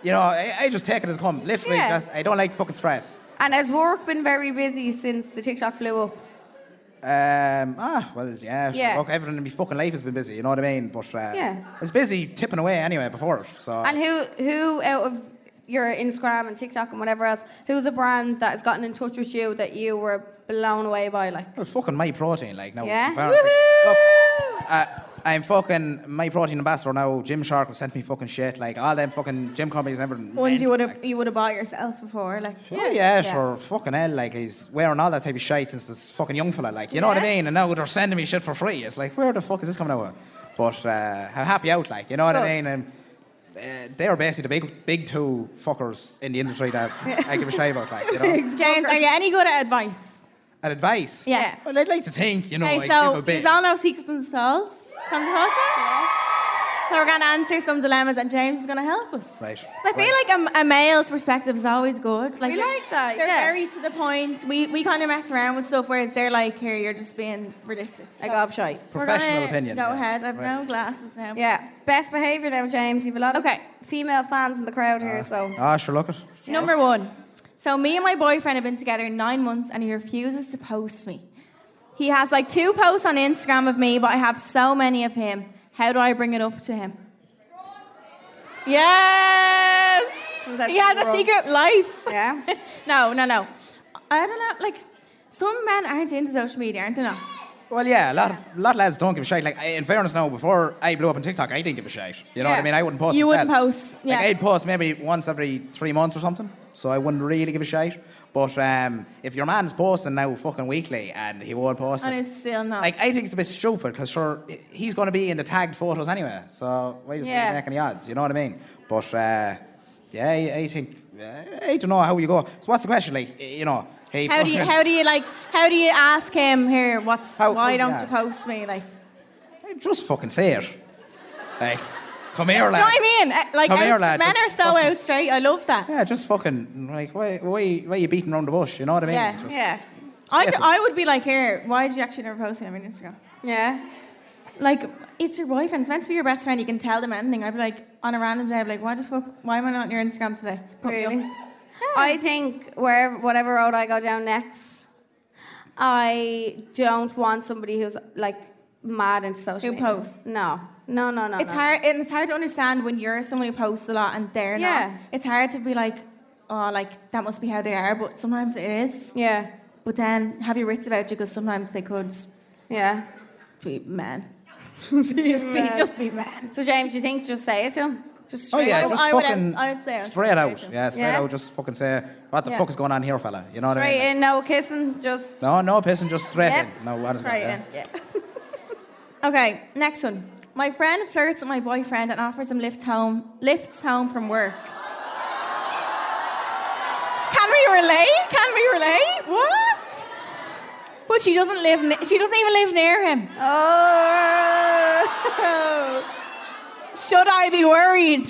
Speaker 11: You know, I, I just take it as it comes. Literally,
Speaker 4: Yeah.
Speaker 11: that's, I don't like fucking stress.
Speaker 4: And has work been very busy since the TikTok blew up?
Speaker 11: Um, ah, well,
Speaker 4: Yeah.
Speaker 11: yeah. yeah. Look, everything in my fucking life has been busy, you know what I mean? But uh,
Speaker 4: Yeah.
Speaker 11: I was busy tipping away anyway before, so.
Speaker 4: And who who out of your Instagram and TikTok and whatever else, who's a brand that has gotten in touch with you that you were blown away by? Like,
Speaker 11: well, fucking my protein, like, now.
Speaker 4: Yeah?
Speaker 11: Look, uh, I'm fucking my protein ambassador now. Gym Shark sent me fucking shit, like, all them fucking gym companies and everything.
Speaker 7: Ones you would
Speaker 11: Like,
Speaker 7: have you would have bought yourself before, like
Speaker 11: Yeah, yeah, sure. Fucking hell, like he's wearing all that type of shit since this fucking young fella, like, you know what I
Speaker 4: Yeah.
Speaker 11: mean? And now they're sending me shit for free. It's like, where the fuck is this coming out of? But uh, I'm happy out, like, you know what I mean? And uh, they are basically the big, big two fuckers in the industry that I give a shit about, like, you know?
Speaker 7: James, are you any good at advice?
Speaker 11: And advice.
Speaker 7: Yeah.
Speaker 11: Well, I'd like to think, you know,
Speaker 7: Okay,
Speaker 11: I give
Speaker 7: so
Speaker 11: a bit.
Speaker 7: there's all no secrets and souls. Come to talk. So we're gonna answer some dilemmas, and James is gonna help us.
Speaker 11: Right.
Speaker 7: So I feel
Speaker 11: Right.
Speaker 7: like a, a male's perspective is always good. Like
Speaker 4: We
Speaker 7: they're-
Speaker 4: like that,
Speaker 7: They're
Speaker 4: yeah.
Speaker 7: very to the point. We we kind of mess around with stuff, whereas they're like, here, you're just being ridiculous.
Speaker 4: I got shite.
Speaker 7: We're
Speaker 11: Professional
Speaker 7: gonna
Speaker 11: opinion,
Speaker 7: Go
Speaker 11: yeah.
Speaker 7: ahead. I've
Speaker 11: Right.
Speaker 7: no glasses now.
Speaker 4: Yeah, best behaviour now, James. You've a lot of
Speaker 7: Okay.
Speaker 4: female fans in the crowd here, so
Speaker 11: Ah, sure, look it.
Speaker 7: Number one. So me and my boyfriend have been together nine months, and he refuses to post me. He has like two posts on Instagram of me, but I have so many of him. How do I bring it up to him? Yes.
Speaker 4: Was that
Speaker 7: He has a
Speaker 4: wrong?
Speaker 7: secret life.
Speaker 4: Yeah.
Speaker 7: no, no, no. I don't know. Like some men aren't into social media, aren't they? Not?
Speaker 11: Well, yeah, a lot of lot of lads don't give a shit. Like, I- in fairness, now before I blew up on TikTok, I didn't give a shit. You know what I
Speaker 7: Yeah.
Speaker 11: mean? I wouldn't post.
Speaker 7: You
Speaker 11: myself.
Speaker 7: wouldn't post, yeah.
Speaker 11: Like, I'd post maybe once every three months or something, so I wouldn't really give a shit. But um, if your man's posting now fucking weekly and he won't post
Speaker 7: And
Speaker 11: it,
Speaker 7: it's still not.
Speaker 11: like I think it's a bit stupid because sure he- he's going to be in the tagged photos anyway, so why does
Speaker 7: Yeah.
Speaker 11: he make any odds? You know what I mean? But uh, yeah, I, I think I don't know how you go. So what's the question? Like you know, hey,
Speaker 7: how do you
Speaker 11: fucking-
Speaker 7: how do you like how do you ask him here? What's
Speaker 11: How-
Speaker 7: why
Speaker 11: how's
Speaker 7: don't
Speaker 11: he
Speaker 7: you
Speaker 11: asked?
Speaker 7: post me? Like,
Speaker 11: just fucking say it. Like, come
Speaker 7: do you
Speaker 11: here,
Speaker 7: know
Speaker 11: lad.
Speaker 7: what I mean? Uh, Like,
Speaker 11: Come here,
Speaker 7: out-
Speaker 11: lad,
Speaker 7: men
Speaker 11: just
Speaker 7: are so out straight. I love that.
Speaker 11: Yeah, just fucking like why why why you beating around the bush? You know what I mean?
Speaker 7: Yeah,
Speaker 11: Just-
Speaker 7: yeah. I,
Speaker 11: Yeah.
Speaker 7: d- I would be like, here, why did you actually never post it? I mean, Instagram. Yeah. Like, it's your boyfriend. It's meant to be your best friend. You can tell them anything. I'd be like, on a random day, I'd be like, why the fuck? Why am I not on your Instagram today? Put me up.
Speaker 4: Really? I think wherever, whatever road I go down next, I don't want somebody who's like mad into social.
Speaker 7: Who
Speaker 4: media.
Speaker 7: posts?
Speaker 4: No, no, no, no.
Speaker 7: It's
Speaker 4: no.
Speaker 7: hard, and it's hard to understand when you're someone who posts a lot and they're
Speaker 4: Yeah.
Speaker 7: not. It's hard to be like, oh, like that must be how they are, but sometimes it is.
Speaker 4: Yeah.
Speaker 7: But then have your wits about you because sometimes they could.
Speaker 4: Yeah.
Speaker 7: Be men. just be, just be men.
Speaker 4: So James, do you think just say it to him? Just
Speaker 11: Oh
Speaker 4: straight
Speaker 11: yeah,
Speaker 4: out?
Speaker 11: just fucking straight out. Yeah, straight out. Just fucking say what the
Speaker 4: Yeah.
Speaker 11: fuck is going on here, fella. You know what I
Speaker 4: Straight
Speaker 11: mean?
Speaker 4: in, no kissing, just
Speaker 11: No, no pissing, just straight
Speaker 7: Yep.
Speaker 11: in. No, what is
Speaker 7: Straight
Speaker 11: yeah.
Speaker 7: in. Okay, next one. My friend flirts with my boyfriend and offers him lift home, lifts home from work. Can we relate? Can we relate? What? But she doesn't live. Ne- she doesn't even live near him. Oh. Should I be worried?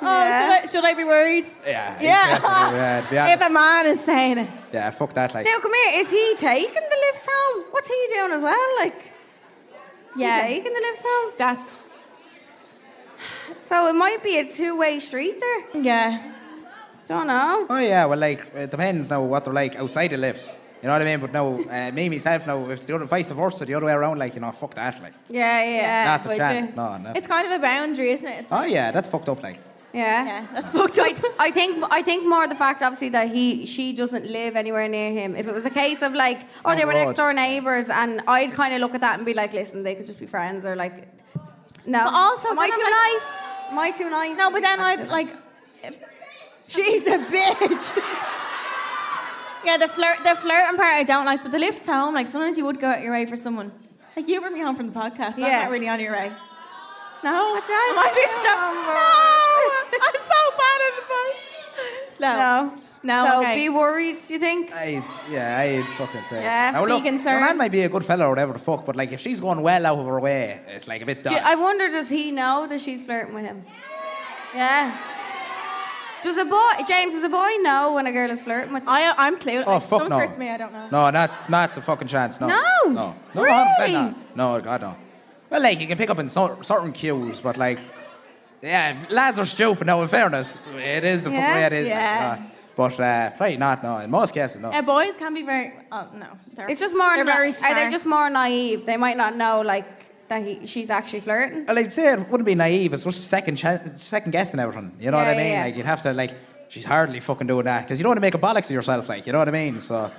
Speaker 7: Oh, should, I, should I be worried?
Speaker 11: Yeah,
Speaker 7: Yeah.
Speaker 11: definitely, yeah, to be honest.
Speaker 7: if a man is saying it.
Speaker 11: Yeah, fuck that. Like,
Speaker 4: Now come here, is he taking the lifts home? What's he doing as well? Like, is
Speaker 7: Yeah.
Speaker 4: he taking the lifts home?
Speaker 7: That's.
Speaker 4: So it might be a two-way street there.
Speaker 7: Yeah.
Speaker 4: Don't know.
Speaker 11: Oh yeah, well like it depends now what they're like outside the lifts. You know what I mean? But no, uh, me myself now, if the other vice versa, the other way around, like you know, fuck that, like.
Speaker 4: Yeah, yeah.
Speaker 11: Not a
Speaker 7: would
Speaker 11: chance.
Speaker 7: you?
Speaker 11: No, no.
Speaker 7: It's kind of a boundary, isn't it? It's
Speaker 11: Oh yeah, that's fucked up, like.
Speaker 4: Yeah.
Speaker 7: Yeah, that's fucked
Speaker 4: up. I, I think I think more the fact obviously that he she doesn't live anywhere near him. If it was a case of like, oh,
Speaker 11: Oh,
Speaker 4: they were
Speaker 11: God.
Speaker 4: next door neighbours and I'd kind of look at that and be like, listen, they could just be friends or like no.
Speaker 7: But also,
Speaker 4: Am I
Speaker 7: then
Speaker 4: too
Speaker 7: I'm like-
Speaker 4: nice? Am I too nice?
Speaker 7: No, but then I'd like.
Speaker 4: She's a bitch.
Speaker 7: yeah, the flirt, the flirting part I don't like, but the lift home, like sometimes you would go out your way for someone. Like you bring me home from the podcast, and
Speaker 4: Yeah.
Speaker 7: I'm not really on your way. No,
Speaker 4: That's right.
Speaker 7: Am I being dumb? No, I'm so bad at the
Speaker 4: No.
Speaker 7: podcast. No, no,
Speaker 4: so
Speaker 7: Oh, okay.
Speaker 4: be worried, do you think?
Speaker 11: I'd, yeah, I'd fucking say.
Speaker 4: Yeah,
Speaker 11: now,
Speaker 4: be
Speaker 11: look,
Speaker 4: concerned.
Speaker 11: Your man might be a good fella or whatever the fuck, but like if she's going well out of her way, it's like a bit
Speaker 4: Do
Speaker 11: dark.
Speaker 4: you- I wonder, does he know that she's flirting with him? Yeah. Does a boy, James, does a boy know when a girl is flirting with him?
Speaker 7: I, I'm clueless.
Speaker 11: Oh, fuck
Speaker 7: Don't
Speaker 11: no.
Speaker 7: flirt to me, I don't know.
Speaker 11: no, not not the fucking chance. No.
Speaker 7: No?
Speaker 11: No. No.
Speaker 7: Really?
Speaker 11: No, no, God no. Well, like you can pick up in cer- certain cues, but like, yeah, lads are stupid. Now, in fairness, it is the
Speaker 7: Yeah?
Speaker 11: fucking way it is. like,
Speaker 7: Yeah.
Speaker 11: no. But uh, probably not. No, in most cases, no.
Speaker 7: Yeah, Uh, boys can be very. Oh no, they're,
Speaker 4: It's just more,
Speaker 7: They're
Speaker 4: na-
Speaker 7: very
Speaker 4: are they
Speaker 7: smart.
Speaker 4: just more naive? They might not know, like, that he, she's actually flirting.
Speaker 11: Well, I'd say it wouldn't be naive. It's just second chan- second guessing everything. You know
Speaker 4: Yeah,
Speaker 11: what I
Speaker 4: yeah,
Speaker 11: mean?
Speaker 4: yeah.
Speaker 11: Like you'd have to like she's hardly fucking doing that because you don't want to make a bollocks of yourself. Like you know what I mean? So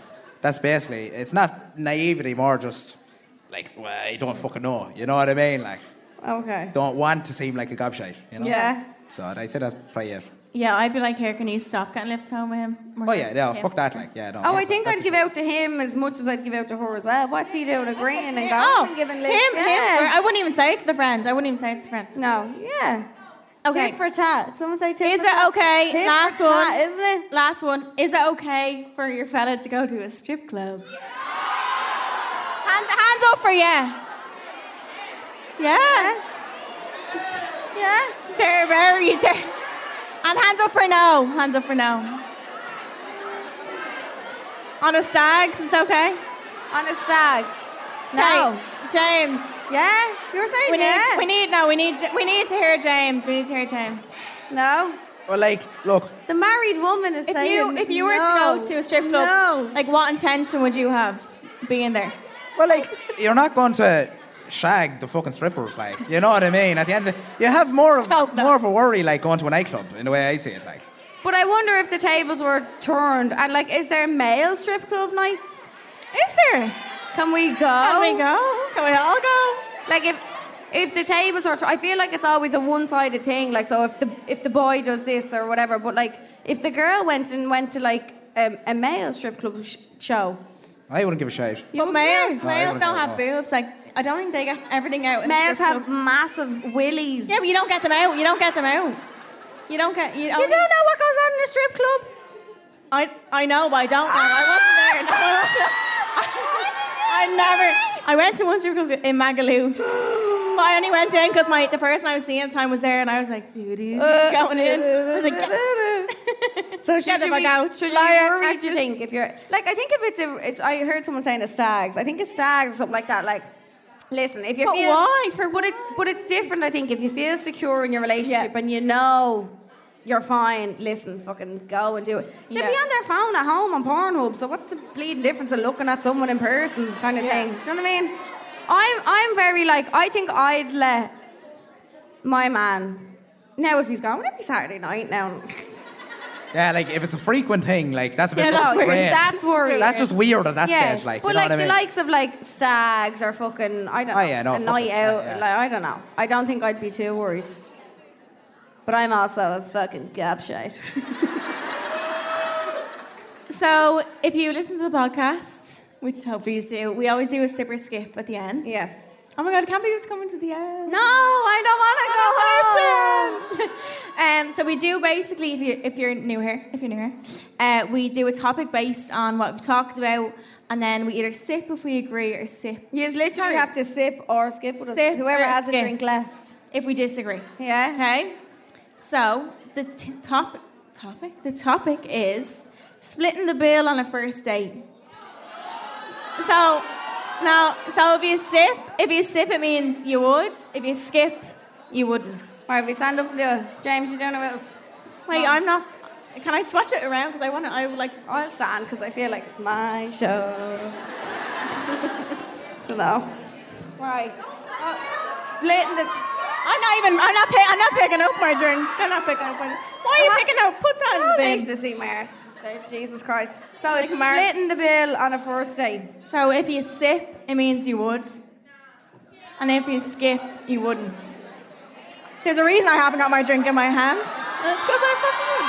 Speaker 11: that's basically it's not naivety, more just like well, I don't fucking know. You know what I mean? Like
Speaker 4: Okay.
Speaker 11: don't want to seem like a gobshite. You know?
Speaker 7: Yeah.
Speaker 11: So I'd say that's probably it.
Speaker 7: Yeah, I'd be like, here, can you stop getting lifts home with him?
Speaker 11: Oh yeah, no, fuck that. Like yeah, no.
Speaker 4: Oh, I think I'd give out to him as much as I'd give out to her as well. What's he doing? Agreeing and going
Speaker 7: Oh,
Speaker 4: and
Speaker 7: him,
Speaker 4: giving
Speaker 7: him.
Speaker 4: lips? Yeah.
Speaker 7: I wouldn't even say it to the friend. I wouldn't even say it to the friend.
Speaker 4: No, yeah.
Speaker 7: Okay.
Speaker 4: Tit for tat. Someone say tit
Speaker 7: Is
Speaker 4: for tat.
Speaker 7: it okay?
Speaker 4: Tit for
Speaker 7: Last
Speaker 4: tat,
Speaker 7: one.
Speaker 4: isn't it?
Speaker 7: Last one. Is it okay for your fella to go to a strip club? Hands, hands up for yeah. Yeah.
Speaker 4: Yeah.
Speaker 7: They're very. They're, and hands up for no. Hands up for no. On a stags, it's okay.
Speaker 4: On a stags.
Speaker 7: No.
Speaker 4: No.
Speaker 7: James.
Speaker 4: Yeah? You were saying
Speaker 7: We
Speaker 4: yeah?
Speaker 7: need. We need. No. We need. We need to hear James. We need to hear James.
Speaker 4: No.
Speaker 11: Well, like look,
Speaker 4: The married woman is
Speaker 7: If
Speaker 4: saying
Speaker 7: you if you were
Speaker 4: no.
Speaker 7: to go to a strip club,
Speaker 4: No.
Speaker 7: like what intention would you have being there?
Speaker 11: well, like you're not going to shag the fucking strippers. Like you know what I mean? At the end, of- you have more of
Speaker 4: Oh,
Speaker 11: more of a worry like going to a nightclub in the way I see it. Like.
Speaker 4: But I wonder if the tables were turned and like, is there male strip club nights?
Speaker 7: Is there?
Speaker 4: Can we go? Can we go?
Speaker 7: Oh.
Speaker 4: Can we all go? Like if if the tables are, I feel like it's always a one-sided thing. Like so, if the if the boy does this or whatever, but like if the girl went and went to like um, a male strip club sh- show,
Speaker 11: I wouldn't give a shit.
Speaker 7: but male,
Speaker 11: No, I
Speaker 7: males
Speaker 11: wouldn't
Speaker 7: don't
Speaker 11: go,
Speaker 7: have boobs. Like I don't think they get everything out. in a
Speaker 4: Males
Speaker 7: strip
Speaker 4: have
Speaker 7: club.
Speaker 4: massive willies.
Speaker 7: Yeah, but you don't get them out. You don't get them out. You don't get. You,
Speaker 4: You don't know what goes on in a strip club.
Speaker 7: I I know, but I don't know. I wasn't there. No, I, wasn't. I never. I went to one strip club in Magaloo, but I only went in because my the person I was seeing at the time was there, and I was like, dude, he's
Speaker 4: Uh,
Speaker 7: going in. I was like,
Speaker 4: So
Speaker 7: Get
Speaker 4: should
Speaker 7: the
Speaker 4: you
Speaker 7: fuck
Speaker 4: be,
Speaker 7: out.
Speaker 4: should you be
Speaker 7: Liar,
Speaker 4: worried? You think if you're like, I think if it's a, it's. I heard someone saying it's stags. I think it's stags or something like that. Like, listen, if you
Speaker 7: But
Speaker 4: feel
Speaker 7: why? For
Speaker 4: but it's but it's different. I think if you feel secure in your relationship and you know you're fine, listen, fucking go and do it. They'd be
Speaker 7: Yeah.
Speaker 4: on their phone at home on Pornhub. So what's the bleeding difference of looking at someone in person, kind of thing? Do you know what I mean? I'm I'm very like I think I'd let my man. Now if he's gone, every Saturday night now.
Speaker 11: Yeah, like if it's a frequent thing, like that's a bit
Speaker 4: Yeah, that's
Speaker 11: that's
Speaker 4: weird.
Speaker 11: great.
Speaker 4: That's worrying.
Speaker 11: That's just weird at that stage. Like,
Speaker 4: but
Speaker 11: you know
Speaker 4: like
Speaker 11: what I
Speaker 4: the
Speaker 11: mean?
Speaker 4: likes of like stags or fucking I don't
Speaker 11: Oh,
Speaker 4: know
Speaker 11: yeah, no,
Speaker 4: a night
Speaker 11: fucking-
Speaker 4: out.
Speaker 11: yeah, yeah.
Speaker 4: Like I don't know. I don't think I'd be too worried. But I'm also a fucking gobshite.
Speaker 7: So, if you listen to the podcast, which hopefully you do, we always do a sip or skip at the end.
Speaker 4: Yes.
Speaker 7: Oh my god, I can't believe it's coming to the end.
Speaker 4: No, I don't want to go home.
Speaker 7: Um, so we do basically, if you if you're new here, if you're new here, uh, we do a topic based on what we've talked about, and then we either sip if we agree or sip
Speaker 4: You literally have to sip or skip with us.
Speaker 7: Sip
Speaker 4: Whoever
Speaker 7: or
Speaker 4: has a
Speaker 7: skip.
Speaker 4: drink left.
Speaker 7: if we disagree.
Speaker 4: Yeah.
Speaker 7: Okay. So the t- top topic the topic is splitting the bill on a first date. So now, so if you sip, if you sip, it means you would. If you skip, you wouldn't.
Speaker 4: All right, we stand up and do it. James, you're doing it with us.
Speaker 7: Wait, I'm not. Can I swatch it around? Because I want to. I would like. To,
Speaker 4: I'll stand because I feel like it's my show. so now, right, splitting the.
Speaker 7: Uh, I'm not even. I'm not. Pick, I'm not picking up my drink. I'm not picking up my. Why are you picking up? Put that
Speaker 4: Oh,
Speaker 7: in
Speaker 4: they
Speaker 7: the bin.
Speaker 4: should see my arse. Jesus Christ. So it's
Speaker 7: Mar-
Speaker 4: splitting the bill on a first date.
Speaker 7: So if you sip, it means you would, and if you skip, you wouldn't. There's a reason I haven't got my drink in my hand. And it's because I fucking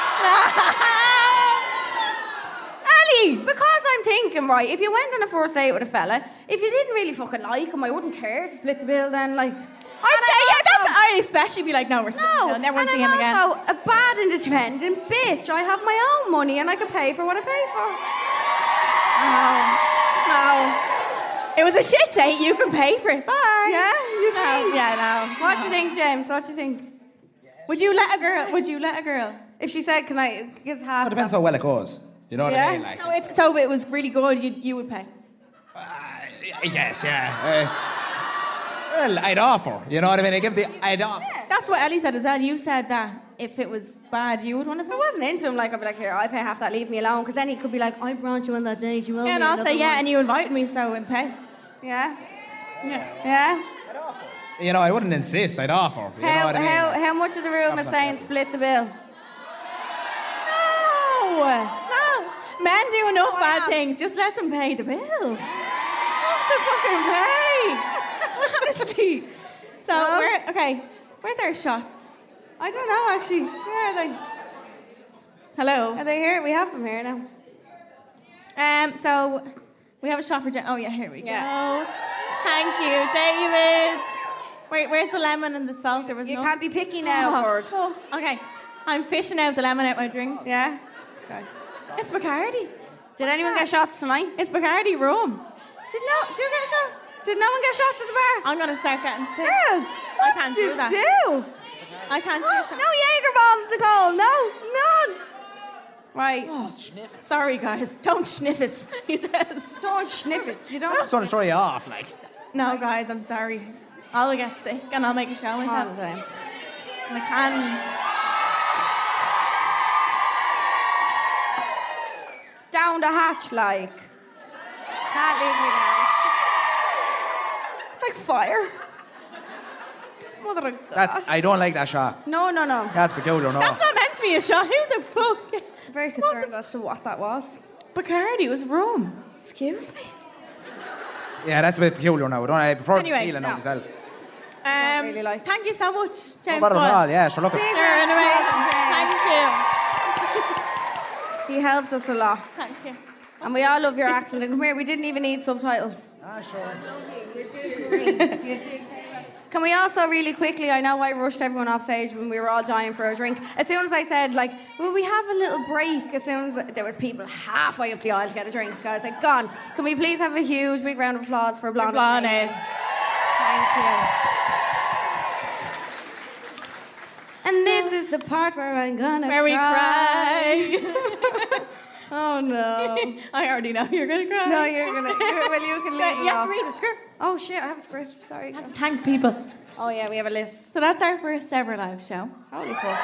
Speaker 4: Ellie! Because I'm thinking, right, if you went on a first date with a fella, if you didn't really fucking like him, I wouldn't care to split the bill then, like.
Speaker 7: I'd say yeah. That's. I'd especially be like, no, we're splitting.
Speaker 4: No,
Speaker 7: I'll never
Speaker 4: and
Speaker 7: see him
Speaker 4: I'm
Speaker 7: again.
Speaker 4: also a bad independent bitch. I have my own money and I can pay for what I pay for.
Speaker 7: No, no. It was a shit date. You can pay for it. Bye.
Speaker 4: Yeah, you
Speaker 7: No,
Speaker 4: think?
Speaker 7: yeah, no.
Speaker 4: What do you think, James? What do you think?
Speaker 7: Would you let a girl? Would you let a girl?
Speaker 4: If she said, "Can I?" Because half.
Speaker 11: It depends how well it goes. You know what I mean? Like,
Speaker 7: so, if, so if it was really good, you you would pay.
Speaker 11: uh, I guess, yeah. Uh, well, I'd offer. You know what I mean? I give the. I'd offer.
Speaker 7: That's what Ellie said as well. You said that if it was bad, you would want to pay.
Speaker 4: I wasn't into him. Like I'd be like, "Here, I pay half that. Leave me alone." Because then he could be like, "I brought you on that date. You owe
Speaker 7: Yeah, and
Speaker 4: me
Speaker 7: I'll
Speaker 4: another
Speaker 7: say yeah,
Speaker 4: one."
Speaker 7: and you invited me, so and pay.
Speaker 4: yeah,
Speaker 7: Yeah.
Speaker 4: yeah.
Speaker 11: You know, I wouldn't insist. I'd offer. You know
Speaker 4: how,
Speaker 11: what I mean?
Speaker 4: how, how much of the room is saying split the bill?
Speaker 7: No, no. Men do enough
Speaker 4: Oh,
Speaker 7: bad things. Just let them pay the bill. Let them fucking pay. Honestly. So where? Okay. Where's our shots?
Speaker 4: I don't know actually. Where are they?
Speaker 7: Hello.
Speaker 4: Are they here? We have them here now.
Speaker 7: Um, so we have a shot for Jen. Oh yeah, here we go. Thank you, David. Wait, where's the lemon and the salt? There was
Speaker 4: You
Speaker 7: no.
Speaker 4: can't be picky now, Cord.
Speaker 7: Oh, okay, I'm fishing out the lemon out my drink.
Speaker 4: Yeah.
Speaker 7: It's Bacardi.
Speaker 4: Did anyone get shots tonight?
Speaker 7: It's Bacardi rum.
Speaker 4: Did no? Did you get a shot? Did no one get shots at the bar?
Speaker 7: I'm gonna start getting sick.
Speaker 4: Yes.
Speaker 7: I can't do that.
Speaker 4: do?
Speaker 7: I can't
Speaker 4: No
Speaker 7: do that.
Speaker 4: Jaeger bombs, Nicole. No, none. Oh, Right.
Speaker 7: Sorry, guys. Don't sniff it. He says.
Speaker 4: Don't sniff it. You
Speaker 11: I'm
Speaker 4: don't.
Speaker 11: just trying to throw you off. Like,
Speaker 7: No, guys. I'm sorry. I'll get sick and I'll make a show myself.
Speaker 4: James.
Speaker 7: I can.
Speaker 4: Down the hatch, like. Can't leave me now. It's like fire. Mother of God.
Speaker 11: that's. I don't like that shot.
Speaker 4: no, no, no.
Speaker 11: That's peculiar, no.
Speaker 7: That's not meant to be a shot. Who the fuck?
Speaker 4: Very concerned as to what that was.
Speaker 7: Bacardi was rum.
Speaker 4: Excuse me?
Speaker 11: Yeah, that's a bit peculiar now. Don't I? Before
Speaker 7: Anyway,
Speaker 11: Neil and
Speaker 7: no.
Speaker 11: myself.
Speaker 7: Um, Thank you so much, James.
Speaker 11: No bother at
Speaker 7: Boyle.
Speaker 11: all. Yeah, sure. Look.
Speaker 7: Sure, anyway, thank
Speaker 4: you. He helped us a lot.
Speaker 7: Thank you.
Speaker 4: And we all love your accent. And come here, we didn't even need subtitles.
Speaker 11: Ah, sure.
Speaker 4: Can we also really quickly? I know I rushed everyone off stage when we were all dying for a drink. As soon as I said, like, will we have a little break? As soon as there was people halfway up the aisle to get a drink, I was like, gone. Can we please have a huge big round of applause for Blonde?
Speaker 7: Blonde.
Speaker 4: Thank you. And this is the part where I'm gonna
Speaker 7: Where we
Speaker 4: oh no!
Speaker 7: I already know you're gonna cry.
Speaker 4: No, you're gonna. You're, well, you can
Speaker 7: You
Speaker 4: leave. it
Speaker 7: have to
Speaker 4: off.
Speaker 7: read the script.
Speaker 4: Oh shit! I have a script. Sorry.
Speaker 7: Thank people.
Speaker 4: Oh yeah, we have a list.
Speaker 7: So that's our first ever live show.
Speaker 4: Holy fuck.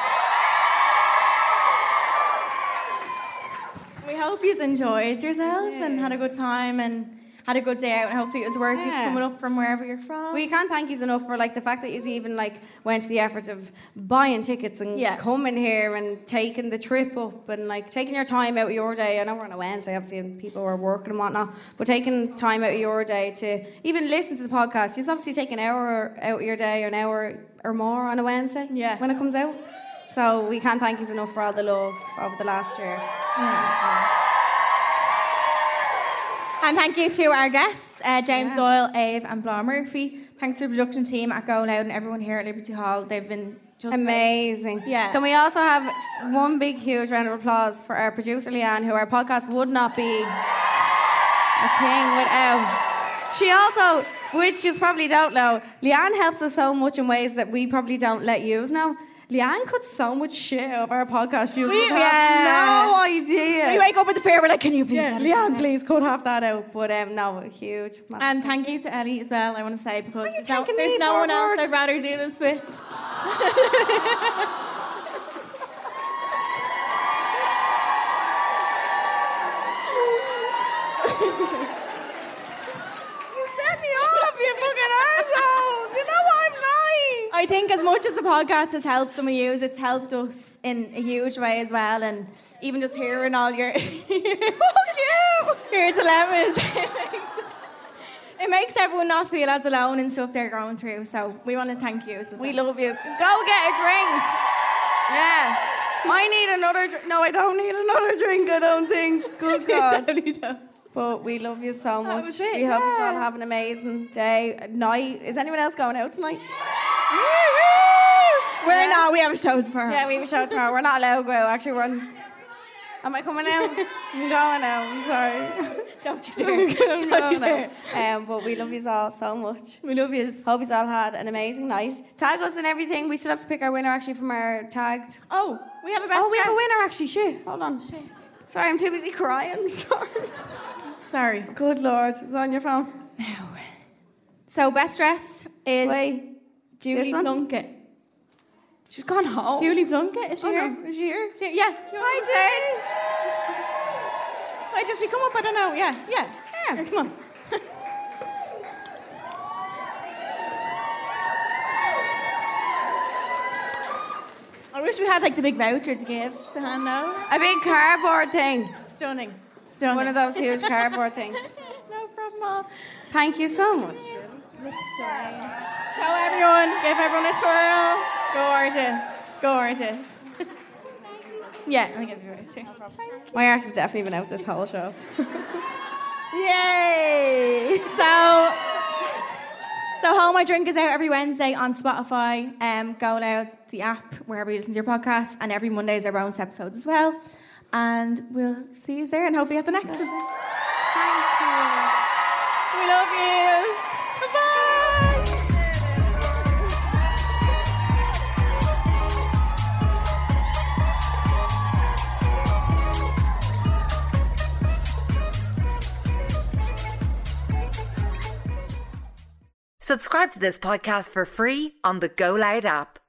Speaker 7: We hope you enjoyed yourselves and had a good time and had a good day out and hopefully it was worth it
Speaker 4: Yeah.
Speaker 7: coming up from wherever you're from.
Speaker 4: We can't thank yous enough for like the fact that you even like went to the effort of buying tickets and coming here and taking the trip up and like taking your time out of your day. I know we're on a Wednesday, obviously, and people are working and whatnot, but taking time out of your day to even listen to the podcast. Just obviously take an hour out of your day, or an hour or more on a Wednesday. Yeah. When it comes out. So we can't thank yous enough for all the love of the last year.
Speaker 7: And thank you to our guests, uh, James Doyle, Ave, and Blah Murphy. Thanks to the production team at Go Loud and everyone here at Liberty Hall. They've been just
Speaker 4: Amazing.
Speaker 7: Yeah.
Speaker 4: Can we also have one big, huge round of applause for our producer, Leanne, who our podcast would not be a thing without. She also, which you probably don't know, Leanne helps us so much in ways that we probably don't let you know. Leanne cuts so much shit out of our podcast. You
Speaker 7: We-
Speaker 4: have
Speaker 7: yeah.
Speaker 4: no idea.
Speaker 7: We wake up with the fair, we're like, can you please
Speaker 4: Yeah,
Speaker 7: cut
Speaker 4: Leanne, please cut half that out. But um, no, huge. Oh,
Speaker 7: And thank you to Ellie as well, I want to say, because there's no,
Speaker 4: taking
Speaker 7: there's
Speaker 4: me
Speaker 7: no
Speaker 4: for a
Speaker 7: one else
Speaker 4: word?
Speaker 7: I'd rather do this with.
Speaker 4: Set me off, you fucking arsehole. You know I'm lying.
Speaker 7: I think as much as the podcast has helped some of you, it's helped us in a huge way as well. And even just hearing all your fuck you, your dilemmas, it makes, it makes everyone not feel as alone and stuff they're going through. So we want to thank you.
Speaker 4: We love you. Go get a drink. Yeah. I need another drink. No, I don't need another drink, I don't think. Good God. But we love you so much.
Speaker 7: was it,
Speaker 4: we hope you
Speaker 7: yeah.
Speaker 4: all have an amazing day, night. Is anyone else going out tonight?
Speaker 7: We're not. We have a show tomorrow.
Speaker 4: Yeah, we have a show tomorrow. We're not allowed to go. out. Actually, we're on. Am I coming out? I'm going out. I'm sorry.
Speaker 7: Don't you dare. Don't you dare.
Speaker 4: Um, but we love you all so much.
Speaker 7: We love you.
Speaker 4: Hope you all had an amazing night. Tag us and everything. We still have to pick our winner actually from our tagged.
Speaker 7: Oh, we have a best
Speaker 4: Oh, we have a
Speaker 7: friend.
Speaker 4: winner actually. Shit. Hold on. Sorry, I'm too busy crying. Sorry.
Speaker 7: Sorry.
Speaker 4: Good lord. It's on your phone.
Speaker 7: So best dressed is
Speaker 4: Wait.
Speaker 7: Julie
Speaker 4: this one?
Speaker 7: Plunkett.
Speaker 4: She's gone home.
Speaker 7: Julie Plunkett, is she
Speaker 4: Oh, no.
Speaker 7: here? Is she here? yeah.
Speaker 4: Hi,
Speaker 7: Julie. Wait, did she come up? I don't know. Yeah, yeah. Here, come on. I wish we had like the big voucher to give to hand out.
Speaker 4: A big cardboard thing.
Speaker 7: Stunning. Stunning.
Speaker 4: One of those huge cardboard things.
Speaker 7: No problem at all.
Speaker 4: Thank you so much.
Speaker 7: Show everyone, give everyone a twirl. Gorgeous. Gorgeous. yeah, I'll give you a voucher.
Speaker 4: My arse has definitely been out this whole show.
Speaker 7: Yay! So, so Hold My Drink is out every Wednesday on Spotify, um, Go Loud, the app, wherever you listen to your podcast, and every Monday is our bonus episodes as well. And we'll see you there and hopefully at the next one. We love you. Bye-bye.
Speaker 1: Subscribe to this podcast for free on the Go Loud app.